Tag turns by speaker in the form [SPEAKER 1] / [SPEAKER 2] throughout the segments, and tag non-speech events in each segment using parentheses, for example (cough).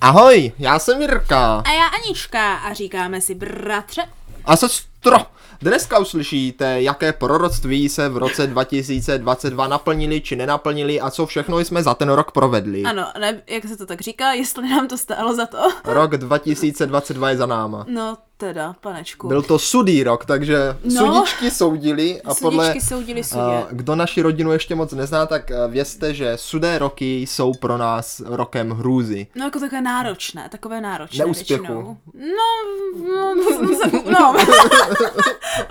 [SPEAKER 1] Ahoj, já jsem Jirka.
[SPEAKER 2] A já Anička a říkáme si bratře.
[SPEAKER 1] A sestro, dneska uslyšíte, jaké proroctví se v roce 2022 naplnili či nenaplnili a co všechno jsme za ten rok provedli.
[SPEAKER 2] Ano, ne, jak se to tak říká, jestli nám to stálo za to.
[SPEAKER 1] Rok 2022 je za náma.
[SPEAKER 2] No teda, panečku.
[SPEAKER 1] Byl to sudý rok, takže
[SPEAKER 2] No.
[SPEAKER 1] sudičky soudili a podle...
[SPEAKER 2] Sudičky soudili sudě.
[SPEAKER 1] a, Kdo naši rodinu ještě moc nezná, tak eh, vězte, že sudé roky jsou pro nás rokem hrůzy.
[SPEAKER 2] No jako takové náročné, takové náročné
[SPEAKER 1] Neúspěchu.
[SPEAKER 2] většinou. No, no,
[SPEAKER 1] (laughs)
[SPEAKER 2] no.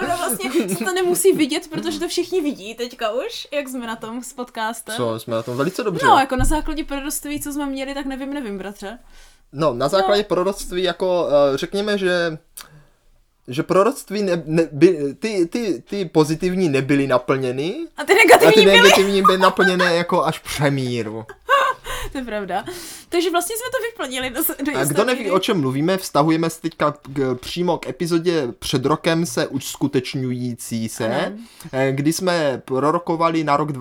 [SPEAKER 2] ono vlastně se to nemusí vidět, protože to všichni vidí teďka už, jak jsme na tom s podcastem.
[SPEAKER 1] Co, jsme na tom velice dobře.
[SPEAKER 2] No, jako na základě proroctví, co jsme měli, tak nevím, nevím, bratře.
[SPEAKER 1] No, na základě proroctví, jako eh, řekněme, že že proroctví ne, ne, by, ty, ty, ty pozitivní nebyly naplněny
[SPEAKER 2] A ty
[SPEAKER 1] a ty
[SPEAKER 2] negativní byly.
[SPEAKER 1] negativní byly naplněné jako až přemíru.
[SPEAKER 2] To je pravda. Takže vlastně jsme to vyplnili do, do
[SPEAKER 1] A
[SPEAKER 2] jisté
[SPEAKER 1] kdo neví,
[SPEAKER 2] míry.
[SPEAKER 1] o čem mluvíme, vztahujeme se teďka k, přímo k epizodě před rokem se uskutečňující se,
[SPEAKER 2] Ano.
[SPEAKER 1] eh, kdy jsme prorokovali na rok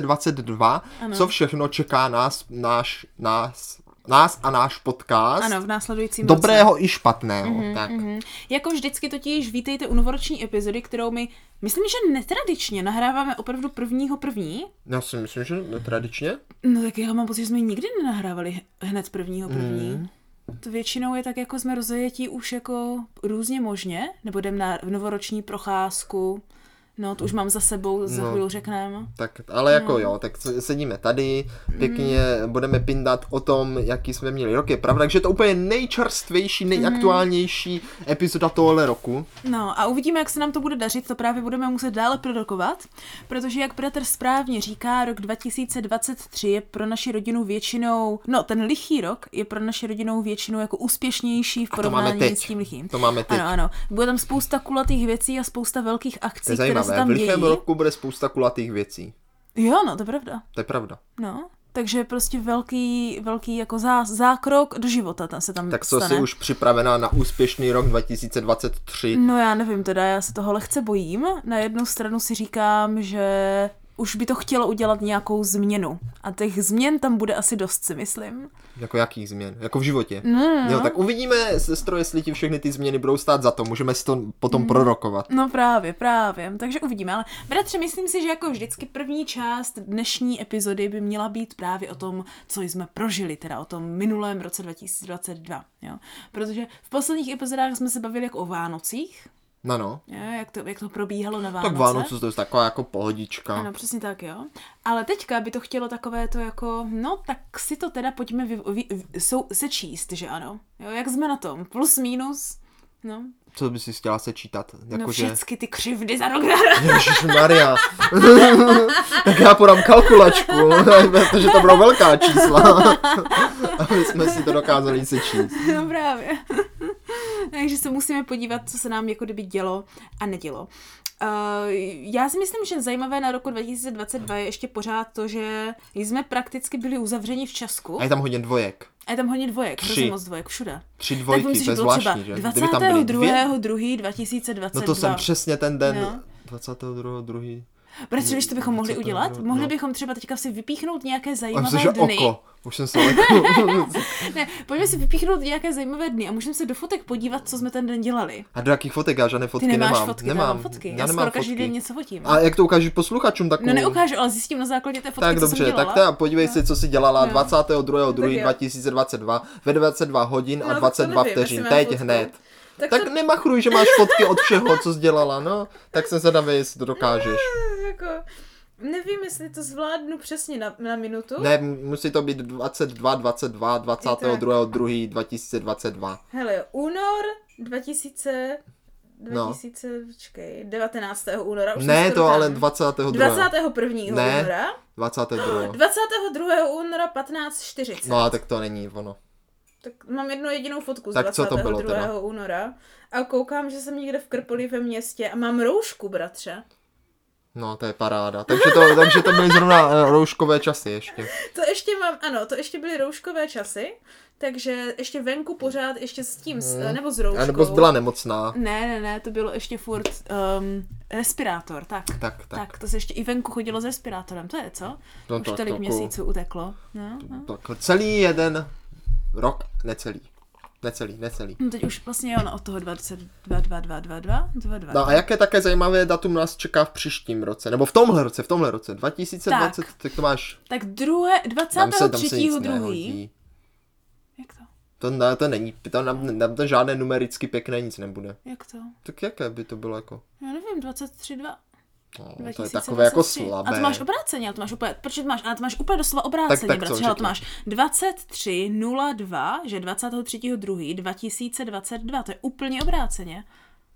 [SPEAKER 1] 2022,
[SPEAKER 2] Ano.
[SPEAKER 1] co všechno čeká nás, náš, nás, nás a náš podcast.
[SPEAKER 2] Ano, v následujícím roce.
[SPEAKER 1] Dobrého i špatného. tak.
[SPEAKER 2] Mhm. Jako vždycky totiž vítejte u novoroční epizody, kterou my, myslím, že netradičně nahráváme opravdu prvního první.
[SPEAKER 1] Já si myslím, že netradičně.
[SPEAKER 2] No tak já mám pocit, že jsme ji nikdy nenahrávali hned prvního první. To většinou je tak, jako jsme rozejetí už jako různě možně, nebo jdem na novoroční procházku. No, to už mám za sebou, za
[SPEAKER 1] No.
[SPEAKER 2] chvíli řekneme.
[SPEAKER 1] Tak, ale
[SPEAKER 2] No.
[SPEAKER 1] jako jo, tak se- sedíme tady, pěkně
[SPEAKER 2] Mm.
[SPEAKER 1] budeme pindat o tom, jaký jsme měli rok, je pravda, takže to úplně nejčerstvější, nejaktuálnější
[SPEAKER 2] Mm.
[SPEAKER 1] epizoda tohle roku.
[SPEAKER 2] No a uvidíme, jak se nám to bude dařit, to právě budeme muset dále produkovat, protože jak Bratr správně říká, rok 2023 je pro naši rodinu většinou, no ten lichý rok je pro naši rodinu většinou jako úspěšnější v
[SPEAKER 1] máme
[SPEAKER 2] porovnání
[SPEAKER 1] teď.
[SPEAKER 2] s tím lichým.
[SPEAKER 1] To máme teď.
[SPEAKER 2] Ano, ano. Bude tam spousta kulatých věcí a spousta velkých
[SPEAKER 1] To je
[SPEAKER 2] akcí, které se
[SPEAKER 1] zajímavé, v
[SPEAKER 2] tam dějí.
[SPEAKER 1] lichém roku bude spousta kulatých věcí,
[SPEAKER 2] Jo, no to je pravda.
[SPEAKER 1] to je pravda.
[SPEAKER 2] No. Takže prostě velký, velký jako zá, zákrok do života tam se tam
[SPEAKER 1] Tak co
[SPEAKER 2] stane.
[SPEAKER 1] jsi už připravená na úspěšný rok 2023?
[SPEAKER 2] No já nevím teda, já se toho lehce bojím. Na jednu stranu si říkám, že už by to chtělo udělat nějakou změnu. A těch změn tam bude asi dost, si myslím.
[SPEAKER 1] Jako jakých změn? Jako v životě?
[SPEAKER 2] No.
[SPEAKER 1] Jo, tak uvidíme, sestro, jestli ti všechny ty změny budou stát za to, můžeme si to potom prorokovat.
[SPEAKER 2] No právě, právě. Takže uvidíme. Ale bratře, myslím si, že jako vždycky první část dnešní epizody by měla být právě o tom, co jsme prožili, teda o tom minulém roce 2022. Jo? Protože v posledních epizodách jsme se bavili jako o Vánocích,
[SPEAKER 1] No no.
[SPEAKER 2] jo? Jak, to, jak to probíhalo na Vánoce.
[SPEAKER 1] Tak Vánoce to je taková jako pohodička.
[SPEAKER 2] Ano, No, přesně tak, jo. Ale teďka by to chtělo takové to jako, no tak si to teda pojďme vy, vy, vy, sou, sečíst, že ano. Jo, jak jsme na tom? Plus, minus, no.
[SPEAKER 1] Co by si chtěla sečítat? Jako,
[SPEAKER 2] no
[SPEAKER 1] Jakože... (laughs)
[SPEAKER 2] všecky ty křivdy za rok. (laughs)
[SPEAKER 1] Maria. (laughs) tak já podám kalkulačku, (laughs) protože to bylo velká čísla. (laughs) Aby jsme si to dokázali sečíst.
[SPEAKER 2] no právě. (laughs) Takže se musíme podívat, co se nám jako kdyby dělo a nedělo. Uh, já si myslím, že zajímavé na roku 2022 je ještě pořád to, že jsme prakticky byli uzavřeni v Česku
[SPEAKER 1] A je tam hodně dvojek.
[SPEAKER 2] a je tam hodně dvojek,
[SPEAKER 1] Tři.
[SPEAKER 2] hrozně moc dvojek, všude.
[SPEAKER 1] Tři
[SPEAKER 2] tak
[SPEAKER 1] dvojky, to
[SPEAKER 2] myslím, že
[SPEAKER 1] je
[SPEAKER 2] bylo
[SPEAKER 1] zvláštní, že?
[SPEAKER 2] třeba
[SPEAKER 1] Kdyby tam byly dvě...
[SPEAKER 2] 22. 2. 2022.
[SPEAKER 1] No to jsem přesně ten den...
[SPEAKER 2] No.
[SPEAKER 1] 22. 2.
[SPEAKER 2] Protože víš, co bychom mohli
[SPEAKER 1] 22.,
[SPEAKER 2] udělat?
[SPEAKER 1] no.
[SPEAKER 2] Mohli bychom třeba teďka si vypíchnout nějaké
[SPEAKER 1] A
[SPEAKER 2] zajímavé
[SPEAKER 1] myslím, že
[SPEAKER 2] dny.
[SPEAKER 1] oko. Už jsem se lekl.
[SPEAKER 2] (laughs)
[SPEAKER 1] (laughs)
[SPEAKER 2] Ne, pojďme si vypíchnout nějaké zajímavé dny a můžeme se do fotek podívat, co jsme ten den dělali.
[SPEAKER 1] A do jakých fotek? Já žádné fotky
[SPEAKER 2] Ty nemáš
[SPEAKER 1] nemám.
[SPEAKER 2] fotky,
[SPEAKER 1] nemám.
[SPEAKER 2] já mám fotky. Já,
[SPEAKER 1] Já nemám
[SPEAKER 2] skoro každý
[SPEAKER 1] fotky.
[SPEAKER 2] den něco fotím.
[SPEAKER 1] A jak to ukážeš posluchačům tak
[SPEAKER 2] No neukážu, ale zjistím na základě té fotky,
[SPEAKER 1] Tak
[SPEAKER 2] co jsem
[SPEAKER 1] dobře,
[SPEAKER 2] dělala.
[SPEAKER 1] tak teda podívej se, co jsi dělala
[SPEAKER 2] No.
[SPEAKER 1] 22.2.2022 ve 22 hodin a
[SPEAKER 2] No, tak to
[SPEAKER 1] 22
[SPEAKER 2] nevím,
[SPEAKER 1] vteřin,
[SPEAKER 2] jestli mám
[SPEAKER 1] teď
[SPEAKER 2] fotku.
[SPEAKER 1] hned.
[SPEAKER 2] Tak,
[SPEAKER 1] Tak
[SPEAKER 2] to...
[SPEAKER 1] nemachruj, že máš fotky od všeho, co jsi dělala, no. Tak jsem zvědavý, jestli to dokážeš.
[SPEAKER 2] Jako, nevím, jestli to zvládnu přesně na, na minutu.
[SPEAKER 1] Ne, m- musí to být 22, 22, 22, 2, 2022.
[SPEAKER 2] Hele, únor 2000... 2000, no. počkej, 19. února. Už
[SPEAKER 1] Ne,
[SPEAKER 2] jsem
[SPEAKER 1] to
[SPEAKER 2] skoro
[SPEAKER 1] ale
[SPEAKER 2] tam.
[SPEAKER 1] 22.
[SPEAKER 2] 21.
[SPEAKER 1] Ne.
[SPEAKER 2] února.
[SPEAKER 1] 22.
[SPEAKER 2] 22. února 15.40.
[SPEAKER 1] No a tak to není ono.
[SPEAKER 2] Tak mám jednu jedinou fotku z
[SPEAKER 1] Tak co to
[SPEAKER 2] 22.
[SPEAKER 1] bylo teda?
[SPEAKER 2] února. A koukám, že jsem někde v Krpoli ve městě a mám roušku, bratře.
[SPEAKER 1] No, to je paráda. Takže to, takže to byly zrovna eh, rouškové časy ještě.
[SPEAKER 2] To ještě mám, ano, to ještě byly rouškové časy, takže ještě venku pořád ještě s tím, s, nebo s rouškou.
[SPEAKER 1] Hmm. A nebo jsi byla nemocná.
[SPEAKER 2] Ne, ne, ne, to bylo ještě furt um, respirátor, tak. tak.
[SPEAKER 1] Tak, tak.
[SPEAKER 2] Tak, to se ještě i venku chodilo s respirátorem, to je co?
[SPEAKER 1] No
[SPEAKER 2] Už
[SPEAKER 1] to-
[SPEAKER 2] tolik
[SPEAKER 1] to-
[SPEAKER 2] měsíců uteklo. No, no.
[SPEAKER 1] Tak celý jeden rok necelý. Necelý, necelý.
[SPEAKER 2] No teď už vlastně jo, no, od toho 22, 22, 22, 22.
[SPEAKER 1] No a jaké také zajímavé datum nás čeká v příštím roce? Nebo v tomhle roce, v tomhle roce, 2020, tak,
[SPEAKER 2] Tak.
[SPEAKER 1] tak to máš.
[SPEAKER 2] Tak druhé,
[SPEAKER 1] Tam se, tam
[SPEAKER 2] 23.
[SPEAKER 1] se nic
[SPEAKER 2] druhý.
[SPEAKER 1] nehodí.
[SPEAKER 2] Jak to?
[SPEAKER 1] To, ne, to není, to nám, nám to žádné numericky pěkné nic nebude.
[SPEAKER 2] Jak to?
[SPEAKER 1] Tak jaké by to bylo jako?
[SPEAKER 2] Já nevím, 23, 2.
[SPEAKER 1] No, to je takové jako slabé.
[SPEAKER 2] A to máš obráceně, ale to máš úplně, protože to máš, ale to máš úplně doslova obráceně,
[SPEAKER 1] tak co,
[SPEAKER 2] tak, tak bratře, ale to
[SPEAKER 1] řekni.
[SPEAKER 2] máš 23.02, že 23.2.2022, to je úplně obráceně.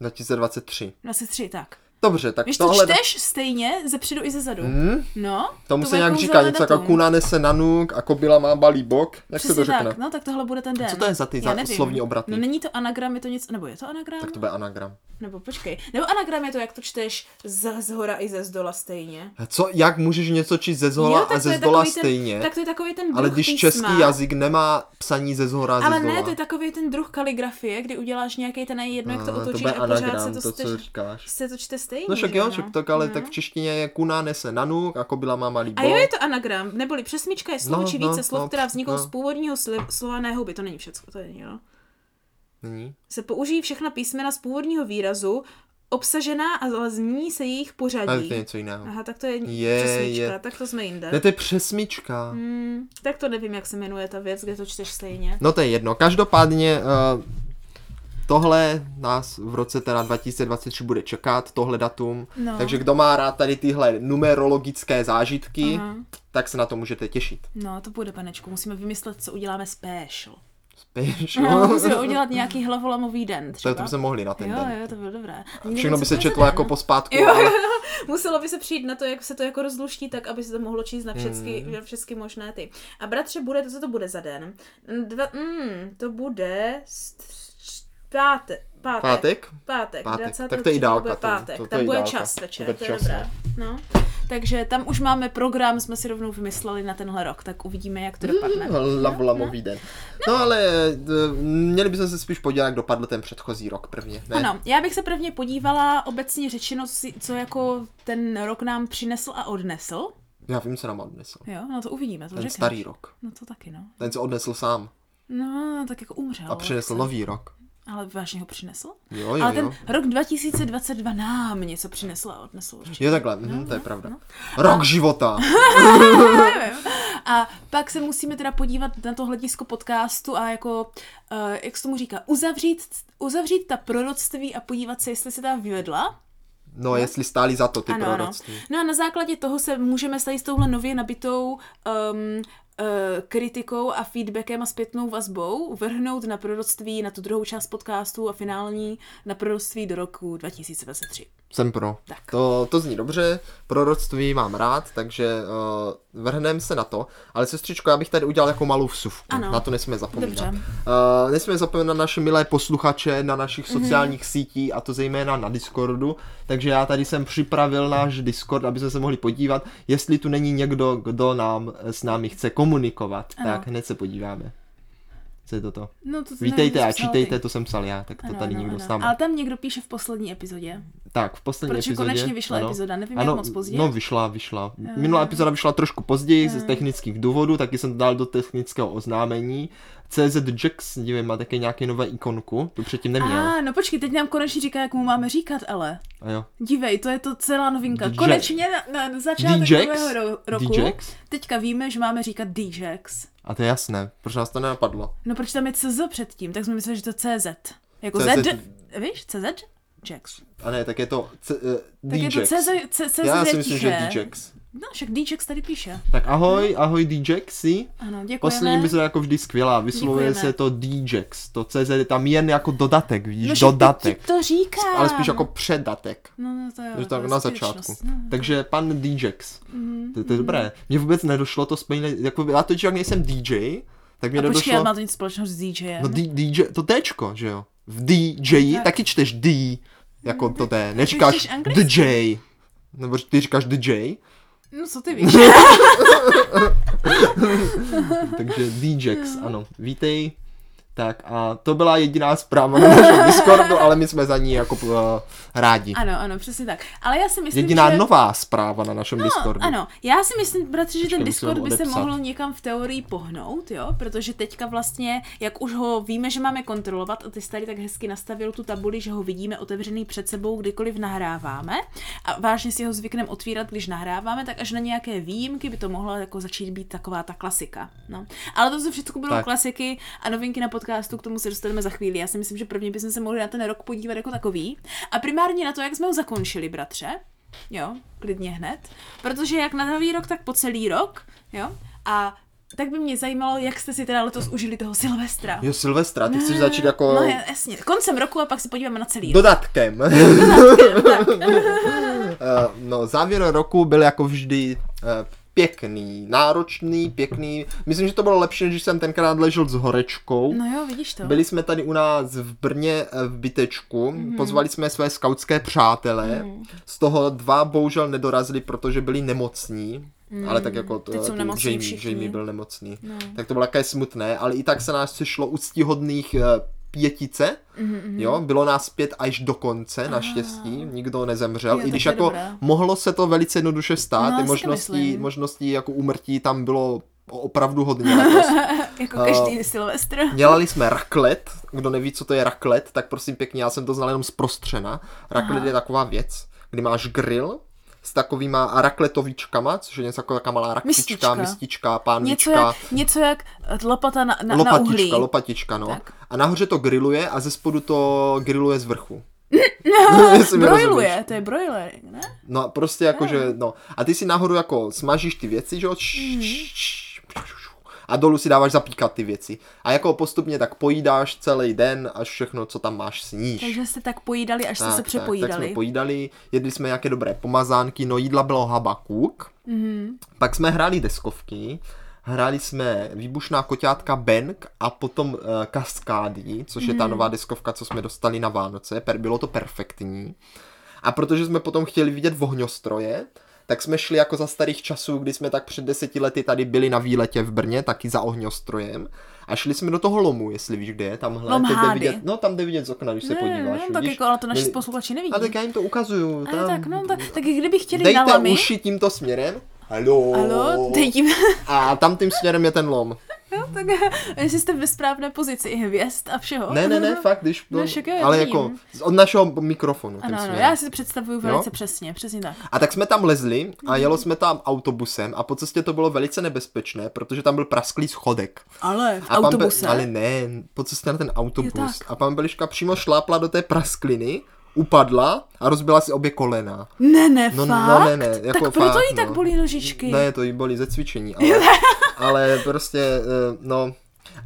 [SPEAKER 1] 2023.
[SPEAKER 2] 23, tak.
[SPEAKER 1] Dobře, tak
[SPEAKER 2] Víš, to
[SPEAKER 1] tohle...
[SPEAKER 2] čteš stejně ze předu i ze zadu.
[SPEAKER 1] Hm?
[SPEAKER 2] No,
[SPEAKER 1] Tomu
[SPEAKER 2] to
[SPEAKER 1] se
[SPEAKER 2] bude
[SPEAKER 1] nějak
[SPEAKER 2] kouzelné
[SPEAKER 1] říká něco jako
[SPEAKER 2] datum.
[SPEAKER 1] kuna nese na nuk a kobila má balý bok. Jak se
[SPEAKER 2] Přesně
[SPEAKER 1] to řekne?
[SPEAKER 2] tak, no tak tohle bude ten den.
[SPEAKER 1] Co to je za ty
[SPEAKER 2] Já
[SPEAKER 1] za-
[SPEAKER 2] nevím.
[SPEAKER 1] slovní obraty?
[SPEAKER 2] No není to anagram, je to něco, nebo je to anagram?
[SPEAKER 1] Tak to bude anagram.
[SPEAKER 2] Nebo počkej, nebo anagram je to, jak to čteš z, z hora i ze zdola stejně.
[SPEAKER 1] Co, jak můžeš něco číst ze zhola
[SPEAKER 2] tak
[SPEAKER 1] a
[SPEAKER 2] to
[SPEAKER 1] ze
[SPEAKER 2] je
[SPEAKER 1] zdola
[SPEAKER 2] takový ten-
[SPEAKER 1] stejně?
[SPEAKER 2] Tak to je takový ten druh
[SPEAKER 1] Ale když
[SPEAKER 2] písma,
[SPEAKER 1] český jazyk nemá psaní ze zhora a ze
[SPEAKER 2] Ale
[SPEAKER 1] zdola.
[SPEAKER 2] ne, to je takový ten druh kaligrafie, kdy uděláš nějaký ten jedno, jak to
[SPEAKER 1] Ah,
[SPEAKER 2] otočíš
[SPEAKER 1] bude
[SPEAKER 2] a pořád se
[SPEAKER 1] anagram,
[SPEAKER 2] to,
[SPEAKER 1] to, co
[SPEAKER 2] stež,
[SPEAKER 1] říkáš.
[SPEAKER 2] se to čte stejně.
[SPEAKER 1] No však
[SPEAKER 2] že
[SPEAKER 1] jo, však tak, ale
[SPEAKER 2] No.
[SPEAKER 1] tak v češtině je kuna nese jako na nuk a kobila má malý
[SPEAKER 2] A
[SPEAKER 1] bok.
[SPEAKER 2] jo, je to anagram, neboli přesmička je slovo
[SPEAKER 1] No,
[SPEAKER 2] či
[SPEAKER 1] no,
[SPEAKER 2] více slov,
[SPEAKER 1] no,
[SPEAKER 2] která vzniknou
[SPEAKER 1] no.
[SPEAKER 2] z původního sli- slova ne huby. To není všecko, to není, jo.
[SPEAKER 1] Není?
[SPEAKER 2] Se použijí všechna písmena z původního výrazu, obsažená, ale změní se jejich
[SPEAKER 1] Ale to je
[SPEAKER 2] pořadí.
[SPEAKER 1] něco jiného.
[SPEAKER 2] Aha, tak to je,
[SPEAKER 1] Je,
[SPEAKER 2] přesmička,
[SPEAKER 1] je.
[SPEAKER 2] tak to jsme jinde.
[SPEAKER 1] Ne, to je přesmička.
[SPEAKER 2] Hmm, tak to nevím, jak se jmenuje ta věc, kde to čteš stejně.
[SPEAKER 1] No to je jedno. Každopádně eh, tohle nás v roce teda 2023 bude čekat, tohle datum.
[SPEAKER 2] No.
[SPEAKER 1] Takže kdo má rád tady tyhle numerologické zážitky,
[SPEAKER 2] Aha.
[SPEAKER 1] tak se na to můžete těšit.
[SPEAKER 2] No, to bude, panečku, musíme vymyslet, co uděláme special.
[SPEAKER 1] Spíš, (laughs)
[SPEAKER 2] No,
[SPEAKER 1] no.
[SPEAKER 2] musíme udělat nějaký hlavolamový den
[SPEAKER 1] To
[SPEAKER 2] třeba.
[SPEAKER 1] bychom se mohli na ten
[SPEAKER 2] jo,
[SPEAKER 1] den.
[SPEAKER 2] jo, to bylo dobré.
[SPEAKER 1] Všechno by se četlo jako
[SPEAKER 2] po...
[SPEAKER 1] pospátku.
[SPEAKER 2] Jo,
[SPEAKER 1] ale-
[SPEAKER 2] jo, Muselo by se přijít na to, jak se to jako rozluští, tak aby se to mohlo číst na všechny,
[SPEAKER 1] Hmm.
[SPEAKER 2] mm. všechny možné ty. A bratře, bude to, co to bude za den? Dva, mm, to bude st- pátek. Pátek. (laughs)
[SPEAKER 1] Pátek?
[SPEAKER 2] Pátek,
[SPEAKER 1] Pátek.
[SPEAKER 2] 23.
[SPEAKER 1] Tak to je ideálka,
[SPEAKER 2] bude
[SPEAKER 1] to-
[SPEAKER 2] pátek,
[SPEAKER 1] to- to je
[SPEAKER 2] tam bude
[SPEAKER 1] ideálka.
[SPEAKER 2] čas
[SPEAKER 1] To
[SPEAKER 2] večer,
[SPEAKER 1] bude
[SPEAKER 2] to je
[SPEAKER 1] čas,
[SPEAKER 2] dobré. No. Takže tam už máme program, jsme si rovnou vymysleli na tenhle rok, tak uvidíme, jak to dopadne.
[SPEAKER 1] Lavolamový den. No ale eh, měli bychom se spíš podívat, jak dopadl ten předchozí rok prvně, ne?
[SPEAKER 2] Ano, já bych se prvně podívala obecně řečeno, co si- co jako ten rok nám přinesl a odnesl.
[SPEAKER 1] Já vím, co nám odnesl.
[SPEAKER 2] Jo, no to uvidíme, to
[SPEAKER 1] Ten
[SPEAKER 2] řekneš.
[SPEAKER 1] starý rok.
[SPEAKER 2] No to taky, no.
[SPEAKER 1] Ten se odnesl sám
[SPEAKER 2] No, tak jako umřel.
[SPEAKER 1] a přinesl nový rok.
[SPEAKER 2] Ale vážně ho přinesl?
[SPEAKER 1] Jo, jo,
[SPEAKER 2] Ale ten
[SPEAKER 1] jo.
[SPEAKER 2] rok 2022 nám něco přinesl a odnesl určitě. (laughs)
[SPEAKER 1] Jo, takhle,
[SPEAKER 2] No,
[SPEAKER 1] mhm, to je pravda. Rok života.
[SPEAKER 2] A pak se musíme teda podívat na to hledisko podcastu a jako, uh, jak se tomu říká, uzavřít, uzavřít ta proroctví a podívat se, jestli se ta vyvedla. (laughs)
[SPEAKER 1] No, jestli stáli za to ty proroctví.
[SPEAKER 2] No a na základě toho se můžeme stát s touhle nově nabitou um, uh, kritikou a feedbackem a zpětnou vazbou vrhnout na proroctví, na tu druhou část podcastu a finální na proroctví do roku 2023.
[SPEAKER 1] Jsem pro.
[SPEAKER 2] Tak.
[SPEAKER 1] To, to zní dobře, proroctví mám rád, takže uh, vrhneme se na to. Ale sestřičko, já bych tady udělal jako malou vsuvku.
[SPEAKER 2] Ano.
[SPEAKER 1] Na to nesmíme zapomínat.
[SPEAKER 2] Dobře.
[SPEAKER 1] Uh, nesmíme zapomínat na naše milé posluchače na našich
[SPEAKER 2] Mhm.
[SPEAKER 1] sociálních sítí, a to zejména na Discordu. Takže já tady jsem připravil náš Discord, aby jsme se mohli podívat, jestli tu není někdo, kdo nám eh, s námi chce komunikovat.
[SPEAKER 2] Ano.
[SPEAKER 1] Tak hned se podíváme. Co je toto?
[SPEAKER 2] No, to
[SPEAKER 1] Vítejte a čítejte, to jsem psal já, tak to tady nikdo s námi.
[SPEAKER 2] Ale tam někdo píše v poslední epizodě.
[SPEAKER 1] Tak, v poslední
[SPEAKER 2] Protože
[SPEAKER 1] epizodě.
[SPEAKER 2] konečně vyšla epizoda, nevím, jak
[SPEAKER 1] ano,
[SPEAKER 2] moc později. Eh.
[SPEAKER 1] No, vyšla, vyšla. Minulá epizoda vyšla trošku později z technických důvodů, taky jsem to dal do technického oznámení. CZ Jax, nevím, má také nějaké nové ikonku, tu předtím neměl.
[SPEAKER 2] A, ah, no počkej, teď nám konečně říká, jak mu máme říkat, ale.
[SPEAKER 1] A jo.
[SPEAKER 2] Dívej, to je to celá novinka.
[SPEAKER 1] Djax.
[SPEAKER 2] Konečně na, na začátek
[SPEAKER 1] DJX?
[SPEAKER 2] nového ro- roku.
[SPEAKER 1] DJX?
[SPEAKER 2] Teďka víme, že máme říkat DJX.
[SPEAKER 1] A to je jasné, proč nás to nenapadlo.
[SPEAKER 2] No proč tam je CZ předtím? Tak jsme mysleli, že to je CZ. Jako
[SPEAKER 1] CZ.
[SPEAKER 2] CZ. Z, víš? CZ? Jax.
[SPEAKER 1] A ne, tak je to C, uh,
[SPEAKER 2] Tak je to
[SPEAKER 1] DJX.
[SPEAKER 2] CZ, C, CZ
[SPEAKER 1] Já
[SPEAKER 2] je
[SPEAKER 1] si myslím, že
[SPEAKER 2] tiché.
[SPEAKER 1] DJX.
[SPEAKER 2] No, však DJX tady píše.
[SPEAKER 1] Tak ahoj, ahoj DJXy.
[SPEAKER 2] Ano, děkujeme.
[SPEAKER 1] Poslední by se jako vždy skvělá, vyslovuje
[SPEAKER 2] Děkujeme.
[SPEAKER 1] se to DJX, to CZ je tam jen jako dodatek,
[SPEAKER 2] no,
[SPEAKER 1] víš,
[SPEAKER 2] však
[SPEAKER 1] dodatek.
[SPEAKER 2] Ti to říkám.
[SPEAKER 1] Ale spíš jako předatek.
[SPEAKER 2] No, no to jo.
[SPEAKER 1] Takže
[SPEAKER 2] to
[SPEAKER 1] tak
[SPEAKER 2] je
[SPEAKER 1] na
[SPEAKER 2] skutečnost. Mhm.
[SPEAKER 1] začátku.
[SPEAKER 2] No.
[SPEAKER 1] Takže pan DJX. To, to je dobré. Mně vůbec nedošlo to spojení, jako já to, jak nejsem DJ, tak mě
[SPEAKER 2] A počkej, ale
[SPEAKER 1] nedošlo,
[SPEAKER 2] má to nic společného s DJem.
[SPEAKER 1] no D, DJ, to Tčko, že jo. V DJ
[SPEAKER 2] Tak. Mhm.
[SPEAKER 1] taky čteš D, jako to D,
[SPEAKER 2] Ty
[SPEAKER 1] neříkáš
[SPEAKER 2] čteš anglicky?
[SPEAKER 1] DJ. Nebo ty říkáš DJ,
[SPEAKER 2] no co
[SPEAKER 1] (laughs)
[SPEAKER 2] ty víš?
[SPEAKER 1] takže DJX, ano, vítej. Tak a to byla jediná zpráva na našem Discordu, ale my jsme za ní jako uh, rádi.
[SPEAKER 2] Ano, ano, přesně tak. Ale já si myslím,
[SPEAKER 1] Jediná
[SPEAKER 2] že... No,
[SPEAKER 1] nová zpráva na našem Discordu.
[SPEAKER 2] Ano, já si myslím, bratře, že ten
[SPEAKER 1] musím
[SPEAKER 2] Discord
[SPEAKER 1] ho
[SPEAKER 2] by se
[SPEAKER 1] odepsat.
[SPEAKER 2] mohl někam v teorii pohnout, jo, protože teďka vlastně, jak už ho víme, že máme kontrolovat, a ty jsi tady tak hezky nastavil tu tabuli, že ho vidíme otevřený před sebou, kdykoliv nahráváme a vážně si ho zvykneme otvírat, když nahráváme, tak až na nějaké výjimky by to mohla jako začít být taková ta klasika. No. Ale to jsou všechno budou
[SPEAKER 1] Tak.
[SPEAKER 2] klasiky a novinky na podcastu, k tomu se dostaneme za chvíli. Já si myslím, že prvně bychom se mohli na ten rok podívat jako takový a primárně na to, jak jsme ho zakončili, bratře. Jo, klidně hned. Protože jak na nový rok, tak po celý rok, jo. A tak by mě zajímalo, jak jste si teda letos užili toho Silvestra.
[SPEAKER 1] Jo, Silvestra, ty chceš začít jako
[SPEAKER 2] No jasně, koncem roku a pak se podíváme
[SPEAKER 1] (laughs)
[SPEAKER 2] na celý rok.
[SPEAKER 1] dodatkem. Eh, no, závěr roku byl jako vždy eh, pěkný, náročný, pěkný. Myslím, že to bylo lepší, než když jsem tenkrát ležel s horečkou.
[SPEAKER 2] No jo, vidíš to.
[SPEAKER 1] Byli jsme tady u nás v Brně eh, v Bytečku,
[SPEAKER 2] Mhm.
[SPEAKER 1] pozvali jsme své skautské přátelé, z toho dva bohužel nedorazili, protože byli nemocní, ale tak jako to,
[SPEAKER 2] Mhm. Teď jsou
[SPEAKER 1] tu
[SPEAKER 2] nemocní všichni. No.
[SPEAKER 1] Jamie, Jamie byl nemocný, tak to bylo také smutné, ale i tak se nás sešlo úctíhodných eh, pětice,
[SPEAKER 2] Mhm,
[SPEAKER 1] jo, bylo nás pět až do konce, naštěstí, nikdo nezemřel,
[SPEAKER 2] Jo,
[SPEAKER 1] i
[SPEAKER 2] tak
[SPEAKER 1] když
[SPEAKER 2] to je
[SPEAKER 1] jako
[SPEAKER 2] dobré.
[SPEAKER 1] mohlo se to velice jednoduše
[SPEAKER 2] No,
[SPEAKER 1] stát,
[SPEAKER 2] já si
[SPEAKER 1] ty
[SPEAKER 2] to
[SPEAKER 1] možností,
[SPEAKER 2] myslím.
[SPEAKER 1] možností jako úmrtí tam bylo opravdu hodně letos.
[SPEAKER 2] Jako
[SPEAKER 1] A-
[SPEAKER 2] každý Silvestr.
[SPEAKER 1] Dělali jsme raklet, kdo neví, co to je raklet, tak prosím pěkně, já jsem to znal jenom z prostřena. Raklet je taková věc, kdy máš grill s takovýma rakletovíčkama, což je něco jako taková malá raktička,
[SPEAKER 2] Mistička.
[SPEAKER 1] mistička, mistička
[SPEAKER 2] Něco
[SPEAKER 1] pánvička,
[SPEAKER 2] jak, něco jak eh, lopata na, na, na uhlí.
[SPEAKER 1] lopatička, (laughs)
[SPEAKER 2] (laughs)
[SPEAKER 1] lopatička, no.
[SPEAKER 2] Tak.
[SPEAKER 1] A nahoře to grilluje a ze spodu to grilluje z vrchu. Jestli mi rozumíš.
[SPEAKER 2] Broiluje, No, to je broiler, ne?
[SPEAKER 1] No prostě jako, že
[SPEAKER 2] Hmm.
[SPEAKER 1] no. A ty si nahoru jako smažíš ty věci, že jo? Č- č- č- A dolů si dáváš zapíkat ty věci. A jako postupně tak pojídáš celý den, až všechno, co tam máš, sníš.
[SPEAKER 2] Takže jste tak pojídali, až jste se
[SPEAKER 1] Tak, tak
[SPEAKER 2] přepojídali.
[SPEAKER 1] jsme pojídali, jedli jsme nějaké dobré pomazánky, no jídla bylo habakuk.
[SPEAKER 2] Mhm.
[SPEAKER 1] Pak jsme hráli deskovky, hráli jsme výbušná koťátka Bank a potom uh, Kaskády, což je ta
[SPEAKER 2] Mhm.
[SPEAKER 1] nová deskovka, co jsme dostali na Vánoce. Per, bylo to perfektní. A protože jsme potom chtěli vidět vohňostroje, tak jsme šli jako za starých časů, kdy jsme tak před deseti lety tady byli na výletě v Brně, taky za ohňostrojem. A šli jsme do toho lomu, jestli víš, kde je tamhle.
[SPEAKER 2] Lom
[SPEAKER 1] teď jde
[SPEAKER 2] Hády.
[SPEAKER 1] vidět, no tam jde vidět z okna, když se
[SPEAKER 2] Ne,
[SPEAKER 1] podíváš.
[SPEAKER 2] ne, tak
[SPEAKER 1] vidíš?
[SPEAKER 2] jako, ale to naši
[SPEAKER 1] Byli-
[SPEAKER 2] posluchači nevidí.
[SPEAKER 1] a tak já jim to ukazuju.
[SPEAKER 2] Ale
[SPEAKER 1] Tam.
[SPEAKER 2] tak, no, tak, tak i kdyby chtěli na
[SPEAKER 1] Dejte
[SPEAKER 2] lamy.
[SPEAKER 1] uši tímto směrem. Halo.
[SPEAKER 2] Halo, teď jim, (laughs)
[SPEAKER 1] A tam tím směrem je ten lom.
[SPEAKER 2] no, tak (laughs) jestli jste ve správné pozici i hvězd a všeho.
[SPEAKER 1] Ne, ne, ne,
[SPEAKER 2] (laughs)
[SPEAKER 1] fakt, když...
[SPEAKER 2] No, však jo, já
[SPEAKER 1] ale
[SPEAKER 2] to
[SPEAKER 1] jako
[SPEAKER 2] vím.
[SPEAKER 1] z- od našeho mikrofonu tím
[SPEAKER 2] Ano, ano,
[SPEAKER 1] směrem.
[SPEAKER 2] já si to představuju velice
[SPEAKER 1] Jo?
[SPEAKER 2] přesně, přesně tak.
[SPEAKER 1] A tak jsme tam lezli a
[SPEAKER 2] Mhm.
[SPEAKER 1] jelo jsme tam autobusem a po cestě to bylo velice nebezpečné, protože tam byl prasklý schodek.
[SPEAKER 2] Ale v
[SPEAKER 1] A pan Pe-
[SPEAKER 2] autobuse.
[SPEAKER 1] Ale ne, po cestě na ten
[SPEAKER 2] Jo,
[SPEAKER 1] autobus.
[SPEAKER 2] tak.
[SPEAKER 1] a pan Beliška přímo šlápla do té praskliny, upadla a rozbila si obě kolena.
[SPEAKER 2] Ne, ne,
[SPEAKER 1] No,
[SPEAKER 2] fakt?
[SPEAKER 1] no, no, ne, ne,
[SPEAKER 2] tak
[SPEAKER 1] jako
[SPEAKER 2] proto
[SPEAKER 1] fakt,
[SPEAKER 2] jí tak
[SPEAKER 1] no.
[SPEAKER 2] bolí nožičky.
[SPEAKER 1] Ne, to jí bolí ze
[SPEAKER 2] (laughs)
[SPEAKER 1] cvičení, ale, ale prostě, eh, no.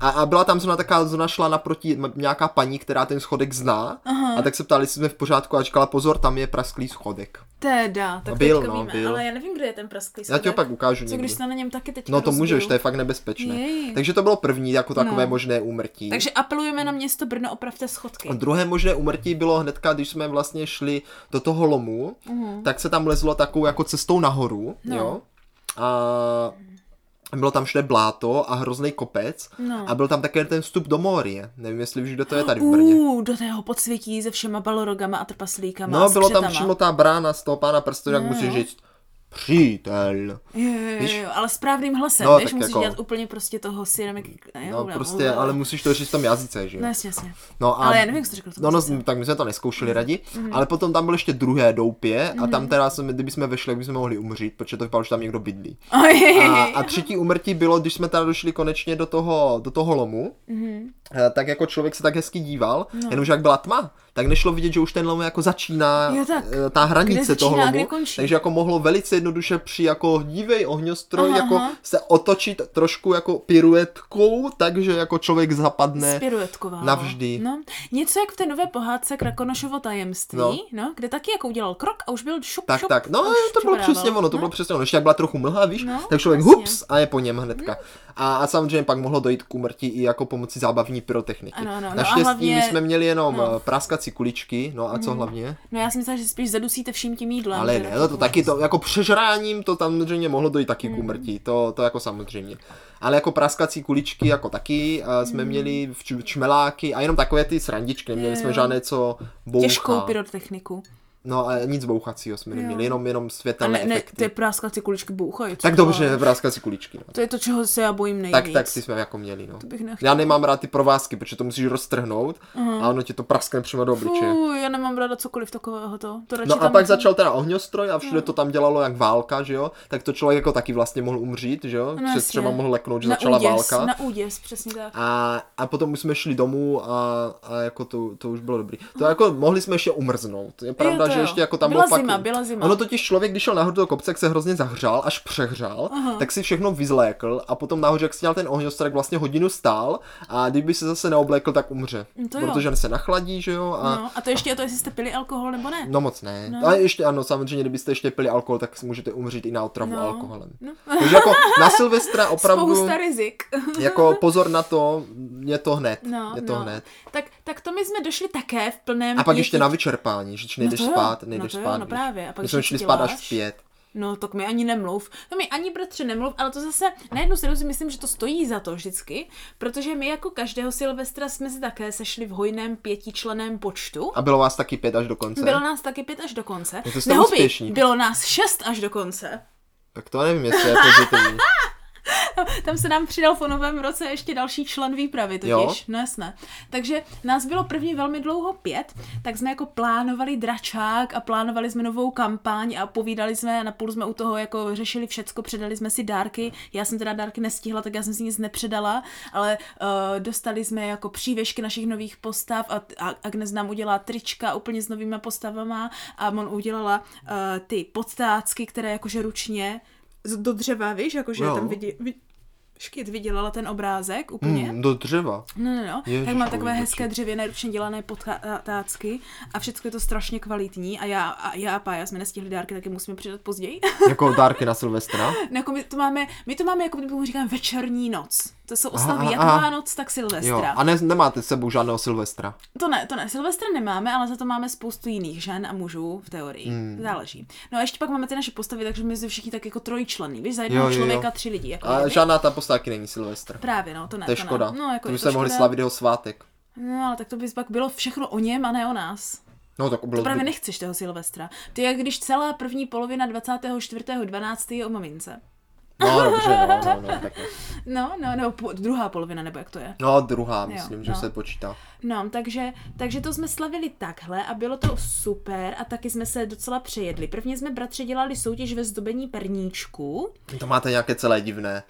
[SPEAKER 1] A, a byla tam zrovna taková, zrovna šla naproti m- nějaká paní, která ten schodek zná. Aha. A tak se ptali, jestli jsme v pořádku a říkala, pozor, tam je prasklý schodek.
[SPEAKER 2] Teda, tak
[SPEAKER 1] Byl,
[SPEAKER 2] teďka
[SPEAKER 1] no,
[SPEAKER 2] víme,
[SPEAKER 1] byl.
[SPEAKER 2] ale já nevím, kde je ten prasklý
[SPEAKER 1] Já ti ho
[SPEAKER 2] schodek.
[SPEAKER 1] pak ukážu
[SPEAKER 2] Co
[SPEAKER 1] někdy.
[SPEAKER 2] když se na něm taky teďka
[SPEAKER 1] No to
[SPEAKER 2] rozbiju?
[SPEAKER 1] můžeš, to je fakt nebezpečné.
[SPEAKER 2] Jej.
[SPEAKER 1] Takže to bylo první jako takové
[SPEAKER 2] No.
[SPEAKER 1] možné úmrtí.
[SPEAKER 2] Takže apelujeme na město Brno, opravte schodky.
[SPEAKER 1] A Druhé možné umrtí bylo hnedka, když jsme vlastně šli do toho lomu, tak se tam lezlo takovou jako cestou nahoru,
[SPEAKER 2] Mhm. No.
[SPEAKER 1] jo. A bylo tam všude bláto a hrozný kopec
[SPEAKER 2] No.
[SPEAKER 1] a byl tam také ten vstup do Mórie. Nevím, jestli víš, kde to je tady v Brně.
[SPEAKER 2] Uh, do tého podsvětí se všema balorogama a trpaslíkama a
[SPEAKER 1] No, bylo tam
[SPEAKER 2] skřetama.
[SPEAKER 1] přímo ta brána z toho pána prstu, jak
[SPEAKER 2] No,
[SPEAKER 1] musíš
[SPEAKER 2] jo.
[SPEAKER 1] říct, přítel.
[SPEAKER 2] Jo, jo,
[SPEAKER 1] Víš?
[SPEAKER 2] jo, jo, ale správným hlasem, no,
[SPEAKER 1] No,
[SPEAKER 2] víš,
[SPEAKER 1] tak
[SPEAKER 2] musíš
[SPEAKER 1] jako-
[SPEAKER 2] dělat úplně prostě toho syremek...
[SPEAKER 1] No, prostě, ale musíš to říct v tom jazyce, že jo.
[SPEAKER 2] No, jasně, jasně.
[SPEAKER 1] No a...
[SPEAKER 2] Ale já nevím, jak jsi to řekl. To
[SPEAKER 1] No, no,
[SPEAKER 2] prostě.
[SPEAKER 1] tak my jsme to neskoušeli radi,
[SPEAKER 2] Mhm.
[SPEAKER 1] ale potom tam bylo ještě druhé doupě a tam teda, jsme, kdyby jsme vešli, by jsme mohli umřít, protože to vypadalo, že tam někdo bydlí.
[SPEAKER 2] (laughs)
[SPEAKER 1] A, a třetí umrtí bylo, když jsme teda došli konečně do toho, do toho lomu,
[SPEAKER 2] Mhm.
[SPEAKER 1] eh, tak jako člověk se tak hezky díval, no. jenomže jak byla tma, tak nešlo vidět, že už ten lom jako začíná,
[SPEAKER 2] Jo, tak.
[SPEAKER 1] eh, ta hranice
[SPEAKER 2] Kde
[SPEAKER 1] toho
[SPEAKER 2] začíná a kde
[SPEAKER 1] lomu,
[SPEAKER 2] končí.
[SPEAKER 1] takže jako mohlo velice jednoduše při jako dívej ohňostroj,
[SPEAKER 2] Aha,
[SPEAKER 1] jako
[SPEAKER 2] aha.
[SPEAKER 1] se otočit trošku jako piruetkou, takže jako člověk zapadne.
[SPEAKER 2] Spiruetková.
[SPEAKER 1] navždy.
[SPEAKER 2] No. Něco jak v té nové pohádce Krakonošovo tajemství, no.
[SPEAKER 1] No.
[SPEAKER 2] no. kde taky jako udělal krok a už byl šup,
[SPEAKER 1] Tak,
[SPEAKER 2] šup,
[SPEAKER 1] tak, no
[SPEAKER 2] a už
[SPEAKER 1] to bylo
[SPEAKER 2] přepadával.
[SPEAKER 1] přesně ono, to
[SPEAKER 2] no.
[SPEAKER 1] bylo přesně ono, ještě jak byla trochu mlha, víš,
[SPEAKER 2] No,
[SPEAKER 1] tak člověk
[SPEAKER 2] jasně.
[SPEAKER 1] hups a je po něm hnedka. A, a samozřejmě pak mohlo dojít k úmrtí i jako pomocí zábavní pyrotechniky.
[SPEAKER 2] Ano, ano, no a
[SPEAKER 1] Naštěstí
[SPEAKER 2] hlavně-
[SPEAKER 1] my jsme měli jenom
[SPEAKER 2] no. Mhm.
[SPEAKER 1] no. praskací kuličky, no a co hlavně?
[SPEAKER 2] No já si myslela, že spíš zadusíte vším tím jídlem.
[SPEAKER 1] Ale
[SPEAKER 2] že
[SPEAKER 1] ne,
[SPEAKER 2] jo,
[SPEAKER 1] no to taky to, jako žráním to tam samozřejmě mohlo dojít taky
[SPEAKER 2] Mhm.
[SPEAKER 1] k úmrtí, to, to jako samozřejmě. Ale jako praskací kuličky jako taky a
[SPEAKER 2] Mhm.
[SPEAKER 1] jsme měli v č- čmeláky a jenom takové ty srandičky, neměli jsme
[SPEAKER 2] Jo.
[SPEAKER 1] žádné co bouchá.
[SPEAKER 2] Těžkou pyrotechniku.
[SPEAKER 1] No a nic bouchacího jsme neměli, jenom, jenom
[SPEAKER 2] A
[SPEAKER 1] světelné
[SPEAKER 2] ne, ne,
[SPEAKER 1] efekty.
[SPEAKER 2] ty práskací kuličky bouchají. co
[SPEAKER 1] Tak
[SPEAKER 2] to
[SPEAKER 1] dobře,
[SPEAKER 2] je?
[SPEAKER 1] praskací kuličky. No.
[SPEAKER 2] To je to, čeho se já bojím nejvíc.
[SPEAKER 1] Tak, tak ty jsme jako měli, no.
[SPEAKER 2] To bych nechtěla.
[SPEAKER 1] Já nemám rád ty provázky, protože to musíš roztrhnout a ono ti to praskne přímo do obličeje.
[SPEAKER 2] Fú, já nemám ráda cokoliv takového to. to radši
[SPEAKER 1] No a
[SPEAKER 2] tam
[SPEAKER 1] pak začal teda ohňostroj a všude to tam dělalo jak válka, že jo? Tak to člověk jako taky vlastně mohl umřít, že jo? No,
[SPEAKER 2] jasně.
[SPEAKER 1] třeba mohl leknout, že
[SPEAKER 2] na
[SPEAKER 1] začala
[SPEAKER 2] úděs,
[SPEAKER 1] válka.
[SPEAKER 2] Na úděs, přesně tak.
[SPEAKER 1] A, a potom už jsme šli domů a, a jako to, to už bylo dobrý. To jako mohli jsme ještě umrznout. Je pravda,
[SPEAKER 2] Jo, to
[SPEAKER 1] že
[SPEAKER 2] jo.
[SPEAKER 1] ještě jako tam
[SPEAKER 2] Byla
[SPEAKER 1] bylo
[SPEAKER 2] zima,
[SPEAKER 1] fakt...
[SPEAKER 2] byla zima.
[SPEAKER 1] Ono totiž člověk, když šel nahoru do kopce, jak se hrozně zahřál, až přehřál, Aha. tak si všechno vyzlékl a potom nahoře, jak si měl ten ohňostroj, tak vlastně hodinu stál a kdyby se zase neoblékl, tak umře.
[SPEAKER 2] No To jo.
[SPEAKER 1] protože se nachladí, že jo? A...
[SPEAKER 2] No, a to ještě je to, jestli jste pili alkohol nebo ne.
[SPEAKER 1] No moc ne. No. A ještě ano, samozřejmě, kdybyste ještě pili alkohol, tak si můžete umřít i na otravu no.
[SPEAKER 2] No.
[SPEAKER 1] alkoholem.
[SPEAKER 2] No.
[SPEAKER 1] Takže jako na
[SPEAKER 2] (laughs)
[SPEAKER 1] Silvestra opravdu,
[SPEAKER 2] Spousta rizik.
[SPEAKER 1] jako pozor na to, je to hned.
[SPEAKER 2] No,
[SPEAKER 1] je to
[SPEAKER 2] no.
[SPEAKER 1] hned.
[SPEAKER 2] Tak, tak to my jsme došli také v plném
[SPEAKER 1] A pak ještě
[SPEAKER 2] jezdí-
[SPEAKER 1] na vyčerpání, že když nejdeš
[SPEAKER 2] to jo,
[SPEAKER 1] spát,
[SPEAKER 2] no
[SPEAKER 1] nejdeš
[SPEAKER 2] to jo,
[SPEAKER 1] spát.
[SPEAKER 2] no
[SPEAKER 1] víš.
[SPEAKER 2] právě. A pak
[SPEAKER 1] My jsme
[SPEAKER 2] ještě
[SPEAKER 1] šli
[SPEAKER 2] co
[SPEAKER 1] spát až
[SPEAKER 2] děláš?
[SPEAKER 1] v pět.
[SPEAKER 2] No, tak mi ani nemluv. To mi ani bratře nemluv, ale to zase na jednu stranu si myslím, že to stojí za to vždycky, protože my jako každého Silvestra jsme se také sešli v hojném pětičleném počtu.
[SPEAKER 1] A bylo vás taky pět až do konce.
[SPEAKER 2] Bylo nás taky pět až do konce.
[SPEAKER 1] No to jste
[SPEAKER 2] Nehubi,
[SPEAKER 1] úspěšní.
[SPEAKER 2] bylo nás šest až do konce.
[SPEAKER 1] Tak to nevím, jestli je
[SPEAKER 2] (laughs)
[SPEAKER 1] pozitivní.
[SPEAKER 2] Tam se nám přidal po novém roce ještě další člen výpravy totiž.
[SPEAKER 1] Jo.
[SPEAKER 2] Jo. No jasné. Takže nás bylo první velmi dlouho pět, tak jsme jako plánovali dračák a plánovali jsme novou kampaň a povídali jsme, napůl jsme u toho jako řešili všecko, předali jsme si dárky. Já jsem teda dárky nestihla, tak já jsem si nic nepředala, ale uh, dostali jsme jako přívěšky našich nových postav a, a Agnes nám udělala trička úplně s novýma postavama a Mon udělala uh, ty podstácky, které jakože ručně z- do dřeva, víš, jakože
[SPEAKER 1] Jo.
[SPEAKER 2] tam vidí, vid, škyt vydělala ten obrázek úplně.
[SPEAKER 1] Hmm, do dřeva.
[SPEAKER 2] No, no, no.
[SPEAKER 1] Ježiš,
[SPEAKER 2] tak mám takové
[SPEAKER 1] kolik
[SPEAKER 2] hezké dřevěné ručně dělané podtácky a všechno je to strašně kvalitní a já a já a Pája jsme nestihli dárky, tak je musíme přidat později. (laughs)
[SPEAKER 1] Jako dárky na Silvestra.
[SPEAKER 2] no, jako my to máme, my to máme, jako my tomu říkáme večerní noc. To jsou
[SPEAKER 1] Aha,
[SPEAKER 2] oslavy
[SPEAKER 1] aha,
[SPEAKER 2] jak
[SPEAKER 1] aha.
[SPEAKER 2] Vánoc, tak
[SPEAKER 1] Jo.
[SPEAKER 2] Silvestra.
[SPEAKER 1] A ne, nemáte s sebou žádného Silvestra.
[SPEAKER 2] To ne, to ne. Silvestra nemáme, ale za to máme spoustu jiných žen a mužů v teorii.
[SPEAKER 1] Hmm.
[SPEAKER 2] Mm. Záleží. No a ještě pak máme ty naše postavy, takže my jsme všichni tak jako trojčlenný. Víš, za jednoho
[SPEAKER 1] jo, jo.
[SPEAKER 2] člověka tři lidi. Jako
[SPEAKER 1] A
[SPEAKER 2] kdyby.
[SPEAKER 1] žádná ta postavky není Silvestra.
[SPEAKER 2] Právě, no, to ne.
[SPEAKER 1] To je
[SPEAKER 2] ne.
[SPEAKER 1] škoda.
[SPEAKER 2] No, jako
[SPEAKER 1] to
[SPEAKER 2] je
[SPEAKER 1] by
[SPEAKER 2] to
[SPEAKER 1] se mohli
[SPEAKER 2] škoda.
[SPEAKER 1] slavit jeho svátek.
[SPEAKER 2] No, ale tak to by pak bylo všechno o něm a ne o nás.
[SPEAKER 1] No tak bylo
[SPEAKER 2] To právě
[SPEAKER 1] by-
[SPEAKER 2] nechceš toho Silvestra. To je, jak když celá první polovina 24.12. je o mamince.
[SPEAKER 1] No
[SPEAKER 2] (laughs)
[SPEAKER 1] dobře, no, no, no, tak jo.
[SPEAKER 2] No, no, nebo po, druhá polovina, nebo jak to je.
[SPEAKER 1] no druhá, myslím, že
[SPEAKER 2] no.
[SPEAKER 1] se počítá.
[SPEAKER 2] No, takže, takže to jsme slavili takhle a bylo to super a taky jsme se docela přejedli. Prvně jsme bratře dělali soutěž ve zdobení perníčku, (laughs)
[SPEAKER 1] To máte nějaké celé divné.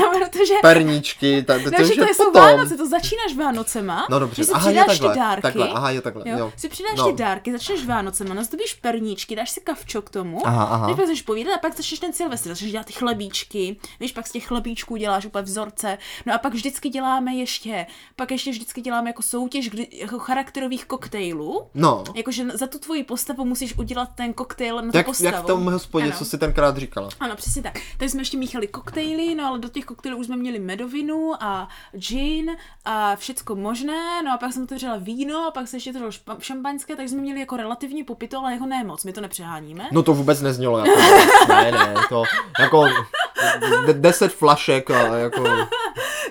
[SPEAKER 2] no, protože...
[SPEAKER 1] Perníčky, ta, to, to,
[SPEAKER 2] No,
[SPEAKER 1] už
[SPEAKER 2] že to
[SPEAKER 1] je
[SPEAKER 2] jsou
[SPEAKER 1] potom.
[SPEAKER 2] Vánoce, to začínáš Vánocema.
[SPEAKER 1] No dobře,
[SPEAKER 2] že si
[SPEAKER 1] aha, je
[SPEAKER 2] přidáš
[SPEAKER 1] takhle,
[SPEAKER 2] ty dárky.
[SPEAKER 1] takhle, aha, je takhle, jo.
[SPEAKER 2] Si přidáš
[SPEAKER 1] No.
[SPEAKER 2] ty dárky, začneš Vánocema, nazdobíš perníčky, dáš si kavčo k tomu,
[SPEAKER 1] Aha, aha.
[SPEAKER 2] nejprve začneš povídat a pak začneš ten Silvestr, začneš dělat ty chlebíčky, víš, pak z těch chlebíčků děláš úplně vzorce, no a pak vždycky děláme ještě, pak ještě vždycky děláme jako soutěž kdy, jako charakterových koktejlů,
[SPEAKER 1] No,
[SPEAKER 2] jakože za Jako tu tvoji postavu musíš udělat ten koktejl na tu
[SPEAKER 1] jak,
[SPEAKER 2] postavu.
[SPEAKER 1] jak v tom hospodě,
[SPEAKER 2] Ano.
[SPEAKER 1] co jsi tenkrát říkala.
[SPEAKER 2] Ano, přesně tak. Takže jsme ještě míchali koktejly, no ale do těch koktejlů už jsme měli medovinu a gin a všecko možné, no a pak jsem otevřela víno a pak se ještě to špa- šampaňské, takže jsme měli jako relativně popito, ale jako ne moc, my to nepřeháníme.
[SPEAKER 1] No to vůbec neznělo
[SPEAKER 2] (laughs)
[SPEAKER 1] jako, ne, ne, to jako de- deset flašek a jako,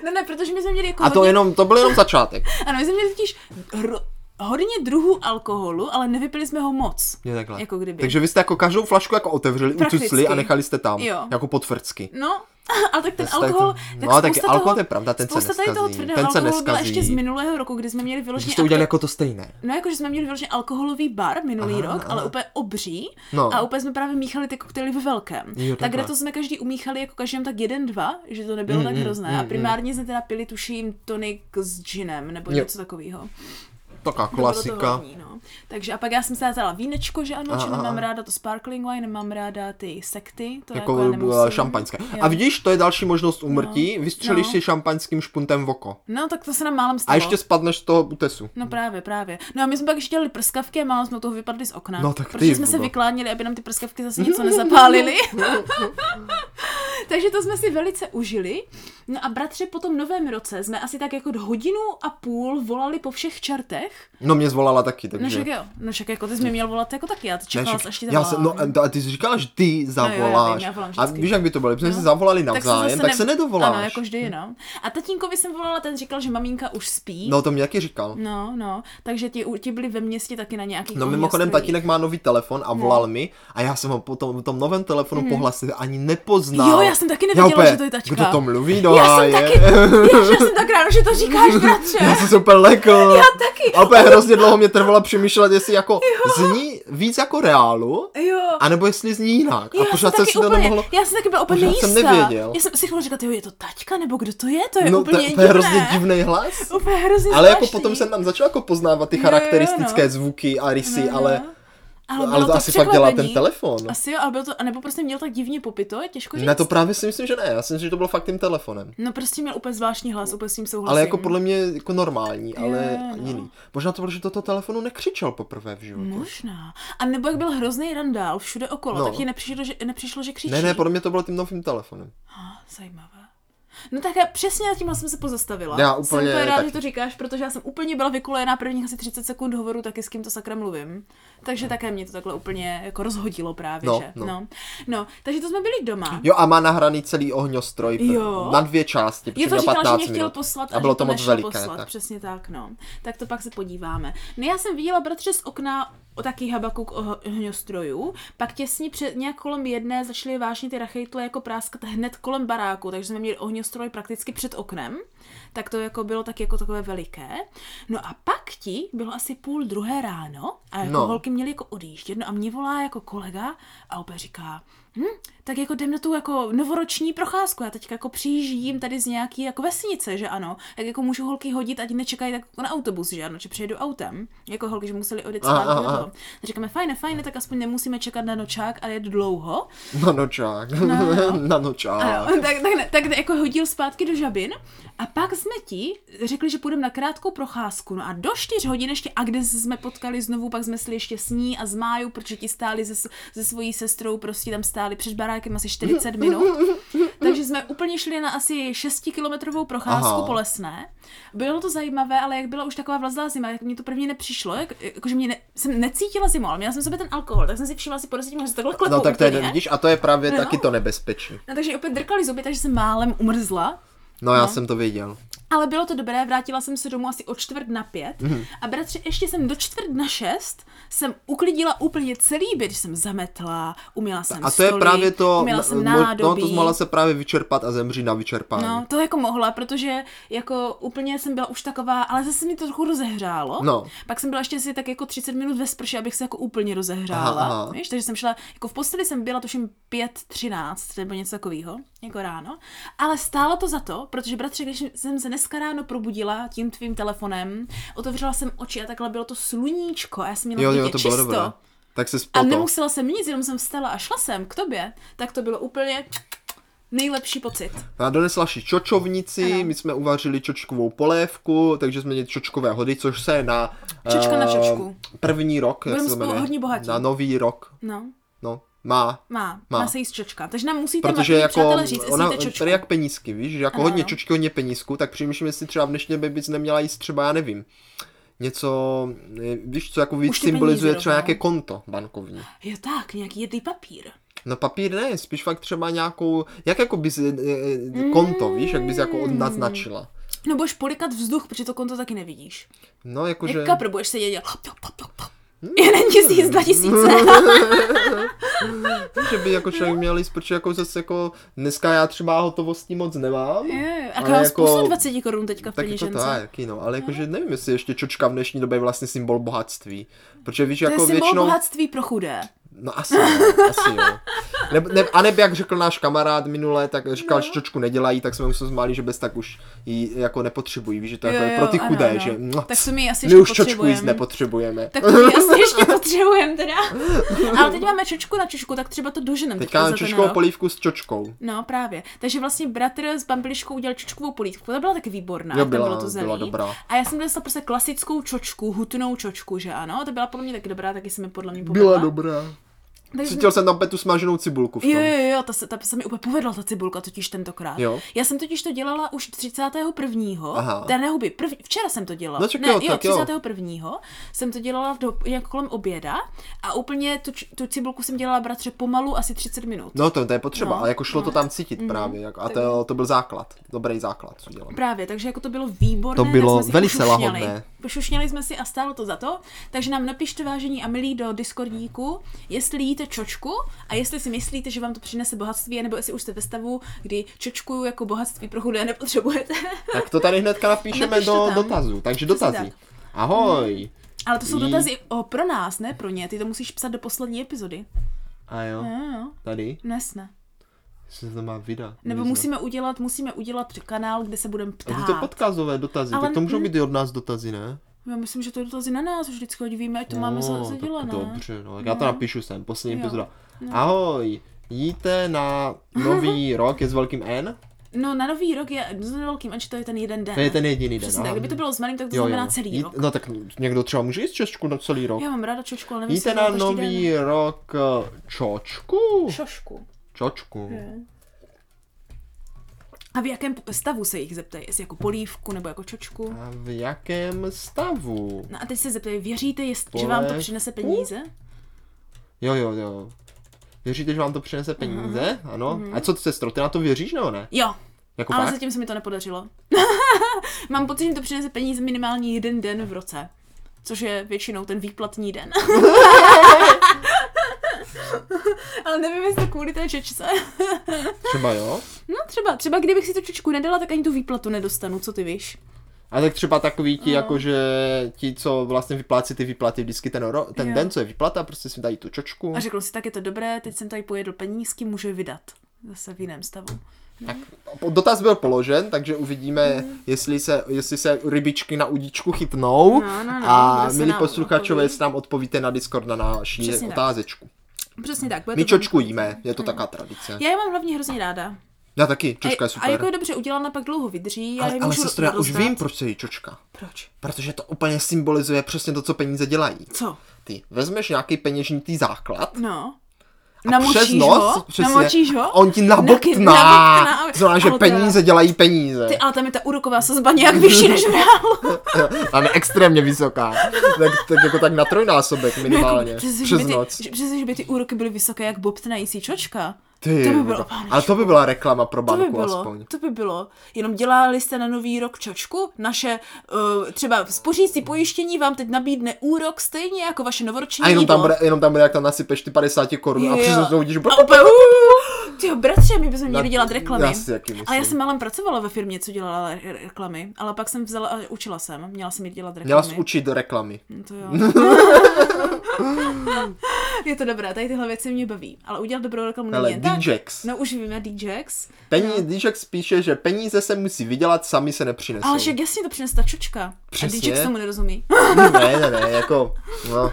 [SPEAKER 2] Ne, ne, protože my jsme měli jako
[SPEAKER 1] a to
[SPEAKER 2] hodně,
[SPEAKER 1] jenom, to byl jenom začátek.
[SPEAKER 2] ano, my jsme měli totiž hro, hodně druhů alkoholu, ale nevypili jsme ho moc.
[SPEAKER 1] Je takhle.
[SPEAKER 2] Jako kdyby.
[SPEAKER 1] Takže vy jste jako každou flašku jako otevřeli,
[SPEAKER 2] Prakticky.
[SPEAKER 1] ucucli a nechali jste tam,
[SPEAKER 2] Jo.
[SPEAKER 1] jako potvrdsky.
[SPEAKER 2] No, (laughs) ale tak ten
[SPEAKER 1] To je
[SPEAKER 2] alkohol,
[SPEAKER 1] tak-
[SPEAKER 2] tak
[SPEAKER 1] no, ale taky
[SPEAKER 2] spousta
[SPEAKER 1] alkohol,
[SPEAKER 2] toho-
[SPEAKER 1] to je pravda, ten se
[SPEAKER 2] spousta tady toho
[SPEAKER 1] neskazí.
[SPEAKER 2] tvrdého
[SPEAKER 1] Ten se
[SPEAKER 2] alkoholu byla
[SPEAKER 1] neskazí.
[SPEAKER 2] ještě z minulého roku, kdy jsme měli
[SPEAKER 1] Že
[SPEAKER 2] vyloženě
[SPEAKER 1] jste udělali jako to stejné.
[SPEAKER 2] No jakože jsme měli vyloženě alkoholový bar minulý
[SPEAKER 1] Aha,
[SPEAKER 2] aha, rok,
[SPEAKER 1] aha.
[SPEAKER 2] aha. ale úplně obří
[SPEAKER 1] No.
[SPEAKER 2] no. a úplně jsme právě míchali ty koktejly ve velkém.
[SPEAKER 1] Jo,
[SPEAKER 2] tak
[SPEAKER 1] takhle.
[SPEAKER 2] kde to jsme každý umíchali jako každém tak jeden, dva, že to nebylo
[SPEAKER 1] Mm,
[SPEAKER 2] mm, tak
[SPEAKER 1] mm,
[SPEAKER 2] hrozné.
[SPEAKER 1] mm,
[SPEAKER 2] Mm, a
[SPEAKER 1] mm.
[SPEAKER 2] primárně jsme teda pili tuším tonik s ginem nebo
[SPEAKER 1] Jo.
[SPEAKER 2] jo. něco takového.
[SPEAKER 1] Taká
[SPEAKER 2] To bylo to
[SPEAKER 1] klasika.
[SPEAKER 2] hlavní, no. Takže a pak já jsem se dala vínečko, že ano,
[SPEAKER 1] Aha,
[SPEAKER 2] že nemám
[SPEAKER 1] aha.
[SPEAKER 2] ráda to sparkling wine, nemám ráda ty sekty, to jako,
[SPEAKER 1] Jako
[SPEAKER 2] jako
[SPEAKER 1] eh,
[SPEAKER 2] nemusím.
[SPEAKER 1] šampaňské. A
[SPEAKER 2] Jo.
[SPEAKER 1] vidíš, to je další možnost úmrtí, vystřelíš
[SPEAKER 2] No.
[SPEAKER 1] si šampaňským špuntem v oko.
[SPEAKER 2] No tak to se nám málem stalo.
[SPEAKER 1] A ještě spadneš z toho útesu.
[SPEAKER 2] No právě, právě. No a my jsme pak ještě dělali prskavky a málo jsme toho vypadli z okna.
[SPEAKER 1] No tak ty
[SPEAKER 2] protože jsme
[SPEAKER 1] blbo. (laughs)
[SPEAKER 2] se vyklánili, aby nám ty prskavky zase něco nezapálily. (laughs) Takže to jsme si velice užili. No a bratře, po tom novém roce jsme asi tak jako hodinu a půl volali po všech čartech.
[SPEAKER 1] No mě zvolala taky,
[SPEAKER 2] No
[SPEAKER 1] takže...
[SPEAKER 2] však jo, no však jako ty jsi mě měl volat jako taky, já to
[SPEAKER 1] Ne,
[SPEAKER 2] čekala,
[SPEAKER 1] však-
[SPEAKER 2] až ti
[SPEAKER 1] já jsem, no,
[SPEAKER 2] zavolám.
[SPEAKER 1] a ty jsi říkala, že ty zavoláš.
[SPEAKER 2] já volám
[SPEAKER 1] a
[SPEAKER 2] vždycky.
[SPEAKER 1] víš, jak by to bylo? Kdybychom si zavolali
[SPEAKER 2] No. zase
[SPEAKER 1] navzájem, tak se, nedovoláš.
[SPEAKER 2] Ano, jako vždy, no. A tatínkovi jsem volala, ten říkal, že maminka už spí.
[SPEAKER 1] No to mě taky říkal.
[SPEAKER 2] No, no, takže ti, ti byli ve městě taky na nějakých
[SPEAKER 1] No mimochodem
[SPEAKER 2] ohňostrojích.
[SPEAKER 1] tatínek má nový telefon a volal
[SPEAKER 2] Mm.
[SPEAKER 1] mi a já jsem ho po tom, tom novém telefonu mm. pohlasil ani nepoznal.
[SPEAKER 2] Jo, já jsem taky nevěděla,
[SPEAKER 1] úplně,
[SPEAKER 2] že to je taťka.
[SPEAKER 1] Kdo to mluví No, do
[SPEAKER 2] Já jsem
[SPEAKER 1] háje?
[SPEAKER 2] taky, Ježiš, já jsem tak ráda, že to říkáš, bratře.
[SPEAKER 1] (laughs) Já jsem se úplně lekl.
[SPEAKER 2] Já taky.
[SPEAKER 1] A úplně hrozně dlouho mě trvalo přemýšlet, jestli jako zní víc jako reálu,
[SPEAKER 2] Jo.
[SPEAKER 1] anebo jestli zní jinak.
[SPEAKER 2] Já
[SPEAKER 1] a pořád jsem
[SPEAKER 2] jsem taky
[SPEAKER 1] si to
[SPEAKER 2] úplně,
[SPEAKER 1] nemohlo...
[SPEAKER 2] já jsem taky byla úplně
[SPEAKER 1] Pořád
[SPEAKER 2] jistá.
[SPEAKER 1] jsem nevěděl.
[SPEAKER 2] Já jsem si chvíli říkala, jo, je to taťka, nebo kdo to je, to je
[SPEAKER 1] no,
[SPEAKER 2] úplně
[SPEAKER 1] to, to je hrozně
[SPEAKER 2] divné.
[SPEAKER 1] divný hlas.
[SPEAKER 2] Úplně hrozně
[SPEAKER 1] Ale jako
[SPEAKER 2] zvláštní. No,
[SPEAKER 1] potom jsem tam začal jako poznávat ty
[SPEAKER 2] jo,
[SPEAKER 1] charakteristické
[SPEAKER 2] no.
[SPEAKER 1] zvuky a rysy,
[SPEAKER 2] No,
[SPEAKER 1] ale,
[SPEAKER 2] no.
[SPEAKER 1] ale,
[SPEAKER 2] bylo
[SPEAKER 1] to asi fakt dělá ten
[SPEAKER 2] překvapení.
[SPEAKER 1] telefon.
[SPEAKER 2] Asi jo, ale bylo to, nebo prostě měl tak divně popito, je těžko říct.
[SPEAKER 1] Ne, to právě si myslím, že ne. Já si myslím, že to bylo fakt tím telefonem.
[SPEAKER 2] No prostě měl úplně zvláštní hlas, úplně s tím souhlasím.
[SPEAKER 1] Ale jako podle mě jako normální, ale
[SPEAKER 2] Jo, no.
[SPEAKER 1] jiný. Možná to bylo, že do toho telefonu nekřičel poprvé v životě.
[SPEAKER 2] Možná. A nebo jak byl hrozný randál všude okolo,
[SPEAKER 1] No.
[SPEAKER 2] no. tak ti nepřišlo, že, nepřišlo, že křičí.
[SPEAKER 1] Ne, ne, podle mě to bylo tím novým telefonem.
[SPEAKER 2] Ah, zajímavé. No tak já přesně nad tímhle jsem se pozastavila.
[SPEAKER 1] Já
[SPEAKER 2] jsem
[SPEAKER 1] úplně
[SPEAKER 2] úplně ráda,
[SPEAKER 1] taky.
[SPEAKER 2] že to říkáš, protože já jsem úplně byla vykolejená prvních asi 30 sekund hovoru, taky s kým to sakra mluvím. Takže také mě to takhle úplně jako rozhodilo právě,
[SPEAKER 1] No,
[SPEAKER 2] že?
[SPEAKER 1] no. Hm.
[SPEAKER 2] No. no. takže to jsme byli doma.
[SPEAKER 1] Jo, a má nahraný celý ohňostroj pr-
[SPEAKER 2] Jo.
[SPEAKER 1] na dvě části,
[SPEAKER 2] Je
[SPEAKER 1] protože
[SPEAKER 2] to
[SPEAKER 1] měl
[SPEAKER 2] říkala, že
[SPEAKER 1] 15
[SPEAKER 2] mě chtěl
[SPEAKER 1] minut.
[SPEAKER 2] poslat a,
[SPEAKER 1] a bylo
[SPEAKER 2] že
[SPEAKER 1] to moc
[SPEAKER 2] nešel
[SPEAKER 1] veliké.
[SPEAKER 2] poslat,
[SPEAKER 1] tak. (laughs)
[SPEAKER 2] přesně tak, no. Tak to pak se podíváme. No já jsem viděla bratře z okna o taký habakuk ohňostrojů, pak těsně před nějak kolem jedné začaly vážně ty rachejtle jako práskat hned kolem baráku, takže jsme měli ohňostroj prakticky před oknem, tak to jako bylo tak jako takové veliké. No a pak ti bylo asi půl druhé ráno a jako
[SPEAKER 1] No.
[SPEAKER 2] no. holky měly jako odjíždět, no a mě volá jako kolega a opět říká, hm, tak jako jdem na tu jako novoroční procházku, já teď jako přijíždím tady z nějaký jako vesnice, že ano, tak jako můžu holky hodit, ať nečekají tak jako na autobus, že ano, že přijedu autem, jako holky, že museli odjet
[SPEAKER 1] Aha,
[SPEAKER 2] zpátky do
[SPEAKER 1] aha.
[SPEAKER 2] toho. A říkáme, fajn, fajn, tak aspoň nemusíme čekat na nočák a jet dlouho,
[SPEAKER 1] Na nočák. (laughs) na nočák.
[SPEAKER 2] No. ano, tak, tak, ne- tak jako hodil zpátky do žabin. A pak jsme ti řekli, že půjdeme na krátkou procházku. No a do čtyř hodin ještě, a kde jsme potkali znovu, pak jsme šli ještě s ní a s Májou, protože ti stáli se, s- se svojí sestrou, prostě tam stáli před barákem asi 40 minut. Takže jsme úplně šli na asi 6-kilometrovou procházku
[SPEAKER 1] Aha.
[SPEAKER 2] po lesné. Bylo to zajímavé, ale jak byla už taková vlazlá zima, jak mě to první nepřišlo, jak, jakože mě ne, jsem necítila zimu, ale měla jsem v sobě ten alkohol, tak jsem si všimla asi po 10 minutách, že se takhle klepou
[SPEAKER 1] No
[SPEAKER 2] (laughs)
[SPEAKER 1] tak to je,
[SPEAKER 2] úplně.
[SPEAKER 1] vidíš, a to je právě
[SPEAKER 2] No.
[SPEAKER 1] taky to nebezpečí.
[SPEAKER 2] No, takže opět drkali zuby, takže jsem málem umrzla.
[SPEAKER 1] No já
[SPEAKER 2] No.
[SPEAKER 1] jsem to věděl.
[SPEAKER 2] Ale bylo to dobré, vrátila jsem se domů asi o čtvrt na pět
[SPEAKER 1] Mhm.
[SPEAKER 2] mm. a bratře, ještě jsem do čtvrt na šest jsem uklidila úplně celý byt, že jsem zametla, uměla jsem
[SPEAKER 1] A to je
[SPEAKER 2] stoly,
[SPEAKER 1] právě to,
[SPEAKER 2] uměla jsem
[SPEAKER 1] mo- no,
[SPEAKER 2] nádobí.
[SPEAKER 1] to mohla se právě vyčerpat a zemřít na vyčerpání.
[SPEAKER 2] No, to jako mohla, protože jako úplně jsem byla už taková, ale zase mi to trochu rozehřálo.
[SPEAKER 1] No.
[SPEAKER 2] Pak jsem byla ještě asi tak jako 30 minut ve sprše, abych se jako úplně rozehřála.
[SPEAKER 1] Aha, aha.
[SPEAKER 2] Víš, takže jsem šla, jako v posteli jsem byla tuším 5.13 nebo něco takového, jako ráno. Ale stálo to za to, protože bratře, když jsem se dneska ráno probudila tím tvým telefonem, otevřela jsem oči a takhle bylo to sluníčko a já jsem měla
[SPEAKER 1] jo,
[SPEAKER 2] vidět
[SPEAKER 1] jo, to bylo
[SPEAKER 2] no, čisto.
[SPEAKER 1] dobré. Tak se
[SPEAKER 2] A
[SPEAKER 1] spoto.
[SPEAKER 2] nemusela jsem nic, jenom jsem vstala a šla jsem k tobě, tak to bylo úplně nejlepší pocit.
[SPEAKER 1] A donesla si čočovnici,
[SPEAKER 2] Ano.
[SPEAKER 1] my jsme uvařili čočkovou polévku, takže jsme měli čočkové hody, což se na...
[SPEAKER 2] Čočka na
[SPEAKER 1] eh,
[SPEAKER 2] čočku.
[SPEAKER 1] První rok, jak se
[SPEAKER 2] Budeme
[SPEAKER 1] to
[SPEAKER 2] spolu
[SPEAKER 1] jmenuje,
[SPEAKER 2] hodně bohatí.
[SPEAKER 1] na nový rok,
[SPEAKER 2] No.
[SPEAKER 1] no, má.
[SPEAKER 2] Má,
[SPEAKER 1] Má.
[SPEAKER 2] má, má se jíst čočka. Takže nám musíte
[SPEAKER 1] Protože
[SPEAKER 2] milí
[SPEAKER 1] jako,
[SPEAKER 2] přátelé říct, jestli
[SPEAKER 1] ona,
[SPEAKER 2] jíte čočku.
[SPEAKER 1] tady jak penízky, víš, že jako
[SPEAKER 2] Ano,
[SPEAKER 1] hodně
[SPEAKER 2] ano.
[SPEAKER 1] čočky, hodně penízku, tak přemýšlím, jestli třeba v dnešní době bys neměla jíst třeba, já nevím, něco, eh, víš, co jako víc
[SPEAKER 2] ty peníze
[SPEAKER 1] symbolizuje třeba
[SPEAKER 2] rovnou.
[SPEAKER 1] nějaké konto bankovní.
[SPEAKER 2] Jo tak, nějaký jedlý papír.
[SPEAKER 1] No papír ne, spíš fakt třeba nějakou, jak jako bys eh,
[SPEAKER 2] Mm.
[SPEAKER 1] eh, konto, víš, jak bys jako naznačila.
[SPEAKER 2] No budeš polikat vzduch, protože to konto taky nevidíš.
[SPEAKER 1] No jakože...
[SPEAKER 2] Jak kapr budeš sedět a dělat...
[SPEAKER 1] Mm.
[SPEAKER 2] Jeden tisíc,
[SPEAKER 1] (laughs)
[SPEAKER 2] dva tisíce.
[SPEAKER 1] že by jako člověk měl jíst, protože jako zase jako dneska já třeba hotovosti moc nemám.
[SPEAKER 2] Je, A
[SPEAKER 1] Ale
[SPEAKER 2] to mám
[SPEAKER 1] jako-
[SPEAKER 2] spoustu 20 korun teďka v
[SPEAKER 1] Tak jako to
[SPEAKER 2] peněžence. Mm.
[SPEAKER 1] tak, no, ale jakože nevím, jestli ještě čočka v dnešní době je vlastně symbol bohatství. Protože víš,
[SPEAKER 2] To je
[SPEAKER 1] jako
[SPEAKER 2] symbol
[SPEAKER 1] většinou...
[SPEAKER 2] bohatství pro chudé.
[SPEAKER 1] No asi jo, asi jo. Ne, ne, a nebo jak řekl náš kamarád minule, tak
[SPEAKER 2] No.
[SPEAKER 1] říkal, že čočku nedělají, tak jsme mu zmáli, že bez tak už ji jako nepotřebují, víš, že to je
[SPEAKER 2] Jo,
[SPEAKER 1] jako je
[SPEAKER 2] jo,
[SPEAKER 1] pro ty
[SPEAKER 2] ano,
[SPEAKER 1] chudé,
[SPEAKER 2] ano.
[SPEAKER 1] že no,
[SPEAKER 2] Tak to my asi
[SPEAKER 1] my
[SPEAKER 2] ještě
[SPEAKER 1] už čočku jíst
[SPEAKER 2] potřebujeme.
[SPEAKER 1] nepotřebujeme.
[SPEAKER 2] Tak to
[SPEAKER 1] (laughs)
[SPEAKER 2] my asi ještě potřebujeme teda. Ale teď máme čočku na čočku, tak třeba to no. doženem.
[SPEAKER 1] Teďka mám
[SPEAKER 2] za ten
[SPEAKER 1] čočkovou
[SPEAKER 2] rok.
[SPEAKER 1] polívku s čočkou.
[SPEAKER 2] No právě. Takže vlastně bratr s bambiliškou udělal čočkovou polívku. Ta byla taky výborná.
[SPEAKER 1] Jo,
[SPEAKER 2] jak tam
[SPEAKER 1] byla,
[SPEAKER 2] bylo to zelí.
[SPEAKER 1] byla dobrá.
[SPEAKER 2] A já jsem dostala prostě klasickou čočku, hutnou čočku, že ano? To byla podle mě taky dobrá, taky se mi podle mě povedla.
[SPEAKER 1] Byla dobrá.
[SPEAKER 2] Takže-
[SPEAKER 1] Cítil jsem tam petu smaženou cibulku v tom.
[SPEAKER 2] Jo, jo, jo, ta se, ta se mi úplně povedla ta cibulka totiž tentokrát.
[SPEAKER 1] Jo.
[SPEAKER 2] Já jsem totiž to dělala už 31.
[SPEAKER 1] Aha.
[SPEAKER 2] Teda ne huby, prv, včera jsem to dělala.
[SPEAKER 1] No tak
[SPEAKER 2] ne,
[SPEAKER 1] jo,
[SPEAKER 2] jo,
[SPEAKER 1] tak jo.
[SPEAKER 2] 31. jsem to dělala v do, nějak kolem oběda a úplně tu, č- tu cibulku jsem dělala bratře pomalu asi 30 minut.
[SPEAKER 1] No to, to je potřeba,
[SPEAKER 2] No,
[SPEAKER 1] ale jako šlo to
[SPEAKER 2] no.
[SPEAKER 1] tam cítit právě. Jako, a to, to byl základ, dobrý základ, co dělám.
[SPEAKER 2] Právě, takže jako to bylo výborné.
[SPEAKER 1] To
[SPEAKER 2] tak
[SPEAKER 1] bylo
[SPEAKER 2] jsme si
[SPEAKER 1] velice
[SPEAKER 2] pošušněli.
[SPEAKER 1] lahodné.
[SPEAKER 2] Pošušněli jsme si a stálo to za to. Takže nám napište vážení a milí do Discordíku, jestli jíte čočku a jestli si myslíte, že vám to přinese bohatství, nebo jestli už jste ve stavu, kdy čočku jako bohatství pro chudé nepotřebujete. (laughs)
[SPEAKER 1] Tak to tady hnedka napíšeme
[SPEAKER 2] Napiš to
[SPEAKER 1] do
[SPEAKER 2] tam.
[SPEAKER 1] dotazu. Takže
[SPEAKER 2] Přesně
[SPEAKER 1] dotazy.
[SPEAKER 2] tak.
[SPEAKER 1] Ahoj.
[SPEAKER 2] Ale to jsou
[SPEAKER 1] Jí.
[SPEAKER 2] dotazy o, pro nás, ne pro ně. Ty to musíš psat do poslední epizody. No,
[SPEAKER 1] A jo,
[SPEAKER 2] Jo, jo.
[SPEAKER 1] tady
[SPEAKER 2] Dnes ne.
[SPEAKER 1] se to má vydat.
[SPEAKER 2] Nebo
[SPEAKER 1] Neznám.
[SPEAKER 2] musíme udělat, musíme udělat kanál, kde se budeme
[SPEAKER 1] A
[SPEAKER 2] ptát.
[SPEAKER 1] ty to podkazové dotazy,
[SPEAKER 2] Ale-
[SPEAKER 1] tak to můžou
[SPEAKER 2] hm.
[SPEAKER 1] být i od nás dotazy, ne?
[SPEAKER 2] Já myslím, že to je dotazy na nás už vždycky, ať víme, ať to máme za-
[SPEAKER 1] No, tak
[SPEAKER 2] zadělané.
[SPEAKER 1] Dobře, no, tak já to
[SPEAKER 2] No.
[SPEAKER 1] napíšu sem, poslední
[SPEAKER 2] Jo.
[SPEAKER 1] epizoda. Ahoj, jíte na
[SPEAKER 2] (laughs)
[SPEAKER 1] nový rok, je s velkým N?
[SPEAKER 2] No, na nový rok je s velkým anči, to je ten jeden den.
[SPEAKER 1] To je ten jediný den.
[SPEAKER 2] Přesně tak,
[SPEAKER 1] aha.
[SPEAKER 2] kdyby to bylo s malým, tak to
[SPEAKER 1] Jo, jo.
[SPEAKER 2] znamená celý
[SPEAKER 1] Jít-
[SPEAKER 2] rok.
[SPEAKER 1] No tak někdo třeba může jíst čočku na celý rok.
[SPEAKER 2] Já mám ráda čočku, ale nevím,
[SPEAKER 1] Jíte
[SPEAKER 2] jestli
[SPEAKER 1] na
[SPEAKER 2] to každý
[SPEAKER 1] nový
[SPEAKER 2] den.
[SPEAKER 1] rok eh, čočku?
[SPEAKER 2] šošku.
[SPEAKER 1] Čočku.
[SPEAKER 2] A v jakém stavu se jich zeptají, jestli jako polívku nebo jako čočku.
[SPEAKER 1] A v jakém stavu?
[SPEAKER 2] No a teď se zeptají, věříte, jest, že vám to
[SPEAKER 1] Polevku?
[SPEAKER 2] přinese peníze?
[SPEAKER 1] Jo, jo, jo. Věříte, že vám to přinese peníze? Ano. A co ty sestro, ty na to věříš nebo ne?
[SPEAKER 2] Jo,
[SPEAKER 1] Jako
[SPEAKER 2] Mhm. ale
[SPEAKER 1] fakt?
[SPEAKER 2] zatím se mi to nepodařilo. (laughs) mám pocit, že to přinese peníze minimálně jeden den v roce. Což je většinou ten
[SPEAKER 1] (laughs)
[SPEAKER 2] výplatní den. (laughs) ale nevím, jestli to kvůli té čečce.
[SPEAKER 1] Třeba jo.
[SPEAKER 2] No třeba, třeba kdybych si tu čočku nedala, tak ani tu výplatu nedostanu, co ty víš.
[SPEAKER 1] A tak třeba takový
[SPEAKER 2] No.
[SPEAKER 1] ti, jako že ti, co vlastně vyplácí ty výplaty vždycky ten, ro- ten
[SPEAKER 2] Jo.
[SPEAKER 1] den, co je výplata, prostě si dají tu čočku.
[SPEAKER 2] A řekl si, tak je to dobré, teď jsem tady pojedl penízky, můžu je vydat. Zase v jiném stavu.
[SPEAKER 1] Po- Dotaz byl položen, takže uvidíme,
[SPEAKER 2] Mhm.
[SPEAKER 1] jestli, se, jestli se rybičky na udíčku chytnou.
[SPEAKER 2] No, no, no,
[SPEAKER 1] a
[SPEAKER 2] kdo se
[SPEAKER 1] milí
[SPEAKER 2] nám
[SPEAKER 1] posluchačové,
[SPEAKER 2] odpoví.
[SPEAKER 1] jestli nám odpovíte na Discord na naší
[SPEAKER 2] Přesně tak.
[SPEAKER 1] otázečku.
[SPEAKER 2] Přesně tak. Bude
[SPEAKER 1] My
[SPEAKER 2] to
[SPEAKER 1] čočku
[SPEAKER 2] velmi-
[SPEAKER 1] jíme, je to taká tradice.
[SPEAKER 2] Já je mám hlavně hrozně ráda.
[SPEAKER 1] Já taky, čočka
[SPEAKER 2] a,
[SPEAKER 1] je
[SPEAKER 2] A jako je
[SPEAKER 1] super.
[SPEAKER 2] dobře udělána, pak dlouho vydrží. já
[SPEAKER 1] Ale,
[SPEAKER 2] je
[SPEAKER 1] ale
[SPEAKER 2] můžu
[SPEAKER 1] sestro, já už
[SPEAKER 2] rozdát.
[SPEAKER 1] vím, proč se jí čočka.
[SPEAKER 2] Proč?
[SPEAKER 1] Protože to úplně symbolizuje přesně to, co peníze dělají.
[SPEAKER 2] Co?
[SPEAKER 1] Ty vezmeš nějaký peněžitý základ
[SPEAKER 2] No.
[SPEAKER 1] a
[SPEAKER 2] Namočíš
[SPEAKER 1] přes noc,
[SPEAKER 2] ho?
[SPEAKER 1] přesně,
[SPEAKER 2] Namočíš ho?
[SPEAKER 1] on ti
[SPEAKER 2] Naky-
[SPEAKER 1] nabobtná.
[SPEAKER 2] nabobtná.
[SPEAKER 1] To znamená, že
[SPEAKER 2] Ale to je-
[SPEAKER 1] peníze dělají peníze.
[SPEAKER 2] Ty, ale tam je ta úroková sazba
[SPEAKER 1] (laughs)
[SPEAKER 2] nějak vyšší než v reálu.
[SPEAKER 1] Tam je extrémně vysoká. tak, tak jako tak na trojnásobek minimálně.
[SPEAKER 2] Jako,
[SPEAKER 1] přes
[SPEAKER 2] že by ty,
[SPEAKER 1] noc.
[SPEAKER 2] že, přesně, že by ty úroky byly vysoké, jak bobtnající čočka.
[SPEAKER 1] Ty,
[SPEAKER 2] to by
[SPEAKER 1] no
[SPEAKER 2] bylo,
[SPEAKER 1] ale to by byla reklama pro
[SPEAKER 2] To by
[SPEAKER 1] banku
[SPEAKER 2] bylo,
[SPEAKER 1] aspoň.
[SPEAKER 2] to by bylo. Jenom dělali jste na nový rok čočku, naše uh, třeba spořící pojištění vám teď nabídne úrok stejně jako vaše novoroční
[SPEAKER 1] A jenom tam,
[SPEAKER 2] jídlo.
[SPEAKER 1] bude, jenom tam bude, jak tam nasypeš ty 50 korun a
[SPEAKER 2] Jo.
[SPEAKER 1] přesně to uvidíš.
[SPEAKER 2] A úplně, uh, tyjo, bratře, my bychom
[SPEAKER 1] Na-
[SPEAKER 2] měli dělat reklamy.
[SPEAKER 1] já si taky myslím.
[SPEAKER 2] Ale já jsem málem pracovala ve firmě, co dělala re- reklamy, ale pak jsem vzala a učila jsem, měla jsem je dělat reklamy.
[SPEAKER 1] Měla jsi učit reklamy. (laughs)
[SPEAKER 2] To jo. je to dobré, tady tyhle věci mě baví, ale udělat dobrou reklamu není
[SPEAKER 1] Hele,
[SPEAKER 2] jen tak.
[SPEAKER 1] DJX.
[SPEAKER 2] No už víme, DJX.
[SPEAKER 1] Peníze, když jak spíše, že peníze se musí vydělat, sami se nepřinesou.
[SPEAKER 2] Ale však jasně to přinese ta čočka.
[SPEAKER 1] Přesně.
[SPEAKER 2] A DJX tomu nerozumí.
[SPEAKER 1] (laughs) Ne, ne, ne, jako, no.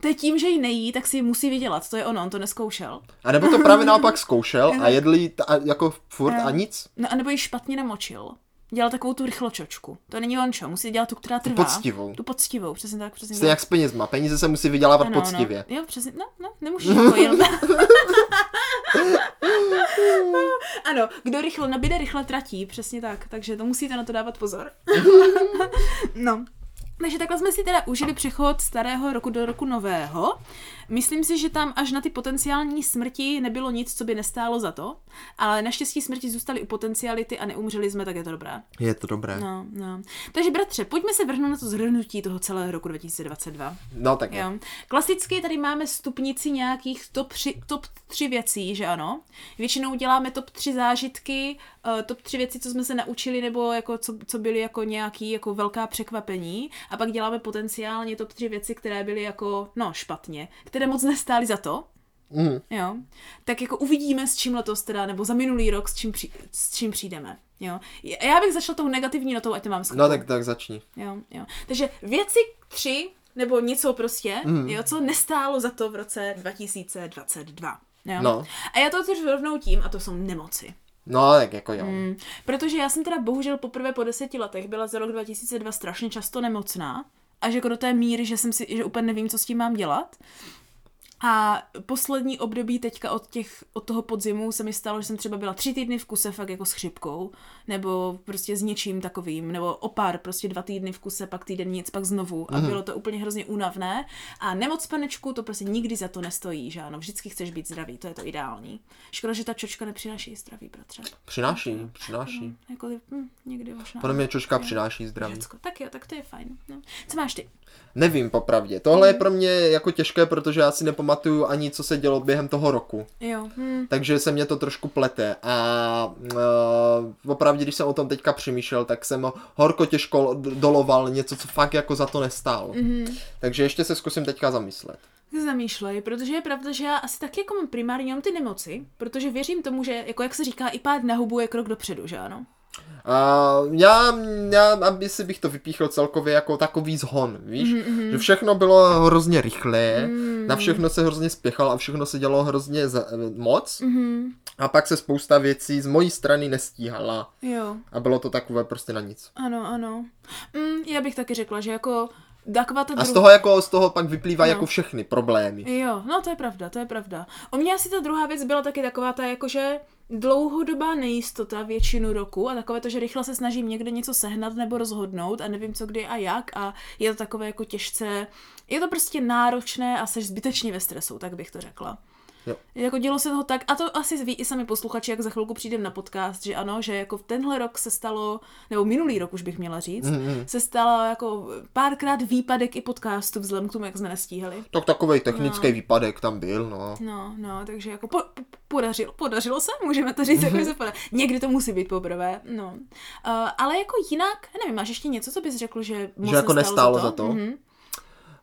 [SPEAKER 2] To je tím, že ji nejí, tak si ji musí vydělat. To je ono, on to neskoušel.
[SPEAKER 1] A nebo to (laughs) právě naopak zkoušel a
[SPEAKER 2] tak.
[SPEAKER 1] jedli t- a jako furt a nic.
[SPEAKER 2] No a nebo ji špatně namočil. Dělal takovou tu rychločočku. To není on čo, musí dělat tu, která trvá.
[SPEAKER 1] poctivou.
[SPEAKER 2] Tu poctivou, přesně tak, přesně
[SPEAKER 1] Stejně
[SPEAKER 2] tak.
[SPEAKER 1] jak s penězma, peníze se musí vydělávat poctivě.
[SPEAKER 2] No. Jo, přesně, no, no, nemůžeš jako jen. ano, kdo rychle nabíde, rychle tratí, přesně tak. Takže to musíte na to dávat pozor. no. Takže takhle jsme si teda užili přechod starého roku do roku nového. Myslím si, že tam až na ty potenciální smrti nebylo nic, co by nestálo za to, ale naštěstí smrti zůstaly u potenciality a neumřeli jsme, tak je to dobré.
[SPEAKER 1] Je to dobré. No,
[SPEAKER 2] No, no. Takže bratře, pojďme se vrhnout na to zhrnutí toho celého roku 2022.
[SPEAKER 1] No, tak jo.
[SPEAKER 2] Jo. Klasicky tady máme stupnici nějakých top 3, top 3 věcí, že ano? Většinou děláme top 3 zážitky, eh, top 3 věci, co jsme se naučili, nebo jako co, co byly jako nějaký jako velká překvapení. A pak děláme potenciálně top 3 věci, které byly jako, no, špatně, které moc nestály za to.
[SPEAKER 1] Mm.
[SPEAKER 2] Jo. Tak jako uvidíme, s čím letos teda, nebo za minulý rok, s čím, při, s čím přijdeme. Jo. Já- Já bych začala tou negativní notou, ať to mám schopnou.
[SPEAKER 1] No tak, tak začni.
[SPEAKER 2] Jo, jo. Takže věci tři, nebo něco prostě, mm. jo, co nestálo za to v roce 2022. Jo?
[SPEAKER 1] No.
[SPEAKER 2] A já to otevřu rovnou tím, a to jsou nemoci.
[SPEAKER 1] No tak jako jo.
[SPEAKER 2] Mm, Protože já jsem teda bohužel poprvé po deseti letech byla za rok 2002 strašně často nemocná. Až jako do té míry, že jsem si, že úplně nevím, co s tím mám dělat. A poslední období teďka od, těch, od toho podzimu se mi stalo, že jsem třeba byla tři týdny v kuse fakt jako s chřipkou, nebo prostě s něčím takovým, nebo o pár, prostě dva týdny v kuse, pak týden nic, pak znovu. A bylo to úplně hrozně únavné. A nemoc panečku, to prostě nikdy za to nestojí, že ano, vždycky chceš být zdravý, to je to ideální. Škoda, že ta čočka nepřináší zdraví, bratře.
[SPEAKER 1] Přináší, přináší.
[SPEAKER 2] Jako, hm, někdy možná.
[SPEAKER 1] Podle mě čočka přináší zdraví.
[SPEAKER 2] Všecko. Tak jo, tak to je fajn. No. Co máš ty?
[SPEAKER 1] Nevím popravdě. Tohle je pro mě jako těžké, protože já si nepamatuju ani, co se dělo během toho roku.
[SPEAKER 2] Jo, hm,
[SPEAKER 1] Takže se mě to trošku plete. A uh, opravdu, když jsem o tom teďka přemýšlel, tak jsem horko těžko d- doloval něco, co fakt jako za to nestálo. Mm-hmm. Takže ještě se zkusím teďka zamyslet.
[SPEAKER 2] Tak Zamýšlej, protože je pravda, že já asi taky jako mám primárně mám ty nemoci, protože věřím tomu, že jako jak se říká, i pád na hubu je krok dopředu, že ano?
[SPEAKER 1] A já, já, aby si bych to vypíchl celkově jako takový zhon, víš, mm-hmm. že všechno bylo hrozně rychlé, mm. na všechno se hrozně spěchalo a všechno se dělo hrozně za, moc
[SPEAKER 2] Mhm,
[SPEAKER 1] a pak se spousta věcí z mojí strany nestíhala
[SPEAKER 2] jo,
[SPEAKER 1] a bylo to takové prostě na nic.
[SPEAKER 2] ano, ano. Mm, já bych taky řekla, že jako taková ta
[SPEAKER 1] A z
[SPEAKER 2] dru-
[SPEAKER 1] toho jako, z toho pak vyplývá
[SPEAKER 2] No.
[SPEAKER 1] jako všechny problémy.
[SPEAKER 2] Jo, no to je pravda, to je pravda. O mě asi ta druhá věc byla taky taková ta jakože dlouhodobá nejistota většinu roku a takové to, že rychle se snažím někde něco sehnat nebo rozhodnout a nevím co kdy a jak a je to takové jako těžce, je to prostě náročné a seš zbytečně ve stresu, tak bych to řekla.
[SPEAKER 1] Jo.
[SPEAKER 2] Jako dělo se toho tak, a to asi ví i sami posluchači, jak za chvilku přijdem na podcast, že ano, že jako v tenhle rok se stalo, nebo minulý rok už bych měla říct,
[SPEAKER 1] Mm-hmm.
[SPEAKER 2] se stalo jako párkrát výpadek i podcastu vzhledem k tomu, jak jsme nestíhali.
[SPEAKER 1] Tak takový technický no. výpadek tam byl, no.
[SPEAKER 2] No, no, takže jako po, po, podařilo, podařilo se, můžeme to říct,
[SPEAKER 1] Mhm.
[SPEAKER 2] jako že se podařilo. Někdy to musí být poprvé, no. Uh, ale jako jinak, nevím, máš ještě něco, co bys řekl, že moc
[SPEAKER 1] Že jako nestálo za to?
[SPEAKER 2] Mhm.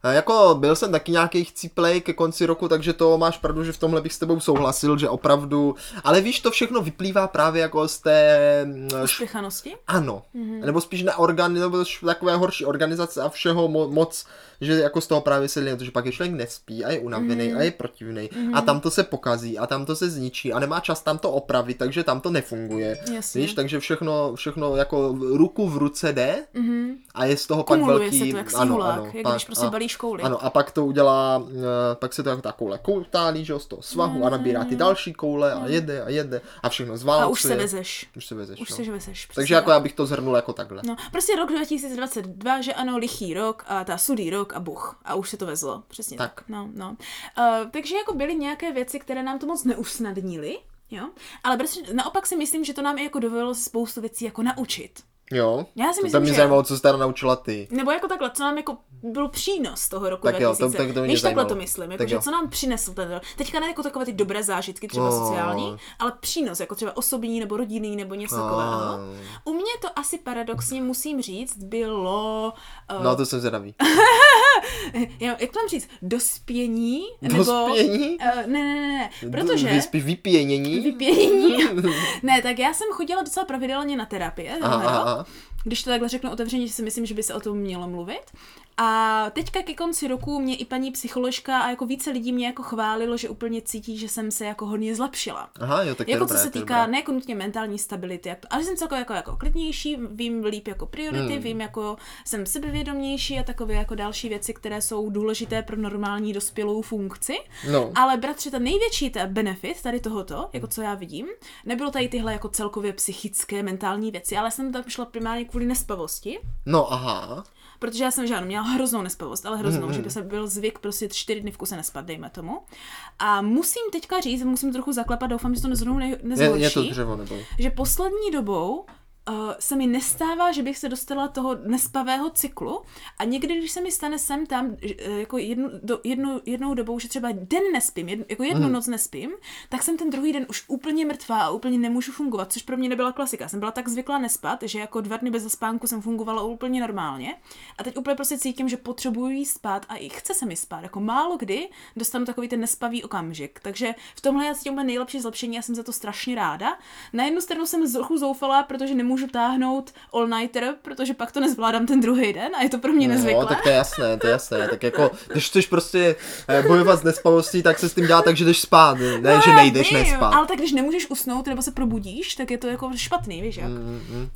[SPEAKER 1] A jako byl jsem taky nějaký chcíplej ke konci roku, takže to máš pravdu, že v tomhle bych s tebou souhlasil, že opravdu. Ale víš, to všechno vyplývá právě jako z té... mm, Š...
[SPEAKER 2] Uspěchanosti?
[SPEAKER 1] Ano.
[SPEAKER 2] Mhm.
[SPEAKER 1] Mm-hmm. Nebo spíš na organi... nebo š- takové horší organizace a všeho mo- moc, že jako z toho právě se lije, protože pak je člověk nespí a je unavený
[SPEAKER 2] Mhm.
[SPEAKER 1] mm-hmm. a je protivný mm-hmm. a tam to se pokazí a tam to se zničí a nemá čas tam to opravit, takže tam to nefunguje.
[SPEAKER 2] Jasně.
[SPEAKER 1] Víš, takže všechno, všechno jako v- ruku v ruce jde
[SPEAKER 2] Mhm.
[SPEAKER 1] a je z toho pak
[SPEAKER 2] Kumuluje
[SPEAKER 1] velký...
[SPEAKER 2] se to jak sněhulák, jak
[SPEAKER 1] pak-
[SPEAKER 2] když prostě
[SPEAKER 1] a-
[SPEAKER 2] balíš kouli.
[SPEAKER 1] ano, a pak to udělá, eh, pak se to jako takovou koutálí, že jo, z toho svahu a nabírá ty další koule a jede a jede a všechno zválcuje.
[SPEAKER 2] Mm. a už se vezeš.
[SPEAKER 1] Už se vezeš,
[SPEAKER 2] Už
[SPEAKER 1] no.
[SPEAKER 2] se vezeš. přesně
[SPEAKER 1] Takže jako
[SPEAKER 2] tak.
[SPEAKER 1] já bych to zhrnul jako takhle.
[SPEAKER 2] No, prostě rok 2022, že ano, lichý rok a ta sudý rok a buch. A už se to vezlo, přesně tak.
[SPEAKER 1] Tak.
[SPEAKER 2] No, no. Uh, takže jako byly nějaké věci, které nám to moc neusnadnily, jo? Ale prostě naopak si myslím, že to nám i jako dovolilo se spoustu věcí jako naučit.
[SPEAKER 1] Jo.
[SPEAKER 2] Já si
[SPEAKER 1] To- to
[SPEAKER 2] myslím,
[SPEAKER 1] mě
[SPEAKER 2] že
[SPEAKER 1] zajímalo, co jsi teda naučila ty.
[SPEAKER 2] Nebo jako takhle, co nám jako byl přínos toho roku
[SPEAKER 1] Tak jo, to-
[SPEAKER 2] 2000.
[SPEAKER 1] tak to mě
[SPEAKER 2] Víš, takhle
[SPEAKER 1] zajímalo.
[SPEAKER 2] to myslím, jako,
[SPEAKER 1] Tak
[SPEAKER 2] že
[SPEAKER 1] jo.
[SPEAKER 2] co nám přinesl ten rok. Teďka ne jako takové ty dobré zážitky, třeba
[SPEAKER 1] No.
[SPEAKER 2] sociální, ale přínos, jako třeba osobní nebo rodinný nebo něco takového.
[SPEAKER 1] Ah.
[SPEAKER 2] U mě to asi paradoxně musím říct, bylo... Uh,
[SPEAKER 1] No, to jsem
[SPEAKER 2] (laughs)
[SPEAKER 1] zvědavý.
[SPEAKER 2] já- jak to mám říct? Dospění?
[SPEAKER 1] Dospění?
[SPEAKER 2] Nebo, uh, ne, ne, ne, ne, protože...
[SPEAKER 1] Vy- Spíš vypěnění? (laughs)
[SPEAKER 2] Vypění. ne, tak já jsem chodila docela pravidelně na terapie.
[SPEAKER 1] Aha,
[SPEAKER 2] tenhle
[SPEAKER 1] aha,
[SPEAKER 2] rok.
[SPEAKER 1] aha.
[SPEAKER 2] Když to takhle řeknu otevřeně, že si myslím, že by se o tom mělo mluvit. A teďka ke konci roku mě i paní psycholožka a jako více lidí mě jako chválilo, že úplně cítí, že jsem se jako hodně zlepšila.
[SPEAKER 1] Aha, jo, tak to je
[SPEAKER 2] Jako
[SPEAKER 1] dobré,
[SPEAKER 2] co se
[SPEAKER 1] to je
[SPEAKER 2] týká
[SPEAKER 1] dobré.
[SPEAKER 2] ne jako nutně mentální stability, jak to, ale jsem celkově jako, jako klidnější, vím líp jako priority, hmm. vím jako jsem sebevědomější a takové jako další věci, které jsou důležité pro normální dospělou funkci.
[SPEAKER 1] No.
[SPEAKER 2] Ale bratře, ten největší ta benefit tady tohoto, jako co já vidím, nebylo tady tyhle jako celkově psychické, mentální věci, ale jsem tam šla primárně kvůli nespavosti,
[SPEAKER 1] No, aha.
[SPEAKER 2] protože já jsem žádnou měla hroznou nespavost, ale
[SPEAKER 1] Hmm,
[SPEAKER 2] hroznou, mm-hmm. že by se byl zvyk prostě čtyři dny v kuse nespat, dejme tomu. A musím teďka říct, musím trochu zaklepat, doufám, že to nezrovnou ne-
[SPEAKER 1] Je,
[SPEAKER 2] nezhorší
[SPEAKER 1] je to dřevo nebo?
[SPEAKER 2] že poslední dobou uh, se mi nestává, že bych se dostala toho nespavého cyklu a někdy, když se mi stane sem tam, že, eh, jako jednu, do, jednu, jednou dobou, že třeba den nespím, jednu, jako jednu noc nespím, tak jsem ten druhý den už úplně mrtvá a úplně nemůžu fungovat, což pro mě nebyla klasika. Jsem byla tak zvyklá nespat, že jako dva dny bez zaspánku jsem fungovala úplně normálně a teď úplně prostě cítím, že potřebuji spát a i chce se mi spát. Jako málo kdy dostanu takový ten nespavý okamžik. Takže v tomhle já cítím úplně nejlepší zlepšení, já jsem za to strašně ráda. Na jednu stranu jsem trochu zoufalá, protože nemůžu táhnout all nighter, protože pak to nezvládám ten druhý den a je to pro mě nezvyklé.
[SPEAKER 1] No, tak to je jasné, to je jasné. Tak jako, když chceš prostě eh, bojovat s nespavostí, tak se s tím dělá tak, že jdeš spát. Ne, že
[SPEAKER 2] Já
[SPEAKER 1] nejdeš
[SPEAKER 2] No, vím,
[SPEAKER 1] nespat.
[SPEAKER 2] Ale tak když nemůžeš usnout nebo se probudíš, tak je to jako špatný, víš jak.
[SPEAKER 1] Mm, mm.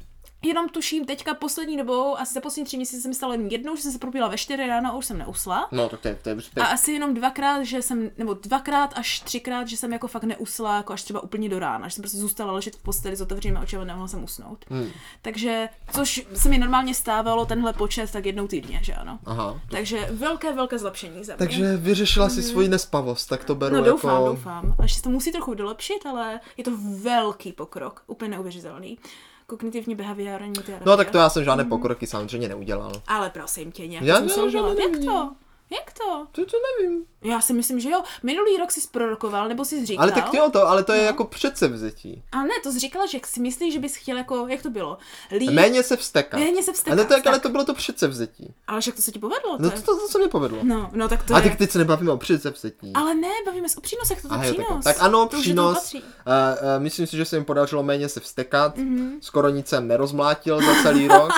[SPEAKER 2] jenom tuším teďka poslední dobou, asi za poslední tři měsíce jsem stala jenom jednou, že jsem se probila ve čtyři ráno a už jsem neusla.
[SPEAKER 1] No, tak to je, to je, to
[SPEAKER 2] A
[SPEAKER 1] je
[SPEAKER 2] asi jenom dvakrát, že jsem, nebo dvakrát až třikrát, že jsem jako fakt neusla, jako až třeba úplně do rána, že jsem prostě zůstala ležet v posteli s otevřenými očima, nemohla jsem usnout.
[SPEAKER 1] Hmm.
[SPEAKER 2] Takže, což se mi normálně stávalo tenhle počet tak jednou týdně, že ano.
[SPEAKER 1] Aha.
[SPEAKER 2] Takže velké, velké zlepšení za mě.
[SPEAKER 1] Takže vyřešila si svoji nespavost, tak to beru
[SPEAKER 2] No doufám,
[SPEAKER 1] jako...
[SPEAKER 2] doufám. Až se to musí trochu dolepšit, ale je to velký pokrok, úplně neuvěřitelný. Kognitivní behaviorální terapie.
[SPEAKER 1] No tak to já jsem žádné
[SPEAKER 2] Mm.
[SPEAKER 1] pokroky samozřejmě neudělal.
[SPEAKER 2] Ale prosím tě, nějak
[SPEAKER 1] Já
[SPEAKER 2] já, musel
[SPEAKER 1] ne,
[SPEAKER 2] dělat.
[SPEAKER 1] žádný
[SPEAKER 2] Jak
[SPEAKER 1] není.
[SPEAKER 2] to? Jak to?
[SPEAKER 1] To, to nevím.
[SPEAKER 2] Já si myslím, že jo. Minulý rok jsi prorokoval, nebo jsi říkal.
[SPEAKER 1] Ale tak jo, to, ale
[SPEAKER 2] No.
[SPEAKER 1] to je jako předsevzetí.
[SPEAKER 2] A ne, to jsi říkala, že si myslíš, že bys chtěl jako, jak to bylo? Líp,
[SPEAKER 1] Méně se vstekat.
[SPEAKER 2] Méně se vstekat,
[SPEAKER 1] Ale to, jak, ale
[SPEAKER 2] tak.
[SPEAKER 1] to bylo to předsevzetí.
[SPEAKER 2] ale však to se ti povedlo.
[SPEAKER 1] No to,
[SPEAKER 2] je-
[SPEAKER 1] to, to se mi povedlo.
[SPEAKER 2] no, no, tak to
[SPEAKER 1] A
[SPEAKER 2] je.
[SPEAKER 1] tak teď se nebavíme o předsevzetí.
[SPEAKER 2] Ale ne, bavíme se o přínosech, to je
[SPEAKER 1] Aha, jo,
[SPEAKER 2] přínos.
[SPEAKER 1] tak, jo. tak ano,
[SPEAKER 2] to už je tomu
[SPEAKER 1] přínos.
[SPEAKER 2] patří.
[SPEAKER 1] Uh, uh, myslím si, že se mi podařilo méně se vstekat. Mm-hmm.
[SPEAKER 2] Mhm.
[SPEAKER 1] Skoro nic jsem nerozmlátil za celý
[SPEAKER 2] (laughs)
[SPEAKER 1] rok.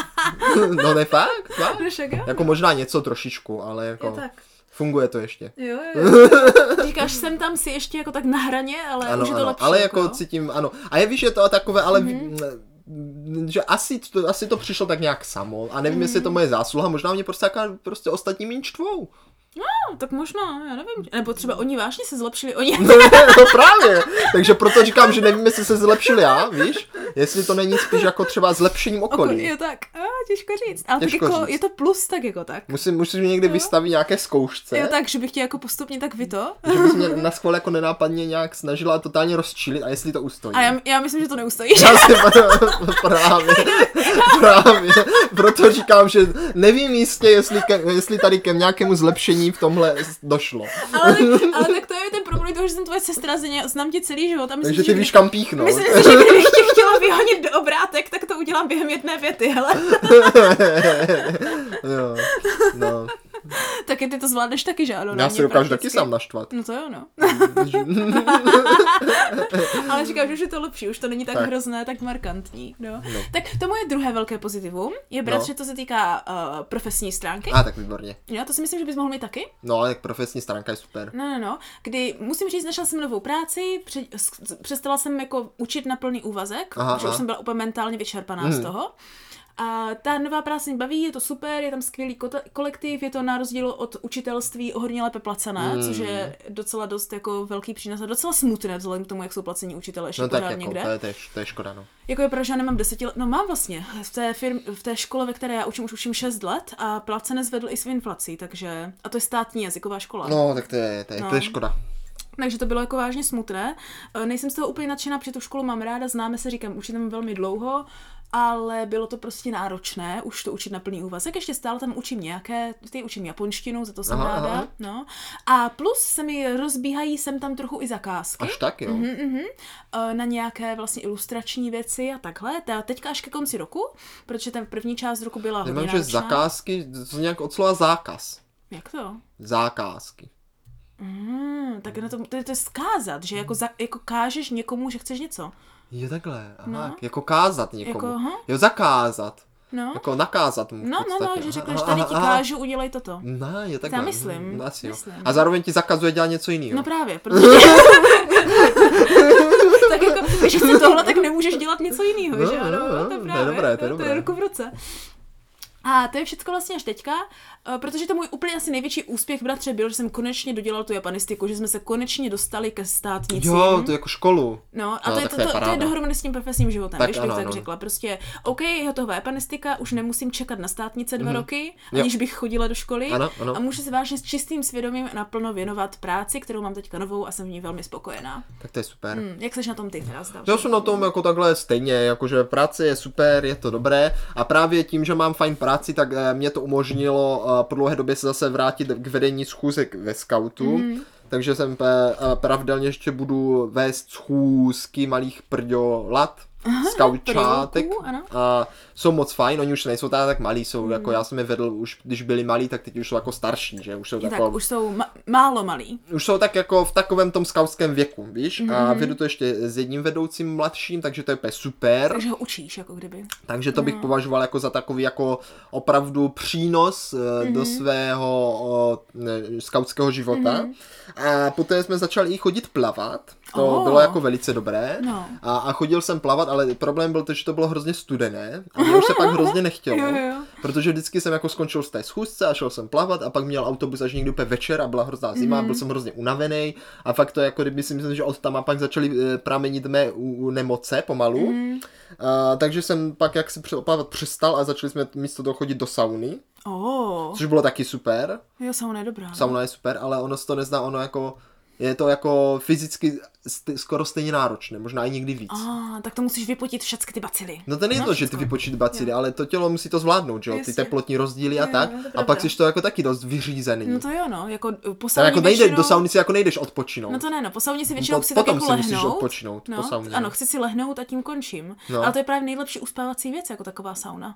[SPEAKER 1] no ne fakt, fakt.
[SPEAKER 2] No, však jo.
[SPEAKER 1] Jako možná něco trošičku, ale
[SPEAKER 2] Je
[SPEAKER 1] jako
[SPEAKER 2] tak.
[SPEAKER 1] funguje to ještě.
[SPEAKER 2] Jo, jo,
[SPEAKER 1] (laughs)
[SPEAKER 2] jo. Říkáš, jsem tam si ještě jako tak na hraně, ale
[SPEAKER 1] ano,
[SPEAKER 2] už je to
[SPEAKER 1] ano,
[SPEAKER 2] lepší.
[SPEAKER 1] ale jako
[SPEAKER 2] jo. Mhm.
[SPEAKER 1] cítím, ano. A je víš, je to takové, ale mm. že asi to, asi to přišlo tak nějak samo. A nevím, jestli je
[SPEAKER 2] Mhm.
[SPEAKER 1] to moje zásluha, možná mě prostě, taká, prostě ostatní méně čtvou.
[SPEAKER 2] No, tak možná, já nevím. Nebo třeba oni vážně se zlepšili, oni...
[SPEAKER 1] (laughs)
[SPEAKER 2] (laughs)
[SPEAKER 1] No, no právě. Takže proto říkám, že nevím, jestli se zlepšil já, víš? Jestli to není spíš jako třeba zlepšením okolí.
[SPEAKER 2] Jo, tak, a, těžko říct. Ale
[SPEAKER 1] Těžko
[SPEAKER 2] tak jako,
[SPEAKER 1] říct.
[SPEAKER 2] je to plus tak jako tak.
[SPEAKER 1] Musím, musím někdy vystavit nějaké zkoušce.
[SPEAKER 2] No. Jo, tak, že bych tě jako postupně tak vyto.
[SPEAKER 1] Že bys mě na schvál jako nenápadně nějak snažila totálně rozčilit a jestli to ustojí.
[SPEAKER 2] A já, já myslím, že to neustojíš.
[SPEAKER 1] Já si, (laughs) právě, právě, proto říkám, že nevím jistě, jestli, ke, jestli tady ke nějakému zlepšení v tomhle došlo.
[SPEAKER 2] ale, tak, ale tak to je ten problém toho, že jsem tvoje sestra, zeně, znám tě celý život. A myslím,
[SPEAKER 1] Takže
[SPEAKER 2] že
[SPEAKER 1] ty víš,
[SPEAKER 2] kdy-
[SPEAKER 1] kam píchnout.
[SPEAKER 2] Myslím si, (laughs) že kdybych tě chtěla vyhonit do obrátek, tak to udělám během jedné věty, hele.
[SPEAKER 1] jo, no.
[SPEAKER 2] (laughs) Taky ty to zvládneš taky, že ano? na
[SPEAKER 1] Já
[SPEAKER 2] mě
[SPEAKER 1] si dokážu taky
[SPEAKER 2] prakticky.
[SPEAKER 1] sám naštvat.
[SPEAKER 2] No to jo,
[SPEAKER 1] (laughs)
[SPEAKER 2] no. Ale říkám, že už je to lepší, už to není tak,
[SPEAKER 1] Tak.
[SPEAKER 2] tak. hrozné, tak markantní. No. No. Tak to moje druhé velké pozitivum je, brat,
[SPEAKER 1] No.
[SPEAKER 2] no. že to se týká uh, profesní stránky.
[SPEAKER 1] A ah, tak výborně.
[SPEAKER 2] Já to si myslím, že bys mohl mít taky.
[SPEAKER 1] No, ale tak profesní stránka je super.
[SPEAKER 2] No, no, no. Kdy, musím říct, našla jsem novou práci, pře- s- přestala jsem jako učit na plný úvazek,
[SPEAKER 1] Aha,
[SPEAKER 2] aha, protože
[SPEAKER 1] aha. Hmm.
[SPEAKER 2] už jsem byla úplně mentálně vyčerpaná z toho. A ta nová práce mě baví, je to super, je tam skvělý kota- kolektiv, je to na rozdíl od učitelství o hodně lépe placené,
[SPEAKER 1] Hmm.
[SPEAKER 2] což je docela dost jako velký přínos a docela smutné vzhledem k tomu, jak jsou placení učitelé ještě
[SPEAKER 1] No
[SPEAKER 2] pořád
[SPEAKER 1] tak jako, to
[SPEAKER 2] někde.
[SPEAKER 1] je, to, je, to je škoda, no.
[SPEAKER 2] Jako je pravda, že já nemám deseti let, no mám vlastně, v té, firm, v té škole, ve které já učím, už učím 6 let a plat se nezvedl i s inflací, takže, a to je státní jazyková škola.
[SPEAKER 1] No, tak to je, to je, to je
[SPEAKER 2] No.
[SPEAKER 1] škoda.
[SPEAKER 2] Takže to bylo jako vážně smutné. E, Nejsem z toho úplně nadšená, protože tu školu mám ráda, známe se, říkám, učím tam velmi dlouho, ale bylo to prostě náročné už to učit na plný úvazek. Ještě stále tam učím nějaké, ty učím japonštinu, za to jsem
[SPEAKER 1] Aha,
[SPEAKER 2] ráda.
[SPEAKER 1] aha.
[SPEAKER 2] No. A plus se mi rozbíhají sem tam trochu i zakázky.
[SPEAKER 1] Až tak, jo.
[SPEAKER 2] Mhm, mhm. E, na nějaké vlastně ilustrační věci a takhle. Ta teďka až ke konci roku, protože ten první část roku byla hodně
[SPEAKER 1] Nemám, že
[SPEAKER 2] náročná.
[SPEAKER 1] zakázky, to je nějak od slova zákaz.
[SPEAKER 2] Jak to?
[SPEAKER 1] Zákázky.
[SPEAKER 2] Mm, tak na to, to, je- to je zkázat, že jako, za, jako kážeš někomu, že chceš něco.
[SPEAKER 1] Je takhle, aha,
[SPEAKER 2] No.
[SPEAKER 1] jako kázat někomu.
[SPEAKER 2] Jako, aha.
[SPEAKER 1] jo, zakázat.
[SPEAKER 2] No.
[SPEAKER 1] Jako nakázat mu. v
[SPEAKER 2] No, no, no,
[SPEAKER 1] podstatě.
[SPEAKER 2] že
[SPEAKER 1] Aha,
[SPEAKER 2] řekneš,
[SPEAKER 1] aha, (laughs)
[SPEAKER 2] tady ti
[SPEAKER 1] aha.
[SPEAKER 2] kážu, udělej toto.
[SPEAKER 1] No, je takhle.
[SPEAKER 2] Já myslím,
[SPEAKER 1] Mm, Asi jo.
[SPEAKER 2] myslím.
[SPEAKER 1] A zároveň ti zakazuje dělat něco jiného.
[SPEAKER 2] No právě, protože... (laughs) tak jako, když chci tohle, tak nemůžeš dělat něco jiného,
[SPEAKER 1] No,
[SPEAKER 2] že ano?
[SPEAKER 1] no, no,
[SPEAKER 2] to
[SPEAKER 1] to
[SPEAKER 2] je
[SPEAKER 1] je
[SPEAKER 2] právě,
[SPEAKER 1] dobré, to je
[SPEAKER 2] no,
[SPEAKER 1] dobré.
[SPEAKER 2] ruku v ruce. A to je všechno vlastně až teďka, eh, protože to můj úplně asi největší úspěch, bratře, byl, že jsem konečně dodělal tu japanistiku, že jsme se konečně dostali ke státnicím.
[SPEAKER 1] jo, to je jako školu.
[SPEAKER 2] No, a
[SPEAKER 1] No,
[SPEAKER 2] to, je,
[SPEAKER 1] tak
[SPEAKER 2] to,
[SPEAKER 1] to je
[SPEAKER 2] to, to je
[SPEAKER 1] paráda.
[SPEAKER 2] dohromady s tím profesním životem,
[SPEAKER 1] Tak
[SPEAKER 2] tak, když
[SPEAKER 1] ano,
[SPEAKER 2] bych tak
[SPEAKER 1] ano.
[SPEAKER 2] řekla. Prostě, OK, je hotová japanistika, už nemusím čekat na státnice dva roky,
[SPEAKER 1] Mhm. Jo.
[SPEAKER 2] aniž bych chodila do školy.
[SPEAKER 1] Ano, ano.
[SPEAKER 2] A můžu se vážně s čistým svědomím naplno věnovat práci, kterou mám teďka novou a jsem v ní velmi spokojená.
[SPEAKER 1] Tak to je super.
[SPEAKER 2] Hm, jak seš na tom ty teda zdal?
[SPEAKER 1] Já jsem na tom jako takhle stejně, jakože práce je super, je to dobré a právě tím, že mám fajn práci, tak eh, mě to umožnilo eh, po dlouhé době se zase vrátit k vedení schůzek ve skautu.
[SPEAKER 2] Mhm.
[SPEAKER 1] Mm. Takže jsem eh, eh, pravidelně ještě budu vést schůzky malých prďolat, skautčátek.
[SPEAKER 2] prďolků, ano. Mhm.
[SPEAKER 1] A jsou moc fajn, oni už nejsou teda tak malí, jsou jako já jsem je vedl už, když byli malí, tak teď už jsou jako starší, že už jsou
[SPEAKER 2] Je
[SPEAKER 1] jako,
[SPEAKER 2] No tak, už jsou ma- málo malí.
[SPEAKER 1] už jsou tak jako v takovém tom skautském věku, víš? Mm-hmm.
[SPEAKER 2] Mhm.
[SPEAKER 1] A vedu to ještě s jedním vedoucím mladším, takže to je úplně super.
[SPEAKER 2] Takže ho učíš, jako kdyby.
[SPEAKER 1] Takže to bych považoval jako za takový jako opravdu přínos mm-hmm.
[SPEAKER 2] Mhm.
[SPEAKER 1] do
[SPEAKER 2] Mhm.
[SPEAKER 1] svého o, ne, skautského života. Mm-hmm. A poté jsme začali i chodit plavat. To
[SPEAKER 2] Oh.
[SPEAKER 1] oh. bylo jako velice dobré.
[SPEAKER 2] No.
[SPEAKER 1] A, a chodil jsem plavat, ale problém byl to, že to bylo hrozně studené a mě už se pak hrozně nechtělo.
[SPEAKER 2] Jo, jo, jo.
[SPEAKER 1] prostě, Protože vždycky jsem jako skončil z té schůzce a šel jsem plavat a pak měl autobus až někdy úplně večer a byla hrozná zima, mm.
[SPEAKER 2] Mhm.
[SPEAKER 1] byl jsem hrozně unavený a fakt to jako kdyby si myslím, že od tam a pak začaly eh, pramenit mé u, u nemoce pomalu.
[SPEAKER 2] Mhm.
[SPEAKER 1] Mm. A, takže jsem pak jak si pře- plavat přestal a začali jsme místo toho chodit do sauny,
[SPEAKER 2] Oh,
[SPEAKER 1] což bylo taky super.
[SPEAKER 2] jo, sauna je dobrá.
[SPEAKER 1] Sauna je super, ale ono se to nezná, ono jako je to jako fyzicky st- skoro stejně náročné, možná i někdy víc.
[SPEAKER 2] Ah, tak to musíš vypotit všechny ty bacily.
[SPEAKER 1] No to není
[SPEAKER 2] No,
[SPEAKER 1] to, že ty
[SPEAKER 2] všecko.
[SPEAKER 1] vypočít bacily, ale to tělo musí to zvládnout, že jo,
[SPEAKER 2] Jistě.
[SPEAKER 1] ty teplotní rozdíly
[SPEAKER 2] Jo,
[SPEAKER 1] a
[SPEAKER 2] jo,
[SPEAKER 1] tak.
[SPEAKER 2] to je
[SPEAKER 1] A
[SPEAKER 2] pravda.
[SPEAKER 1] pak jsi to jako taky dost vyřízený.
[SPEAKER 2] No to jo, no, jako eh, po
[SPEAKER 1] Tam
[SPEAKER 2] sauně
[SPEAKER 1] jako nejde,
[SPEAKER 2] většinou...
[SPEAKER 1] do sauny si jako nejdeš odpočinout.
[SPEAKER 2] No to ne, no, po sauně si většinou
[SPEAKER 1] Po-
[SPEAKER 2] chci
[SPEAKER 1] potom
[SPEAKER 2] tak
[SPEAKER 1] si
[SPEAKER 2] jako
[SPEAKER 1] musíš
[SPEAKER 2] lehnout.
[SPEAKER 1] odpočinout, po
[SPEAKER 2] no,
[SPEAKER 1] sauně.
[SPEAKER 2] Ano, chci si lehnout a tím končím. No.
[SPEAKER 1] No.
[SPEAKER 2] Ale to je právě nejlepší uspávací věc, jako taková sauna.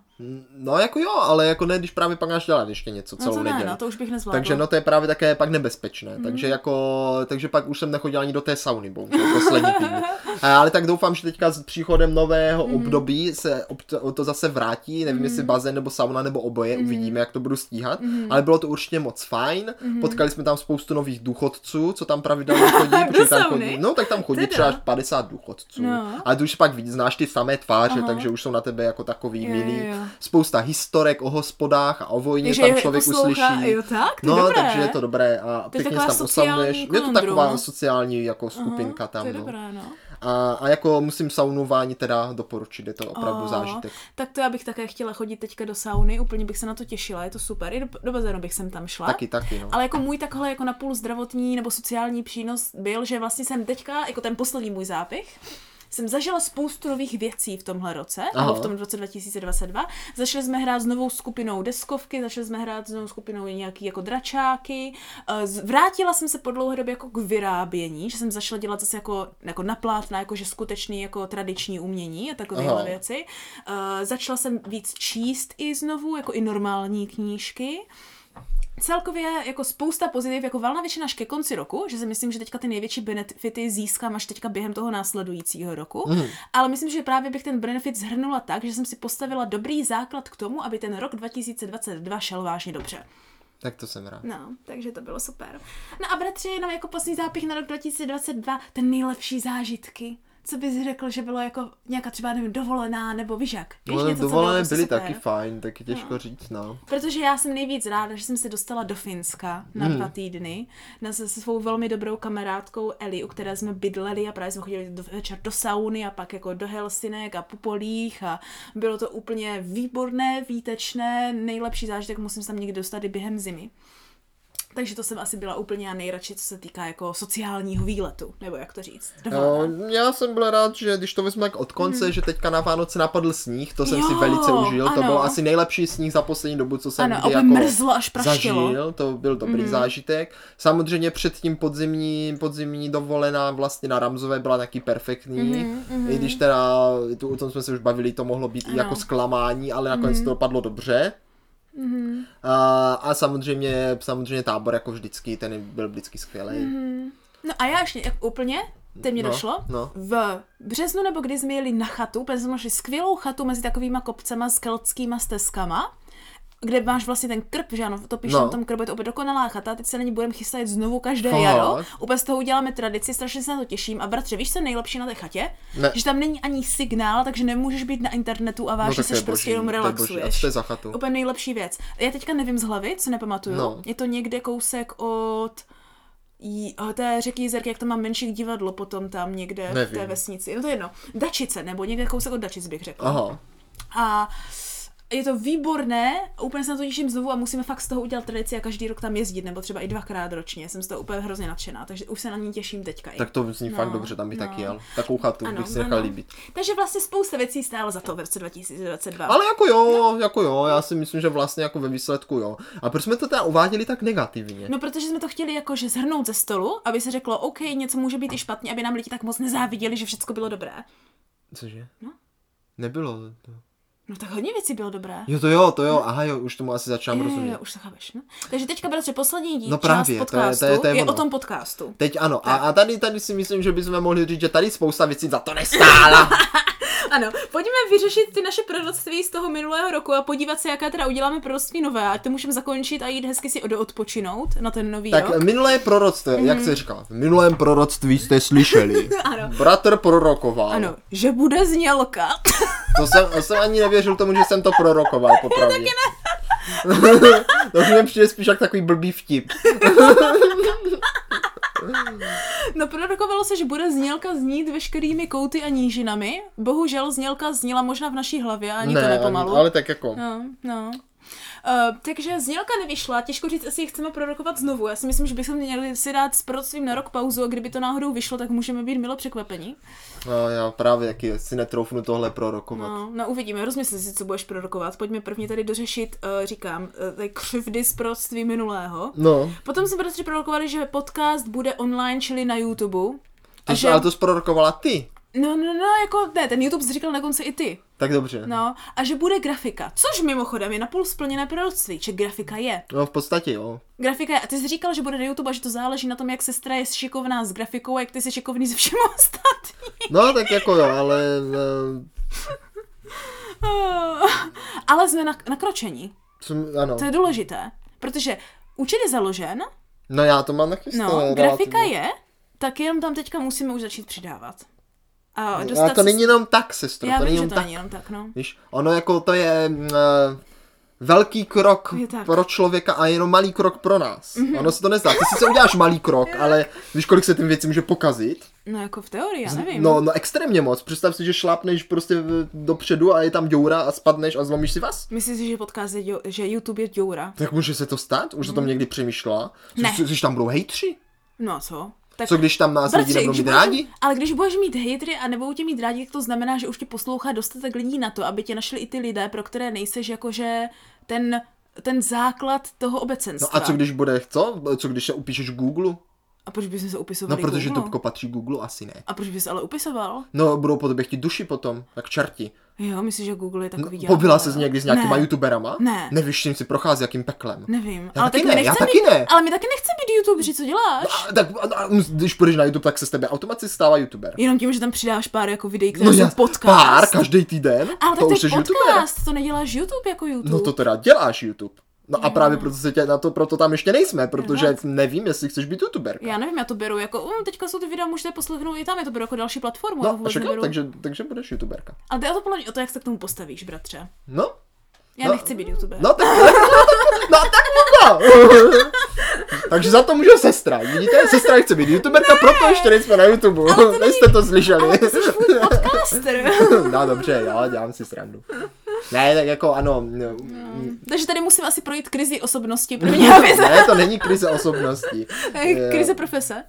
[SPEAKER 1] no jako jo, ale jako ne, když právě pak máš dělat ještě něco
[SPEAKER 2] No
[SPEAKER 1] celou
[SPEAKER 2] to ne,
[SPEAKER 1] neděli.
[SPEAKER 2] no, to už bych nezvládla.
[SPEAKER 1] takže no to je právě také pak
[SPEAKER 2] Mhm.
[SPEAKER 1] nebezpečné, takže jako, takže pak už jsem nechodil ani do té sauny, bohužel, poslední týdny. A, ale tak doufám, že teďka s příchodem nového
[SPEAKER 2] Mhm.
[SPEAKER 1] období se ob, to, to zase vrátí, nevím jestli bazén nebo sauna nebo oboje,
[SPEAKER 2] Mhm.
[SPEAKER 1] uvidíme, jak to budu stíhat, ale bylo to určitě moc fajn,
[SPEAKER 2] Mhm.
[SPEAKER 1] potkali jsme tam spoustu nových důchodců, co tam pravidelně chodí,
[SPEAKER 2] (laughs) Do
[SPEAKER 1] protože tam
[SPEAKER 2] sauny?
[SPEAKER 1] chodí, no tak tam chodí
[SPEAKER 2] Teda.
[SPEAKER 1] třeba až 50 důchodců,
[SPEAKER 2] No.
[SPEAKER 1] ale ty už pak vidíš, znáš ty samé tváře,
[SPEAKER 2] Aha.
[SPEAKER 1] takže už jsou na tebe jako takový
[SPEAKER 2] Jo,
[SPEAKER 1] milí,
[SPEAKER 2] jo, jo.
[SPEAKER 1] spousta historek o hospodách a o vojně,
[SPEAKER 2] Takže
[SPEAKER 1] tam
[SPEAKER 2] je
[SPEAKER 1] člověk
[SPEAKER 2] poslouchá,
[SPEAKER 1] uslyší.
[SPEAKER 2] Jo, tak, to je
[SPEAKER 1] No,
[SPEAKER 2] dobré.
[SPEAKER 1] takže je to dobré a
[SPEAKER 2] je
[SPEAKER 1] pěkně se
[SPEAKER 2] taková
[SPEAKER 1] tam osamuješ.
[SPEAKER 2] sociální
[SPEAKER 1] Je to taková
[SPEAKER 2] kolondrům.
[SPEAKER 1] sociální jako
[SPEAKER 2] Aha,
[SPEAKER 1] skupinka tam.
[SPEAKER 2] To je
[SPEAKER 1] no.
[SPEAKER 2] dobré, no.
[SPEAKER 1] a, a jako musím saunování teda doporučit, je to opravdu
[SPEAKER 2] O,
[SPEAKER 1] zážitek.
[SPEAKER 2] Tak to já bych také chtěla chodit teďka do sauny, úplně bych se na to těšila, je to super. I do, do bazénu bych sem tam šla.
[SPEAKER 1] Taky, taky, no.
[SPEAKER 2] Ale jako můj takhle jako napůl zdravotní nebo sociální přínos byl, že vlastně jsem teďka, jako ten poslední můj zápich, jsem zažila spoustu nových věcí v tomhle roce,
[SPEAKER 1] Aha.
[SPEAKER 2] nebo v tom roce 2022. Začali jsme hrát s novou skupinou deskovky, začali jsme hrát s novou skupinou nějaký jako dračáky. Eh, z- Vrátila jsem se po dlouhé době jako k vyrábění, že jsem začala dělat zase jako, jako naplátna, jako že skutečný jako tradiční umění a takovéhle
[SPEAKER 1] Aha.
[SPEAKER 2] věci. Eh, Začala jsem víc číst i znovu, jako i normální knížky celkově jako spousta pozitiv, jako valna většina až ke konci roku, že si myslím, že teďka ty největší benefity získám až teďka během toho následujícího roku. Mm. Ale myslím, že právě bych ten benefit zhrnula tak, že jsem si postavila dobrý základ k tomu, aby ten rok 2022 šel vážně dobře.
[SPEAKER 1] Tak to jsem rád.
[SPEAKER 2] No, takže to bylo super. No a bratři, jenom jako poslední zápich na rok 2022, ten nejlepší zážitky. Co bys řekl, že bylo jako nějaká třeba, nevím, dovolená, nebo víš jak? Víš,
[SPEAKER 1] No,
[SPEAKER 2] něco, co
[SPEAKER 1] dovolené
[SPEAKER 2] bylo prostě
[SPEAKER 1] byly
[SPEAKER 2] super?
[SPEAKER 1] taky fajn, taky těžko říct, no.
[SPEAKER 2] Protože já jsem nejvíc ráda, že jsem se dostala do Finska na
[SPEAKER 1] Hmm.
[SPEAKER 2] dva týdny na, se se svou velmi dobrou kamarádkou Eli, u které jsme bydleli a právě jsme chodili do, večer do sauny a pak jako do Helsinek a Pupolích a bylo to úplně výborné, výtečné, nejlepší zážitek, musím se tam někdy dostat i během zimy. Takže to jsem asi byla úplně já nejradši, co se týká jako sociálního výletu, nebo jak to říct. dovolené.
[SPEAKER 1] No, já jsem byl rád, že když to vezme jak od konce, že teďka na Vánoce napadl sníh, to jsem si
[SPEAKER 2] Hmm. Jo,
[SPEAKER 1] velice užil, to
[SPEAKER 2] ano.
[SPEAKER 1] byl asi nejlepší sníh za poslední dobu, co jsem
[SPEAKER 2] Ano,
[SPEAKER 1] kdy
[SPEAKER 2] aby
[SPEAKER 1] jako
[SPEAKER 2] mrzlo až praštilo.
[SPEAKER 1] zažil, to byl dobrý
[SPEAKER 2] Mhm.
[SPEAKER 1] mm. zážitek. Samozřejmě předtím podzimní, podzimní dovolená vlastně na Ramzové byla taky perfektní,
[SPEAKER 2] Mhm,
[SPEAKER 1] mm, i když teda, tu, o tom jsme se už bavili, to mohlo být i jako zklamání, ale
[SPEAKER 2] Mhm.
[SPEAKER 1] nakonec to dopadlo dobře. A, a samozřejmě, samozřejmě tábor jako vždycky, ten byl vždycky skvělý.
[SPEAKER 2] No a já ještě jak úplně, teď mě
[SPEAKER 1] No,
[SPEAKER 2] došlo,
[SPEAKER 1] no.
[SPEAKER 2] v březnu nebo kdy jsme jeli na chatu, protože jsme našli skvělou chatu mezi takovýma kopcema s keltskýma stezkama, kde máš vlastně ten krb, že ano, to píše
[SPEAKER 1] No.
[SPEAKER 2] no. na tom krbu, je to úplně dokonalá chata, teď se na ní budeme chystat znovu každé
[SPEAKER 1] Fakt?
[SPEAKER 2] jaro, úplně z toho uděláme tradici, strašně se na to těším a bratře, víš, co je nejlepší na té chatě?
[SPEAKER 1] Ne.
[SPEAKER 2] Že tam není ani signál, takže nemůžeš být na internetu a vážně
[SPEAKER 1] No, tak to je
[SPEAKER 2] seš prostě
[SPEAKER 1] boží,
[SPEAKER 2] jenom
[SPEAKER 1] to je boží. A co
[SPEAKER 2] relaxuješ.
[SPEAKER 1] to je za chatu?
[SPEAKER 2] Úplně nejlepší věc. Já teďka nevím z hlavy, co nepamatuju.
[SPEAKER 1] No.
[SPEAKER 2] Je to někde kousek od jí- o té řeky Jizerky, jak to má menší divadlo potom tam někde v té
[SPEAKER 1] Nevím.
[SPEAKER 2] vesnici. No to je jedno. Dačice, nebo někde kousek od Dačic bych řekla.
[SPEAKER 1] Aha.
[SPEAKER 2] A je to výborné, úplně se na to těším znovu a musíme fakt z toho udělat tradici a každý rok tam jezdit, nebo třeba i dvakrát ročně. Jsem z toho úplně hrozně nadšená, takže už se na ní těším teďka. i.
[SPEAKER 1] Tak to zní
[SPEAKER 2] No,
[SPEAKER 1] fakt dobře, tam bych
[SPEAKER 2] no.
[SPEAKER 1] taky jel. Takovou chatu
[SPEAKER 2] Ano,
[SPEAKER 1] bych si nechal
[SPEAKER 2] ano.
[SPEAKER 1] líbit.
[SPEAKER 2] Takže vlastně spousta věcí stála za to v roce 2022.
[SPEAKER 1] Ale jako jo,
[SPEAKER 2] No.
[SPEAKER 1] jako jo, já si myslím, že vlastně jako ve výsledku jo. A proč jsme to teda uváděli tak negativně?
[SPEAKER 2] No, protože jsme to chtěli jakože zhrnout ze stolu, aby se řeklo, OK, něco může být i špatně, aby nám lidi tak moc nezáviděli, že všechno bylo dobré.
[SPEAKER 1] Cože?
[SPEAKER 2] No.
[SPEAKER 1] Nebylo. To.
[SPEAKER 2] No tak hodně věcí bylo dobré.
[SPEAKER 1] Jo, to jo, to jo, aha jo, už tomu asi začínám
[SPEAKER 2] Jo, jo,
[SPEAKER 1] rozumět.
[SPEAKER 2] jo, už se chápeš. No? Takže teďka, bratře, poslední díl
[SPEAKER 1] No
[SPEAKER 2] část
[SPEAKER 1] právě, to je-
[SPEAKER 2] podcastu
[SPEAKER 1] to je- to je
[SPEAKER 2] je
[SPEAKER 1] ono.
[SPEAKER 2] o tom podcastu. (laughs)
[SPEAKER 1] Teď ano, a, a tady, tady si myslím, že bychom mohli říct, že tady spousta věcí za to nestála.
[SPEAKER 2] Ano, pojďme vyřešit ty naše proroctví z toho minulého roku a podívat se, jaká teda uděláme proroctví nové. A to můžeme zakončit a jít hezky si od- odpočinout na ten nový
[SPEAKER 1] Tak
[SPEAKER 2] rok.
[SPEAKER 1] minulé proroctví, mm.
[SPEAKER 2] Hmm.
[SPEAKER 1] jak jsi říkal, v minulém proroctví jste
[SPEAKER 2] (laughs)
[SPEAKER 1] slyšeli.
[SPEAKER 2] Ano.
[SPEAKER 1] Bratr prorokoval.
[SPEAKER 2] Ano, že bude znělka.
[SPEAKER 1] To jsem, jsem ani nevěřil tomu, že jsem to
[SPEAKER 2] (laughs)
[SPEAKER 1] prorokoval, popravdě. Já taky ne. (laughs) to už mi přijde spíš jak takový blbý vtip.
[SPEAKER 2] No prorokovalo se, že bude znělka znít veškerými kouty a nížinami. Bohužel znělka zněla možná v naší hlavě, ani ne, to nepomalu.
[SPEAKER 1] ale tak jako.
[SPEAKER 2] No, no. Uh, takže znělka nevyšla, těžko říct, jestli ji chceme prorokovat znovu. Já si myslím, že bychom měli si dát s proroctvím na rok pauzu a kdyby to náhodou vyšlo, tak můžeme být milo překvapení.
[SPEAKER 1] No, já právě taky si netroufnu tohle prorokovat.
[SPEAKER 2] No, no uvidíme, rozmysli si, co budeš prorokovat. Pojďme prvně tady dořešit, uh, říkám, uh, ty křivdy z proroctví minulého.
[SPEAKER 1] No,
[SPEAKER 2] Potom jsme bratři prorokovali, že podcast bude online, čili na YouTube.
[SPEAKER 1] to, že... ale to sprorokovala ty.
[SPEAKER 2] No, no, no, jako ne, ten YouTube jsi říkal na konci i ty.
[SPEAKER 1] Tak dobře. No,
[SPEAKER 2] No, a že bude grafika, což mimochodem je napůl splněné proroctví, že grafika je.
[SPEAKER 1] no v podstatě jo.
[SPEAKER 2] Grafika je, a ty jsi říkal, že bude na YouTube a že to záleží na tom, jak sestra je šikovná s grafikou a jak ty jsi šikovný se (laughs) všem ostatním.
[SPEAKER 1] No, tak jako jo, ale no,
[SPEAKER 2] Ale jsme na, nakročení.
[SPEAKER 1] jsem, ano.
[SPEAKER 2] To je důležité, protože účet je založen,
[SPEAKER 1] No já to mám nachystané.
[SPEAKER 2] no, grafika
[SPEAKER 1] relativně.
[SPEAKER 2] je, tak jenom tam teďka musíme už začít přidávat. A
[SPEAKER 1] A to
[SPEAKER 2] se-
[SPEAKER 1] není jenom tak, sestro,
[SPEAKER 2] já
[SPEAKER 1] to není
[SPEAKER 2] vím, že
[SPEAKER 1] jenom
[SPEAKER 2] to
[SPEAKER 1] tak.
[SPEAKER 2] není jenom tak, no.
[SPEAKER 1] Víš, ono jako to je mm, eh, velký krok
[SPEAKER 2] Je tak. Mhm.
[SPEAKER 1] pro člověka a jenom malý krok pro nás. Mm-hmm. Ono se to nezdá. Ty sice uděláš malý
[SPEAKER 2] (laughs)
[SPEAKER 1] krok, ale víš, kolik se tím věci může pokazit?
[SPEAKER 2] No jako v teorii, já nevím.
[SPEAKER 1] No, no extrémně moc. Představ si, že šlápneš prostě v- dopředu a je tam děura a spadneš a zlomíš si vás.
[SPEAKER 2] Myslíš si, že podcast je, děl- že YouTube je děura?
[SPEAKER 1] Tak může se to stát? Už o tom někdy přemýšlela? Co-
[SPEAKER 2] Hmm. Ne.
[SPEAKER 1] Co, když tam budou hejtři?
[SPEAKER 2] No a co? Tak
[SPEAKER 1] Co když tam nás lidi
[SPEAKER 2] Bratře,
[SPEAKER 1] nebudou
[SPEAKER 2] když
[SPEAKER 1] mít
[SPEAKER 2] budeš-
[SPEAKER 1] rádi?
[SPEAKER 2] Ale když budeš mít hejtry a nebudou tě mít rádi, tak to znamená, že už tě poslouchá dostatek lidí na to, aby tě našli i ty lidé, pro které nejseš jakože ten, ten základ toho obecenstva.
[SPEAKER 1] No a co když bude, co? Co když se upíšeš Google?
[SPEAKER 2] A proč bys se upisoval
[SPEAKER 1] No protože
[SPEAKER 2] Google?
[SPEAKER 1] Tupko patří Google, asi ne.
[SPEAKER 2] A proč bys ale upisoval?
[SPEAKER 1] No, budou po tobě chtít duši potom, jak čerti.
[SPEAKER 2] Jo, myslím, že Google je takový dělat.
[SPEAKER 1] No, Pobila se někdy s nějakýma
[SPEAKER 2] ne,
[SPEAKER 1] youtuberama?
[SPEAKER 2] Ne.
[SPEAKER 1] Nevíš, s čím si prochází, jakým peklem.
[SPEAKER 2] Nevím,
[SPEAKER 1] Já
[SPEAKER 2] ale
[SPEAKER 1] taky
[SPEAKER 2] tak
[SPEAKER 1] ne,
[SPEAKER 2] my
[SPEAKER 1] já
[SPEAKER 2] nechceme
[SPEAKER 1] taky
[SPEAKER 2] být-
[SPEAKER 1] ne.
[SPEAKER 2] Ale my taky nechceme být youtubeři, co děláš?
[SPEAKER 1] A, tak, a, a, když půjdeš na YouTube, tak se z tebe automaticky stává youtuber.
[SPEAKER 2] Jenom tím, že tam přidáš pár jako videí, které jsou
[SPEAKER 1] No já-
[SPEAKER 2] podcast.
[SPEAKER 1] pár každý týden,
[SPEAKER 2] Ale
[SPEAKER 1] to
[SPEAKER 2] tak
[SPEAKER 1] už
[SPEAKER 2] to
[SPEAKER 1] jsi
[SPEAKER 2] je podcast,
[SPEAKER 1] youtuber.
[SPEAKER 2] to neděláš YouTube jako YouTube.
[SPEAKER 1] No to teda děláš YouTube. No a právě proto se tě na to, proto tam ještě nejsme, protože
[SPEAKER 2] Relax.
[SPEAKER 1] nevím, jestli chceš být youtuber.
[SPEAKER 2] Já nevím, já to beru jako, um, teďka jsou ty videa, můžete poslechnout i tam, je to beru jako další platformu, já to
[SPEAKER 1] No, a
[SPEAKER 2] vůbec
[SPEAKER 1] však, jo,
[SPEAKER 2] neberu.
[SPEAKER 1] takže, takže budeš youtuberka.
[SPEAKER 2] Ale jde o to podle mě o to, jak se k tomu postavíš, bratře.
[SPEAKER 1] No,
[SPEAKER 2] Já
[SPEAKER 1] No,
[SPEAKER 2] no, nechci být youtuber.
[SPEAKER 1] no tak, no tak no. (laughs) Takže za to může sestra, vidíte? Sestra chce být youtuberka, proto ještě nejsme na YouTube.
[SPEAKER 2] to
[SPEAKER 1] (laughs)
[SPEAKER 2] není-
[SPEAKER 1] Nejste to slyšeli. (laughs)
[SPEAKER 2] Ty jsi furt podcaster.
[SPEAKER 1] No dobře, jo, dělám si srandu. Ne, tak jako ano, (laughs) no,
[SPEAKER 2] Takže tady musím asi projít krizi osobnosti pro mě,
[SPEAKER 1] (laughs)
[SPEAKER 2] aby se...
[SPEAKER 1] ne, to není krize osobnosti. Eh,
[SPEAKER 2] (laughs) Krize profese.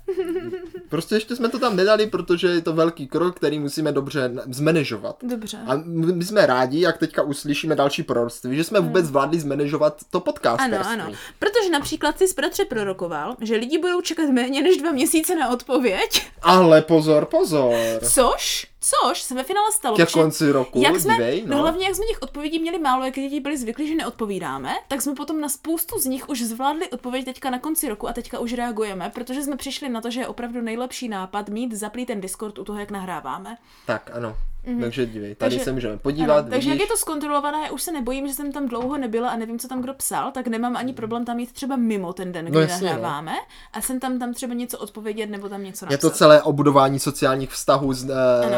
[SPEAKER 1] Prostě ještě jsme to tam nedali, protože je to velký krok, který musíme dobře na- zmanežovat.
[SPEAKER 2] Dobře.
[SPEAKER 1] A my my jsme rádi, jak teďka uslyšíme další proroctví, že jsme vůbec zvládli zmanežovat to podcasterství.
[SPEAKER 2] Ano, Hmm. ano. Protože například jsi bratře prorokoval, že lidi budou čekat méně než dva měsíce na odpověď,
[SPEAKER 1] Ale pozor, pozor.
[SPEAKER 2] což, což se ve finále stalo.
[SPEAKER 1] Ke
[SPEAKER 2] protože-
[SPEAKER 1] konci roku,
[SPEAKER 2] jak jsme,
[SPEAKER 1] dívej,
[SPEAKER 2] no
[SPEAKER 1] no.
[SPEAKER 2] hlavně jak jsme těch odpovědí měli málo, jak lidi byli zvyklí, že neodpovídáme, tak jsme potom na spoustu z nich už zvládli odpověď teďka na konci roku a teďka už reagujeme, protože jsme přišli na to, že je opravdu nejlepší nápad mít zaplý ten Discord u toho, jak nahráváme.
[SPEAKER 1] Tak, ano. Takže dívej, tady
[SPEAKER 2] Mhm. Takže-
[SPEAKER 1] se můžeme podívat,
[SPEAKER 2] Ano, takže jak
[SPEAKER 1] vidíš?
[SPEAKER 2] je to zkontrolované, já už se nebojím, že jsem tam dlouho nebyla a nevím, co tam kdo psal, tak nemám ani problém tam jít třeba mimo ten den, kdy
[SPEAKER 1] jasně, no.
[SPEAKER 2] nahráváme a jsem tam tam třeba něco odpovědět nebo tam něco napsat.
[SPEAKER 1] Je to celé obudování sociálních vztahů z
[SPEAKER 2] Ano.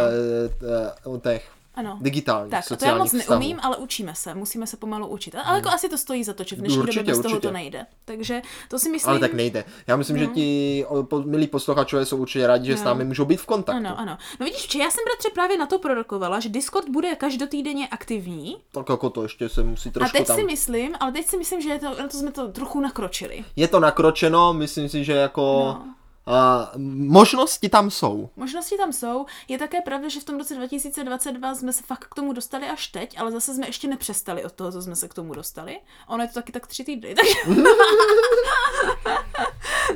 [SPEAKER 1] uh, uh, těch
[SPEAKER 2] ano.
[SPEAKER 1] digitálních
[SPEAKER 2] Tak, a to já
[SPEAKER 1] sociálních
[SPEAKER 2] moc
[SPEAKER 1] vztahů.
[SPEAKER 2] neumím, ale učíme se, musíme se pomalu učit. Ale jako asi to stojí za to, že v dnešní
[SPEAKER 1] No, Určitě,
[SPEAKER 2] době bez toho
[SPEAKER 1] určitě.
[SPEAKER 2] to nejde. Takže to si myslím. Mhm.
[SPEAKER 1] Ale tak nejde. Já myslím, že ti o, po- milí posluchačové jsou určitě rádi, že s námi můžou být v kontaktu.
[SPEAKER 2] No. Ano, ano. No vidíš, že já jsem bratře právě na to prorokovala, že Discord bude každotýdenně aktivní.
[SPEAKER 1] Tak jako to ještě se musí
[SPEAKER 2] A
[SPEAKER 1] trošku
[SPEAKER 2] teď
[SPEAKER 1] tam...
[SPEAKER 2] si myslím, ale teď si myslím, že je to, na to jsme to trochu nakročili.
[SPEAKER 1] Je to nakročeno, myslím si, že jako...
[SPEAKER 2] No.
[SPEAKER 1] A, možnosti tam jsou.
[SPEAKER 2] Možnosti tam jsou. Je také pravda, že v tom roce 2022 jsme se fakt k tomu dostali až teď, ale zase jsme ještě nepřestali od toho, co jsme se k tomu dostali. Ono je to taky tak tři týdny, (laughs) takže...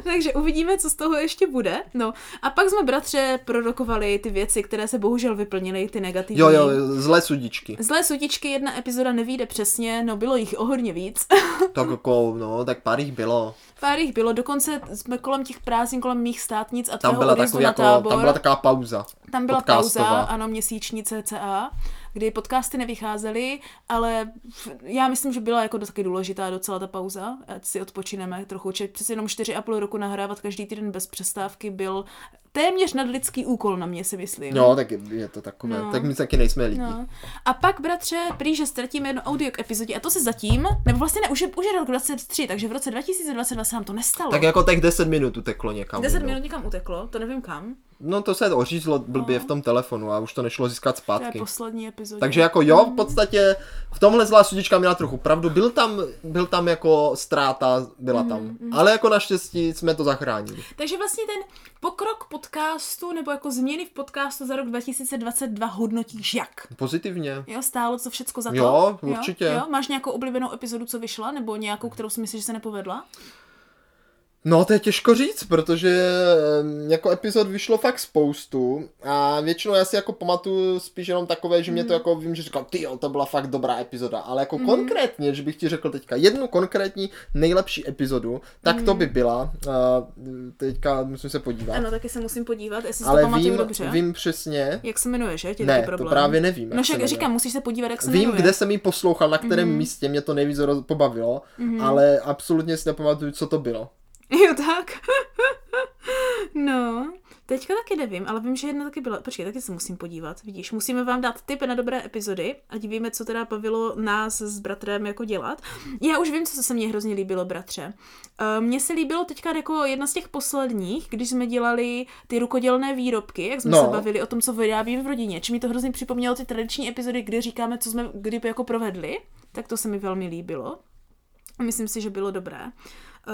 [SPEAKER 2] takže uvidíme, co z toho ještě bude. No a pak jsme bratře prorokovali ty věci, které se bohužel vyplnily, ty negativní.
[SPEAKER 1] Jo, jo,
[SPEAKER 2] Hm.
[SPEAKER 1] zlé sudičky.
[SPEAKER 2] Zlé sutičky, jedna epizoda nevíde přesně, no bylo jich o hodně víc. (laughs)
[SPEAKER 1] tak jako, no, tak pár jich bylo.
[SPEAKER 2] Pár jich bylo, dokonce jsme kolem těch prázdnin, kolem mých státnic
[SPEAKER 1] Tam
[SPEAKER 2] a tvého
[SPEAKER 1] byla,
[SPEAKER 2] odjezdu
[SPEAKER 1] takový
[SPEAKER 2] na
[SPEAKER 1] jako,
[SPEAKER 2] tábor.
[SPEAKER 1] tam byla taková pauza.
[SPEAKER 2] Tam byla
[SPEAKER 1] Podcastová.
[SPEAKER 2] pauza, ano, měsíční CCA, kdy podcasty nevycházely, ale v- já myslím, že byla jako taky důležitá docela ta pauza, ať si odpočineme trochu. Či přes jenom 4,5 roku nahrávat každý týden bez přestávky byl téměř nadlidský úkol na mě, si myslím.
[SPEAKER 1] No, tak je, je to takové.
[SPEAKER 2] Hm. No.
[SPEAKER 1] No. Tak my taky nejsme lidi. No.
[SPEAKER 2] No. A pak, bratře, prý, že ztratíme jedno audio k epizodě a to se zatím, nebo vlastně ne, už je, už je rok 23, takže v roce 2022 se nám to nestalo.
[SPEAKER 1] Tak jako tak 10 minut uteklo někam.
[SPEAKER 2] 10
[SPEAKER 1] no.
[SPEAKER 2] minut někam uteklo, to nevím kam.
[SPEAKER 1] No to se ořízlo blbě v tom telefonu a už to nešlo získat
[SPEAKER 2] No. To je
[SPEAKER 1] zpátky.
[SPEAKER 2] poslední epizoda.
[SPEAKER 1] Takže jako jo, v podstatě v tomhle zlá sudička měla trochu pravdu, byl tam, byl tam jako ztráta, byla
[SPEAKER 2] Mhm,
[SPEAKER 1] tam. Ale jako naštěstí jsme to zachránili.
[SPEAKER 2] Takže vlastně ten pokrok podcastu nebo jako změny v podcastu za rok 2022 hodnotíš jak?
[SPEAKER 1] Pozitivně.
[SPEAKER 2] Jo, stálo to všecko za to?
[SPEAKER 1] Jo, určitě.
[SPEAKER 2] Jo, jo? Máš nějakou oblíbenou epizodu, co vyšla, nebo nějakou, kterou si myslíš, že se nepovedla?
[SPEAKER 1] No to je těžko říct, protože em, jako epizod vyšlo fakt spoustu a většinou já si jako pamatuju spíš jenom takové, že mě
[SPEAKER 2] Mhm.
[SPEAKER 1] to jako vím, že říkám, ty to byla fakt dobrá epizoda, ale jako konkrétně, že bych ti řekl teďka jednu konkrétní nejlepší epizodu, tak to by byla, eh, teďka musím se podívat,
[SPEAKER 2] Mhm. Ano, taky se musím podívat, jestli si to
[SPEAKER 1] ale
[SPEAKER 2] pamatuju
[SPEAKER 1] vím,
[SPEAKER 2] dobře.
[SPEAKER 1] vím přesně,
[SPEAKER 2] Jak se jmenuje, že? Tě
[SPEAKER 1] Ne, to
[SPEAKER 2] taky problém.
[SPEAKER 1] právě nevím, jak
[SPEAKER 2] No
[SPEAKER 1] se
[SPEAKER 2] však
[SPEAKER 1] jmenuje.
[SPEAKER 2] říkám, musíš se podívat, jak se
[SPEAKER 1] Vím,
[SPEAKER 2] jmenuje. Mhm.
[SPEAKER 1] kde jsem ji poslouchal, na kterém místě, mě to nejvíc roz- pobavilo, ale absolutně si nepamatuju, co to bylo.
[SPEAKER 2] (laughs) Jo, tak. no, teďka taky nevím, ale vím, že jedna taky byla. Počkej, taky se musím podívat. Vidíš, musíme vám dát tip na dobré epizody, ať víme, co teda bavilo nás s bratrem jako dělat. Já už vím, co se mně hrozně líbilo, bratře. Eh, Mně se líbilo teďka jako jedna z těch posledních, když jsme dělali ty rukodělné výrobky, jak jsme
[SPEAKER 1] No.
[SPEAKER 2] se bavili o tom, co vyrábíme v rodině. Či mi to hrozně připomnělo ty tradiční epizody, kde říkáme, co jsme kdy jako provedli. Tak to se mi velmi líbilo. Myslím si, že bylo dobré. Uh,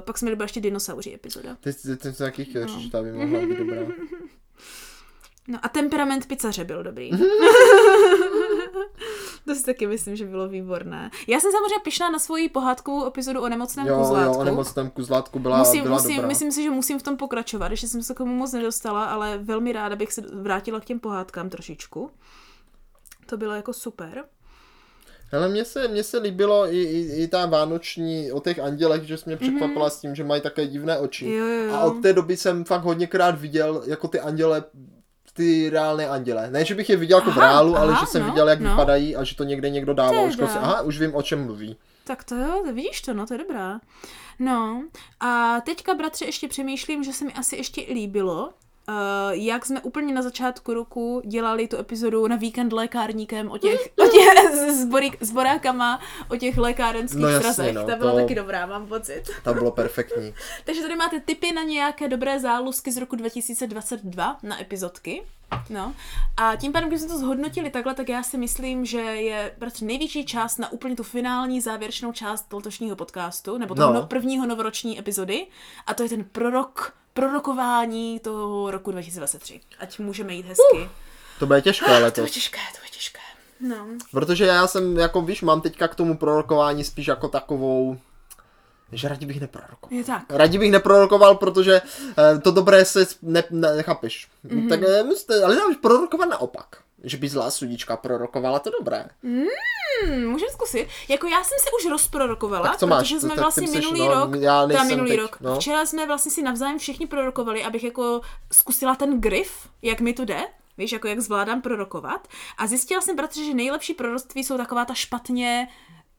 [SPEAKER 2] pak jsme byli ještě dinosauři epizoda.
[SPEAKER 1] Teď teď jsem se taky chtěl, že ta by mohla
[SPEAKER 2] Mhm.
[SPEAKER 1] být
[SPEAKER 2] (laughs)
[SPEAKER 1] dobrá.
[SPEAKER 2] No a temperament pizzaře byl dobrý.
[SPEAKER 1] Mhm.
[SPEAKER 2] (laughs) to si taky myslím, že bylo výborné. Já jsem samozřejmě pišná na svoji pohádkovou epizodu o nemocném
[SPEAKER 1] Jo, jo,
[SPEAKER 2] kuzlátku.
[SPEAKER 1] o nemocném kuzlátku byla,
[SPEAKER 2] musím,
[SPEAKER 1] byla
[SPEAKER 2] musím,
[SPEAKER 1] dobrá.
[SPEAKER 2] myslím si, že musím v tom pokračovat, ještě jsem se k tomu moc nedostala, ale velmi ráda bych se vrátila k těm pohádkám trošičku. To bylo jako super.
[SPEAKER 1] Hele, mně se, mně se líbilo i, i, i ta vánoční o těch andělech, že jsi mě překvapila s tím, že mají také divné oči.
[SPEAKER 2] Mhm. Jo, jo, jo.
[SPEAKER 1] A od té doby jsem fakt hodněkrát viděl jako ty anděle, ty reálné anděle. Ne, že bych je viděl jako v
[SPEAKER 2] Aha,
[SPEAKER 1] reálu, ale
[SPEAKER 2] aha,
[SPEAKER 1] že jsem
[SPEAKER 2] no,
[SPEAKER 1] viděl, jak
[SPEAKER 2] no.
[SPEAKER 1] vypadají a že to někde někdo dává. Už
[SPEAKER 2] Teda.
[SPEAKER 1] si, aha, už vím, o čem mluví.
[SPEAKER 2] Tak to jo, to vidíš to, no to je dobrá. No a teďka, bratře, ještě přemýšlím, že se mi asi ještě i líbilo, uh, jak jsme úplně na začátku roku dělali tu epizodu na víkend lékárníkem o těch, o těch (laughs) s, borík, s borákama, o těch lékárenských
[SPEAKER 1] No jasně,
[SPEAKER 2] srazech.
[SPEAKER 1] no,
[SPEAKER 2] Ta byla
[SPEAKER 1] to-
[SPEAKER 2] taky dobrá, mám pocit.
[SPEAKER 1] To bylo perfektní.
[SPEAKER 2] Takže tady máte tipy na nějaké dobré zálusky z roku 2022 na epizodky. No. A tím pádem, když jsme to zhodnotili takhle, tak já si myslím, že je bratře největší část na úplně tu finální závěrečnou část letošního podcastu, nebo toho
[SPEAKER 1] No.
[SPEAKER 2] no. prvního novoroční epizody. A to je ten prorok, prorokování toho roku 2023. Ať můžeme jít hezky. Uh,
[SPEAKER 1] To bude těžké
[SPEAKER 2] to je
[SPEAKER 1] letos.
[SPEAKER 2] těžké, to je těžké. No.
[SPEAKER 1] Protože já jsem, jako víš, mám teďka k tomu prorokování spíš jako takovou, že raději bych neprorokoval.
[SPEAKER 2] Je tak.
[SPEAKER 1] Raději bych neprorokoval, protože eh, to dobré se sp- ne, ne, nechápeš.
[SPEAKER 2] Mhm.
[SPEAKER 1] Mm-hmm. Tak eh, musíte, ale já bych prorokoval naopak. Že by zlá sudička prorokovala to dobré.
[SPEAKER 2] Hmm, můžeme zkusit. Jako já jsem se už rozprorokovala,
[SPEAKER 1] Tak co máš?
[SPEAKER 2] protože jsme
[SPEAKER 1] Tak ty
[SPEAKER 2] vlastně
[SPEAKER 1] seš,
[SPEAKER 2] minulý
[SPEAKER 1] no,
[SPEAKER 2] rok,
[SPEAKER 1] já
[SPEAKER 2] teda
[SPEAKER 1] nejsem
[SPEAKER 2] minulý
[SPEAKER 1] teď,
[SPEAKER 2] rok,
[SPEAKER 1] no.
[SPEAKER 2] včera jsme vlastně si navzájem všichni prorokovali, abych jako zkusila ten grif, jak mi to jde, víš, jako jak zvládám prorokovat. A zjistila jsem, bratře, že nejlepší proroctví jsou taková ta špatně,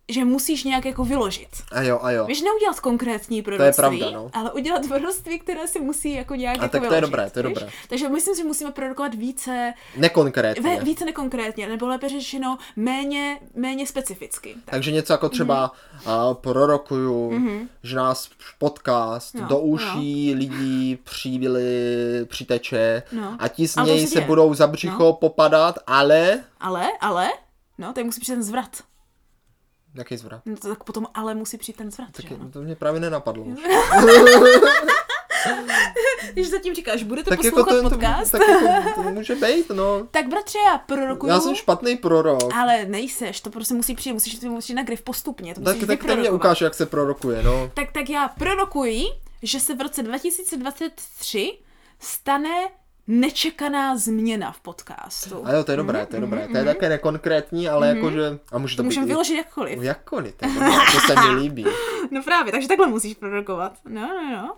[SPEAKER 2] že musíš nějak jako vyložit.
[SPEAKER 1] A jo, a jo.
[SPEAKER 2] Víš, neudělat konkrétní proroctví,
[SPEAKER 1] No. pravda, no.
[SPEAKER 2] ale udělat (laughs) proroctví, které si musí jako nějak
[SPEAKER 1] A
[SPEAKER 2] jako
[SPEAKER 1] tak to je
[SPEAKER 2] vyložit,
[SPEAKER 1] dobré, to je
[SPEAKER 2] víš?
[SPEAKER 1] dobré.
[SPEAKER 2] Takže myslím, že musíme prorokovat více,
[SPEAKER 1] Nekonkrétně.
[SPEAKER 2] ve, více nekonkrétně, nebo lépe řečeno méně, méně specificky. Tak.
[SPEAKER 1] Takže něco jako třeba
[SPEAKER 2] Mhm.
[SPEAKER 1] mm-hmm. uh, prorokuju, mm-hmm. že nás podcast
[SPEAKER 2] No,
[SPEAKER 1] no, do uší no. lidí přibili, přiteče
[SPEAKER 2] No.
[SPEAKER 1] no. a ti s
[SPEAKER 2] Ale to
[SPEAKER 1] něj
[SPEAKER 2] se
[SPEAKER 1] se
[SPEAKER 2] děje.
[SPEAKER 1] budou za břicho no. popadat, ale...
[SPEAKER 2] Ale, ale, no, tady musí přijít ten zvrat.
[SPEAKER 1] Jaký zvrat?
[SPEAKER 2] No to tak potom ale musí přijít ten zvrat, že
[SPEAKER 1] Taky,
[SPEAKER 2] ano.
[SPEAKER 1] to mě právě nenapadlo. už.
[SPEAKER 2] Když zatím říkáš, budete
[SPEAKER 1] tak jako
[SPEAKER 2] poslouchat
[SPEAKER 1] to, to,
[SPEAKER 2] podcast,
[SPEAKER 1] tak jako to může být, no.
[SPEAKER 2] tak bratře, já prorokuju,
[SPEAKER 1] Já jsem špatný prorok.
[SPEAKER 2] ale nejseš, to prostě musí přijít, musíš ty musíš na grif postupně, to
[SPEAKER 1] Tak,
[SPEAKER 2] musíš
[SPEAKER 1] tak to mě
[SPEAKER 2] vyprorokovat.
[SPEAKER 1] ukáže, jak se prorokuje, no.
[SPEAKER 2] tak, tak já prorokuji, že se v roce 2023 stane nečekaná změna v podcastu.
[SPEAKER 1] A jo, to je dobré, to je dobré.
[SPEAKER 2] Mhm,
[SPEAKER 1] To je také nekonkrétní, ale jakože... A může to být...
[SPEAKER 2] Můžeme
[SPEAKER 1] i-
[SPEAKER 2] Mhm. vyložit jakkoliv. (laughs)
[SPEAKER 1] Jakkoliv, to, je dobré, to se mi líbí.
[SPEAKER 2] No právě, takže takhle musíš prorokovat. No, no, no.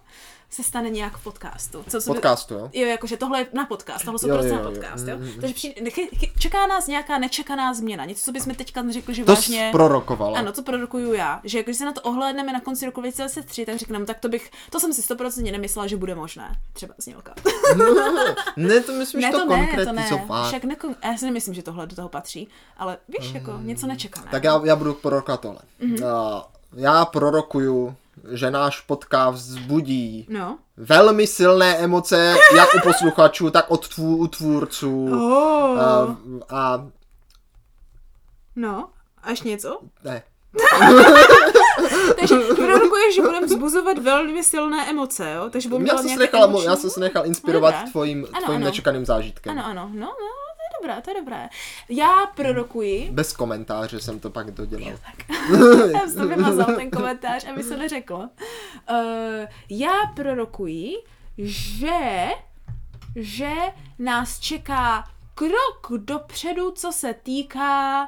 [SPEAKER 2] se stane nějak v podcastu. Co, co by-
[SPEAKER 1] Podcastu, jo?
[SPEAKER 2] Jo, jakože tohle je na podcast, tohle jsou
[SPEAKER 1] Jo,
[SPEAKER 2] prostě
[SPEAKER 1] jo,
[SPEAKER 2] na
[SPEAKER 1] jo.
[SPEAKER 2] podcast, jo.
[SPEAKER 1] Mm, mm, mm.
[SPEAKER 2] Takže přijde, chy- chy- čeká nás nějaká nečekaná změna, něco, co bychom teďka neřekli, že
[SPEAKER 1] To
[SPEAKER 2] vážně...
[SPEAKER 1] jsi prorokovala.
[SPEAKER 2] Ano, to produkuju já. Že když se na to ohlédneme na konci roku 2023, tak řekneme, "No, tak to bych, to jsem si stoprocentně nemyslela, že bude možné. Třeba znělka.
[SPEAKER 1] (laughs) ne, to myslím, že to, konkretizovat.
[SPEAKER 2] Však nekon... já si nemyslím, že tohle do toho patří, ale víš, jako něco nečekané.
[SPEAKER 1] Mm, Tak já, já budu prorokovat tohle.
[SPEAKER 2] Mhm.
[SPEAKER 1] Mm-hmm. Já prorokuju, že náš podcast vzbudí
[SPEAKER 2] No.
[SPEAKER 1] velmi silné emoce, jak u posluchačů, tak od tvů, u tvůrců.
[SPEAKER 2] Oh.
[SPEAKER 1] A, a
[SPEAKER 2] No. Až něco?
[SPEAKER 1] ne.
[SPEAKER 2] Takže produkuješ, že budeme vzbuzovat velmi silné emoce, jo? Takže budeme
[SPEAKER 1] Já
[SPEAKER 2] dělat
[SPEAKER 1] jsem, se
[SPEAKER 2] nějaké
[SPEAKER 1] nechal, mo-
[SPEAKER 2] emoční-
[SPEAKER 1] já jsem se nechal inspirovat
[SPEAKER 2] Dobrá.
[SPEAKER 1] tvojím,
[SPEAKER 2] Ano,
[SPEAKER 1] tvojím
[SPEAKER 2] ano.
[SPEAKER 1] nečekaným zážitkem.
[SPEAKER 2] Ano, ano, no, no, to je dobré, to je dobré. Já prorokuji,
[SPEAKER 1] Bez komentáře jsem to pak dodělal.
[SPEAKER 2] (laughs) já jsem to vymazal ten komentář, aby se neřeklo. Uh, já prorokuji, že, že nás čeká krok dopředu, co se týká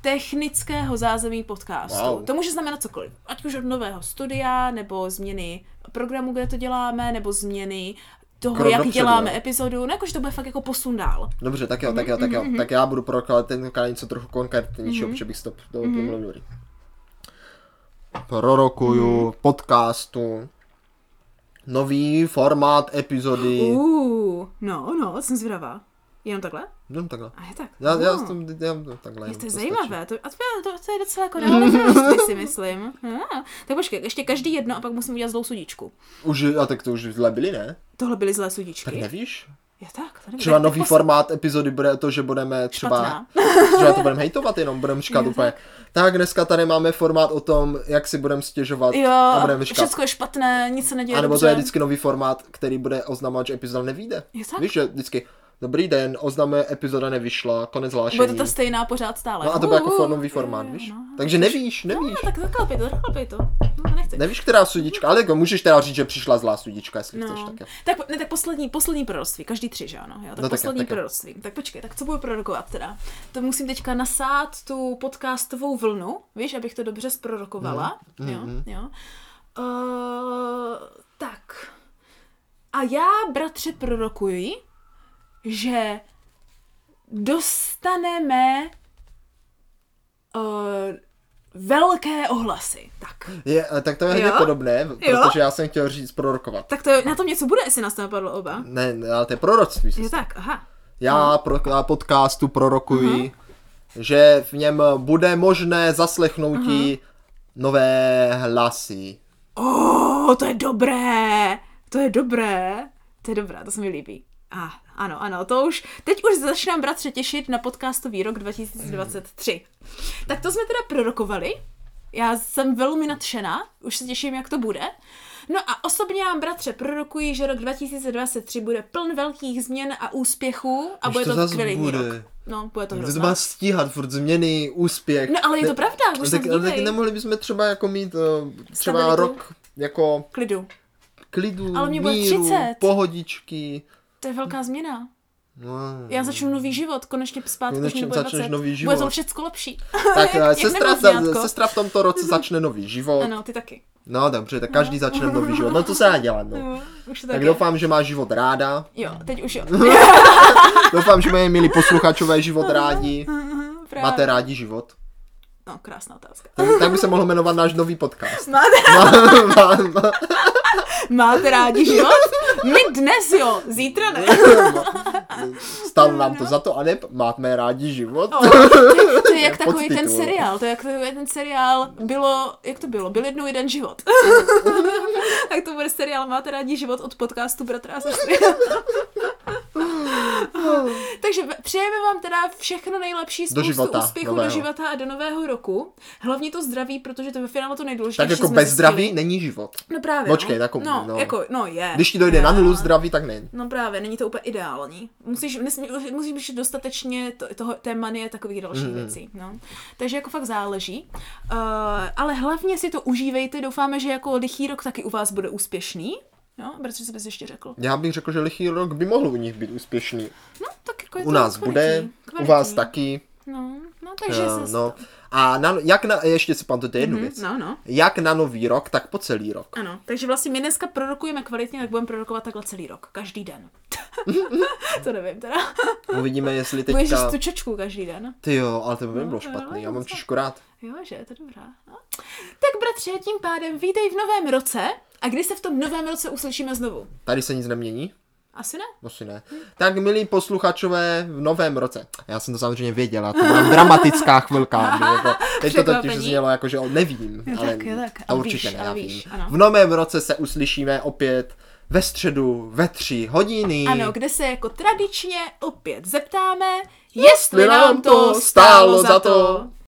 [SPEAKER 2] technického zázemí podcastu.
[SPEAKER 1] Wow.
[SPEAKER 2] To může znamenat cokoliv. Ať už od nového studia, nebo změny programu, kde to děláme, nebo změny toho,
[SPEAKER 1] Krok
[SPEAKER 2] jak
[SPEAKER 1] dopředu,
[SPEAKER 2] děláme
[SPEAKER 1] jo.
[SPEAKER 2] epizodu, no jakože to bude fakt jako posun dál.
[SPEAKER 1] Dobře, tak jo, tak jo, tak
[SPEAKER 2] Mhm,
[SPEAKER 1] jo. Tak já budu prorokovat tentokrát něco trochu konkrétnějšího, protože bych si to to
[SPEAKER 2] Mhm.
[SPEAKER 1] domluvil.
[SPEAKER 2] Mhm.
[SPEAKER 1] Prorokuju podcastu nový formát epizody.
[SPEAKER 2] Uh, no, no, jsem zvědavá. Jenom takhle?
[SPEAKER 1] No takhle.
[SPEAKER 2] A je tak.
[SPEAKER 1] Já,
[SPEAKER 2] no.
[SPEAKER 1] já, s tom, já takhle.
[SPEAKER 2] je
[SPEAKER 1] jenom
[SPEAKER 2] to
[SPEAKER 1] stačí.
[SPEAKER 2] zajímavé, to, a to, to, to je docela jako
[SPEAKER 1] (laughs)
[SPEAKER 2] realistický, si myslím. Ah, tak počkej, ještě každý jedno a pak musím udělat zlou sudičku.
[SPEAKER 1] Už, a tak to už zle byli, ne?
[SPEAKER 2] Tohle byly zlé
[SPEAKER 1] Tak
[SPEAKER 2] sudičky.
[SPEAKER 1] nevíš?
[SPEAKER 2] Je tak, to nevím.
[SPEAKER 1] Třeba
[SPEAKER 2] Tak- jako- tak
[SPEAKER 1] nový
[SPEAKER 2] pos-
[SPEAKER 1] formát epizody bude to, že budeme třeba,
[SPEAKER 2] Špatná. (laughs)
[SPEAKER 1] třeba to budeme hejtovat jenom, budeme škat
[SPEAKER 2] Jo,
[SPEAKER 1] úplně. Tak dneska tady máme formát o tom, jak si budeme stěžovat a budeme
[SPEAKER 2] Jo,
[SPEAKER 1] škat.
[SPEAKER 2] všechno je špatné, nic se neděje
[SPEAKER 1] A nebo to
[SPEAKER 2] dobře.
[SPEAKER 1] je vždycky nový formát, který bude oznamovat, že epizoda nevíde.
[SPEAKER 2] Je tak?
[SPEAKER 1] Víš, že vždycky, dobrý den, oznamuje, epizoda nevyšla, konec hlášení.
[SPEAKER 2] Bude to stejná pořád stále.
[SPEAKER 1] no a to byl
[SPEAKER 2] Uh,
[SPEAKER 1] jako
[SPEAKER 2] uh,
[SPEAKER 1] for- nový
[SPEAKER 2] jo,
[SPEAKER 1] formát,
[SPEAKER 2] jo,
[SPEAKER 1] víš?
[SPEAKER 2] no.
[SPEAKER 1] Takže nevíš, nevíš.
[SPEAKER 2] No, tak zaklapej to, zaklapej to. No, to nechci.
[SPEAKER 1] Nevíš, která sudička, ale jako můžeš teda říct, že přišla zlá sudička, jestli chceš
[SPEAKER 2] No.
[SPEAKER 1] tak. jo.
[SPEAKER 2] Tak, po- ne, tak poslední, poslední proroctví, každý tři, že ano? Jo, tak
[SPEAKER 1] No tak jo,
[SPEAKER 2] poslední
[SPEAKER 1] tak jo.
[SPEAKER 2] proroctví. Tak počkej, tak co budu prorokovat teda? To musím teďka nasát tu podcastovou vlnu, víš, abych to dobře zprorokovala.
[SPEAKER 1] Mm-hmm.
[SPEAKER 2] Jo, jo. Uh, tak. A já, bratře, prorokuji, že dostaneme uh, velké ohlasy. Tak.
[SPEAKER 1] Je, eh, tak to je hodně
[SPEAKER 2] Jo?
[SPEAKER 1] podobné, protože já jsem chtěl říct prorokovat.
[SPEAKER 2] Tak to je, na tom něco bude, jestli nás to napadlo oba.
[SPEAKER 1] Ne, ne, ale to je proroctví.
[SPEAKER 2] Je no.
[SPEAKER 1] sestro.
[SPEAKER 2] tak, aha.
[SPEAKER 1] Já pro, na podcastu prorokuji, že v něm bude možné zaslechnutí nové hlasy.
[SPEAKER 2] Oh, to je dobré, to je dobré, to je dobré, to se mi líbí. A ah, ano, ano, to už, teď už začínám bratře těšit na podcastový rok 2023. Tak to jsme teda prorokovali, já jsem velmi nadšená, už se těším, jak to bude. No a osobně já, bratře, prorokuji, že rok 2023 bude pln velkých změn a úspěchů a
[SPEAKER 1] Když
[SPEAKER 2] bude
[SPEAKER 1] to
[SPEAKER 2] to,
[SPEAKER 1] zas
[SPEAKER 2] skvělý
[SPEAKER 1] bude.
[SPEAKER 2] rok. No, bude to
[SPEAKER 1] Kdo to
[SPEAKER 2] hrozné.
[SPEAKER 1] má stíhat, furt změny, úspěch.
[SPEAKER 2] No, ale je to
[SPEAKER 1] Ne-
[SPEAKER 2] pravda, už se
[SPEAKER 1] tak, ale tak
[SPEAKER 2] dívej.
[SPEAKER 1] nemohli bychom třeba jako mít uh, třeba
[SPEAKER 2] Stabilitu.
[SPEAKER 1] rok jako
[SPEAKER 2] Klidu.
[SPEAKER 1] klidu,
[SPEAKER 2] Ale mě bude
[SPEAKER 1] míru,
[SPEAKER 2] 30.
[SPEAKER 1] pohodičky.
[SPEAKER 2] To je velká změna.
[SPEAKER 1] No.
[SPEAKER 2] Já začnu nový život, konečně zpátky,
[SPEAKER 1] Konečně
[SPEAKER 2] už mi bude
[SPEAKER 1] začneš
[SPEAKER 2] 20.
[SPEAKER 1] nový
[SPEAKER 2] Bude to
[SPEAKER 1] život.
[SPEAKER 2] všecko lepší.
[SPEAKER 1] Tak eh,
[SPEAKER 2] (laughs) Jak
[SPEAKER 1] sestra,
[SPEAKER 2] nemocňátko.
[SPEAKER 1] sestra v tomto
[SPEAKER 2] (laughs)
[SPEAKER 1] roce začne nový život.
[SPEAKER 2] Ano, ty taky.
[SPEAKER 1] No dobře, tak každý začne nový život. No to
[SPEAKER 2] (laughs)
[SPEAKER 1] se dá dělat, no.
[SPEAKER 2] Jo, Už to
[SPEAKER 1] Tak
[SPEAKER 2] taky.
[SPEAKER 1] doufám, že má život ráda.
[SPEAKER 2] Jo, teď už jo.
[SPEAKER 1] Doufám, že mají milí posluchačové život rádi.
[SPEAKER 2] (laughs) Právě.
[SPEAKER 1] Máte rádi život?
[SPEAKER 2] No, krásná otázka.
[SPEAKER 1] Tak, tak by se mohl jmenovat náš nový podcast. No,
[SPEAKER 2] Máte,
[SPEAKER 1] (laughs) Má- má-
[SPEAKER 2] máte rádi život? My dnes jo, zítra ne.
[SPEAKER 1] No, Stalo nám
[SPEAKER 2] No.
[SPEAKER 1] to za to, aneb máme rádi život. (laughs)
[SPEAKER 2] O, No, to- To je jak takový ten
[SPEAKER 1] podtitul.
[SPEAKER 2] seriál, to je jak takový ten seriál, bylo, jak to bylo, byl jednou
[SPEAKER 1] (laughs)
[SPEAKER 2] jeden život. tak to bude seriál Máte rádi život od podcastu Bratra
[SPEAKER 1] (laughs)
[SPEAKER 2] a sestry. Takže v- přejeme vám teda všechno nejlepší, spoustu
[SPEAKER 1] života
[SPEAKER 2] úspěchu do
[SPEAKER 1] nového.
[SPEAKER 2] života a do nového roku. Hlavně to zdraví, protože to je ve finále to nejdůležitější.
[SPEAKER 1] Tak jako
[SPEAKER 2] jsme
[SPEAKER 1] bez
[SPEAKER 2] zjistili.
[SPEAKER 1] zdraví není život.
[SPEAKER 2] No právě.
[SPEAKER 1] Počkej,
[SPEAKER 2] no.
[SPEAKER 1] jako-
[SPEAKER 2] no,
[SPEAKER 1] no.
[SPEAKER 2] Jako, no je.
[SPEAKER 1] Když ti dojde na
[SPEAKER 2] Je.
[SPEAKER 1] nulu zdraví, tak ne.
[SPEAKER 2] No právě, není to úplně ideální. Musíš, nesmí, musíš být dostatečně to, toho, té manie takových
[SPEAKER 1] Mm-hmm.
[SPEAKER 2] dalších mm. věcí. No. Takže jako fakt záleží. Uh, ale hlavně si to užívejte. Doufáme, že jako lichý rok taky u vás bude úspěšný. Jo, protože jsi bys ještě řekl.
[SPEAKER 1] Já bych řekl, že lichý rok by mohl u nich být úspěšný.
[SPEAKER 2] No, tak jako je
[SPEAKER 1] U
[SPEAKER 2] to
[SPEAKER 1] nás
[SPEAKER 2] kvalitní,
[SPEAKER 1] bude, u
[SPEAKER 2] kvalitní.
[SPEAKER 1] vás taky.
[SPEAKER 2] No, No, takže
[SPEAKER 1] Jo,
[SPEAKER 2] se...
[SPEAKER 1] no. A na, jak na, ještě si pamatujete jednu věc.
[SPEAKER 2] No, no.
[SPEAKER 1] Jak na nový rok, tak po celý rok.
[SPEAKER 2] Ano, takže vlastně my dneska prorokujeme kvalitně, tak budeme prorokovat takhle celý rok. Každý den. (laughs) to nevím teda.
[SPEAKER 1] Uvidíme, jestli
[SPEAKER 2] Budeš
[SPEAKER 1] teďka...
[SPEAKER 2] tu čočku každý den.
[SPEAKER 1] Ty jo, ale to by
[SPEAKER 2] No,
[SPEAKER 1] nebylo
[SPEAKER 2] to
[SPEAKER 1] špatný,
[SPEAKER 2] bylo
[SPEAKER 1] já mám
[SPEAKER 2] docela-
[SPEAKER 1] češku rád.
[SPEAKER 2] Jo, že je to dobrá. No. Tak bratře, tím pádem vítej v novém roce. A kdy se v tom novém roce uslyšíme znovu?
[SPEAKER 1] Tady se nic nemění?
[SPEAKER 2] Asi ne?
[SPEAKER 1] Asi No ne. Tak milí posluchačové, v novém roce. Já jsem to samozřejmě věděla, to byla dramatická
[SPEAKER 2] (laughs)
[SPEAKER 1] chvilka. bylo to, teď to totiž
[SPEAKER 2] Překvapení.
[SPEAKER 1] znělo jako, že o- nevím.
[SPEAKER 2] Jo,
[SPEAKER 1] ale
[SPEAKER 2] tak, jo, tak,
[SPEAKER 1] A
[SPEAKER 2] ale
[SPEAKER 1] určitě
[SPEAKER 2] víš,
[SPEAKER 1] ne, já
[SPEAKER 2] ale
[SPEAKER 1] vím.
[SPEAKER 2] víš, ano.
[SPEAKER 1] V novém roce se uslyšíme opět ve středu ve tři hodiny.
[SPEAKER 2] Ano, kde se jako tradičně opět zeptáme, jestli nám to
[SPEAKER 1] stálo
[SPEAKER 2] stálo
[SPEAKER 1] za
[SPEAKER 2] za to.
[SPEAKER 1] to.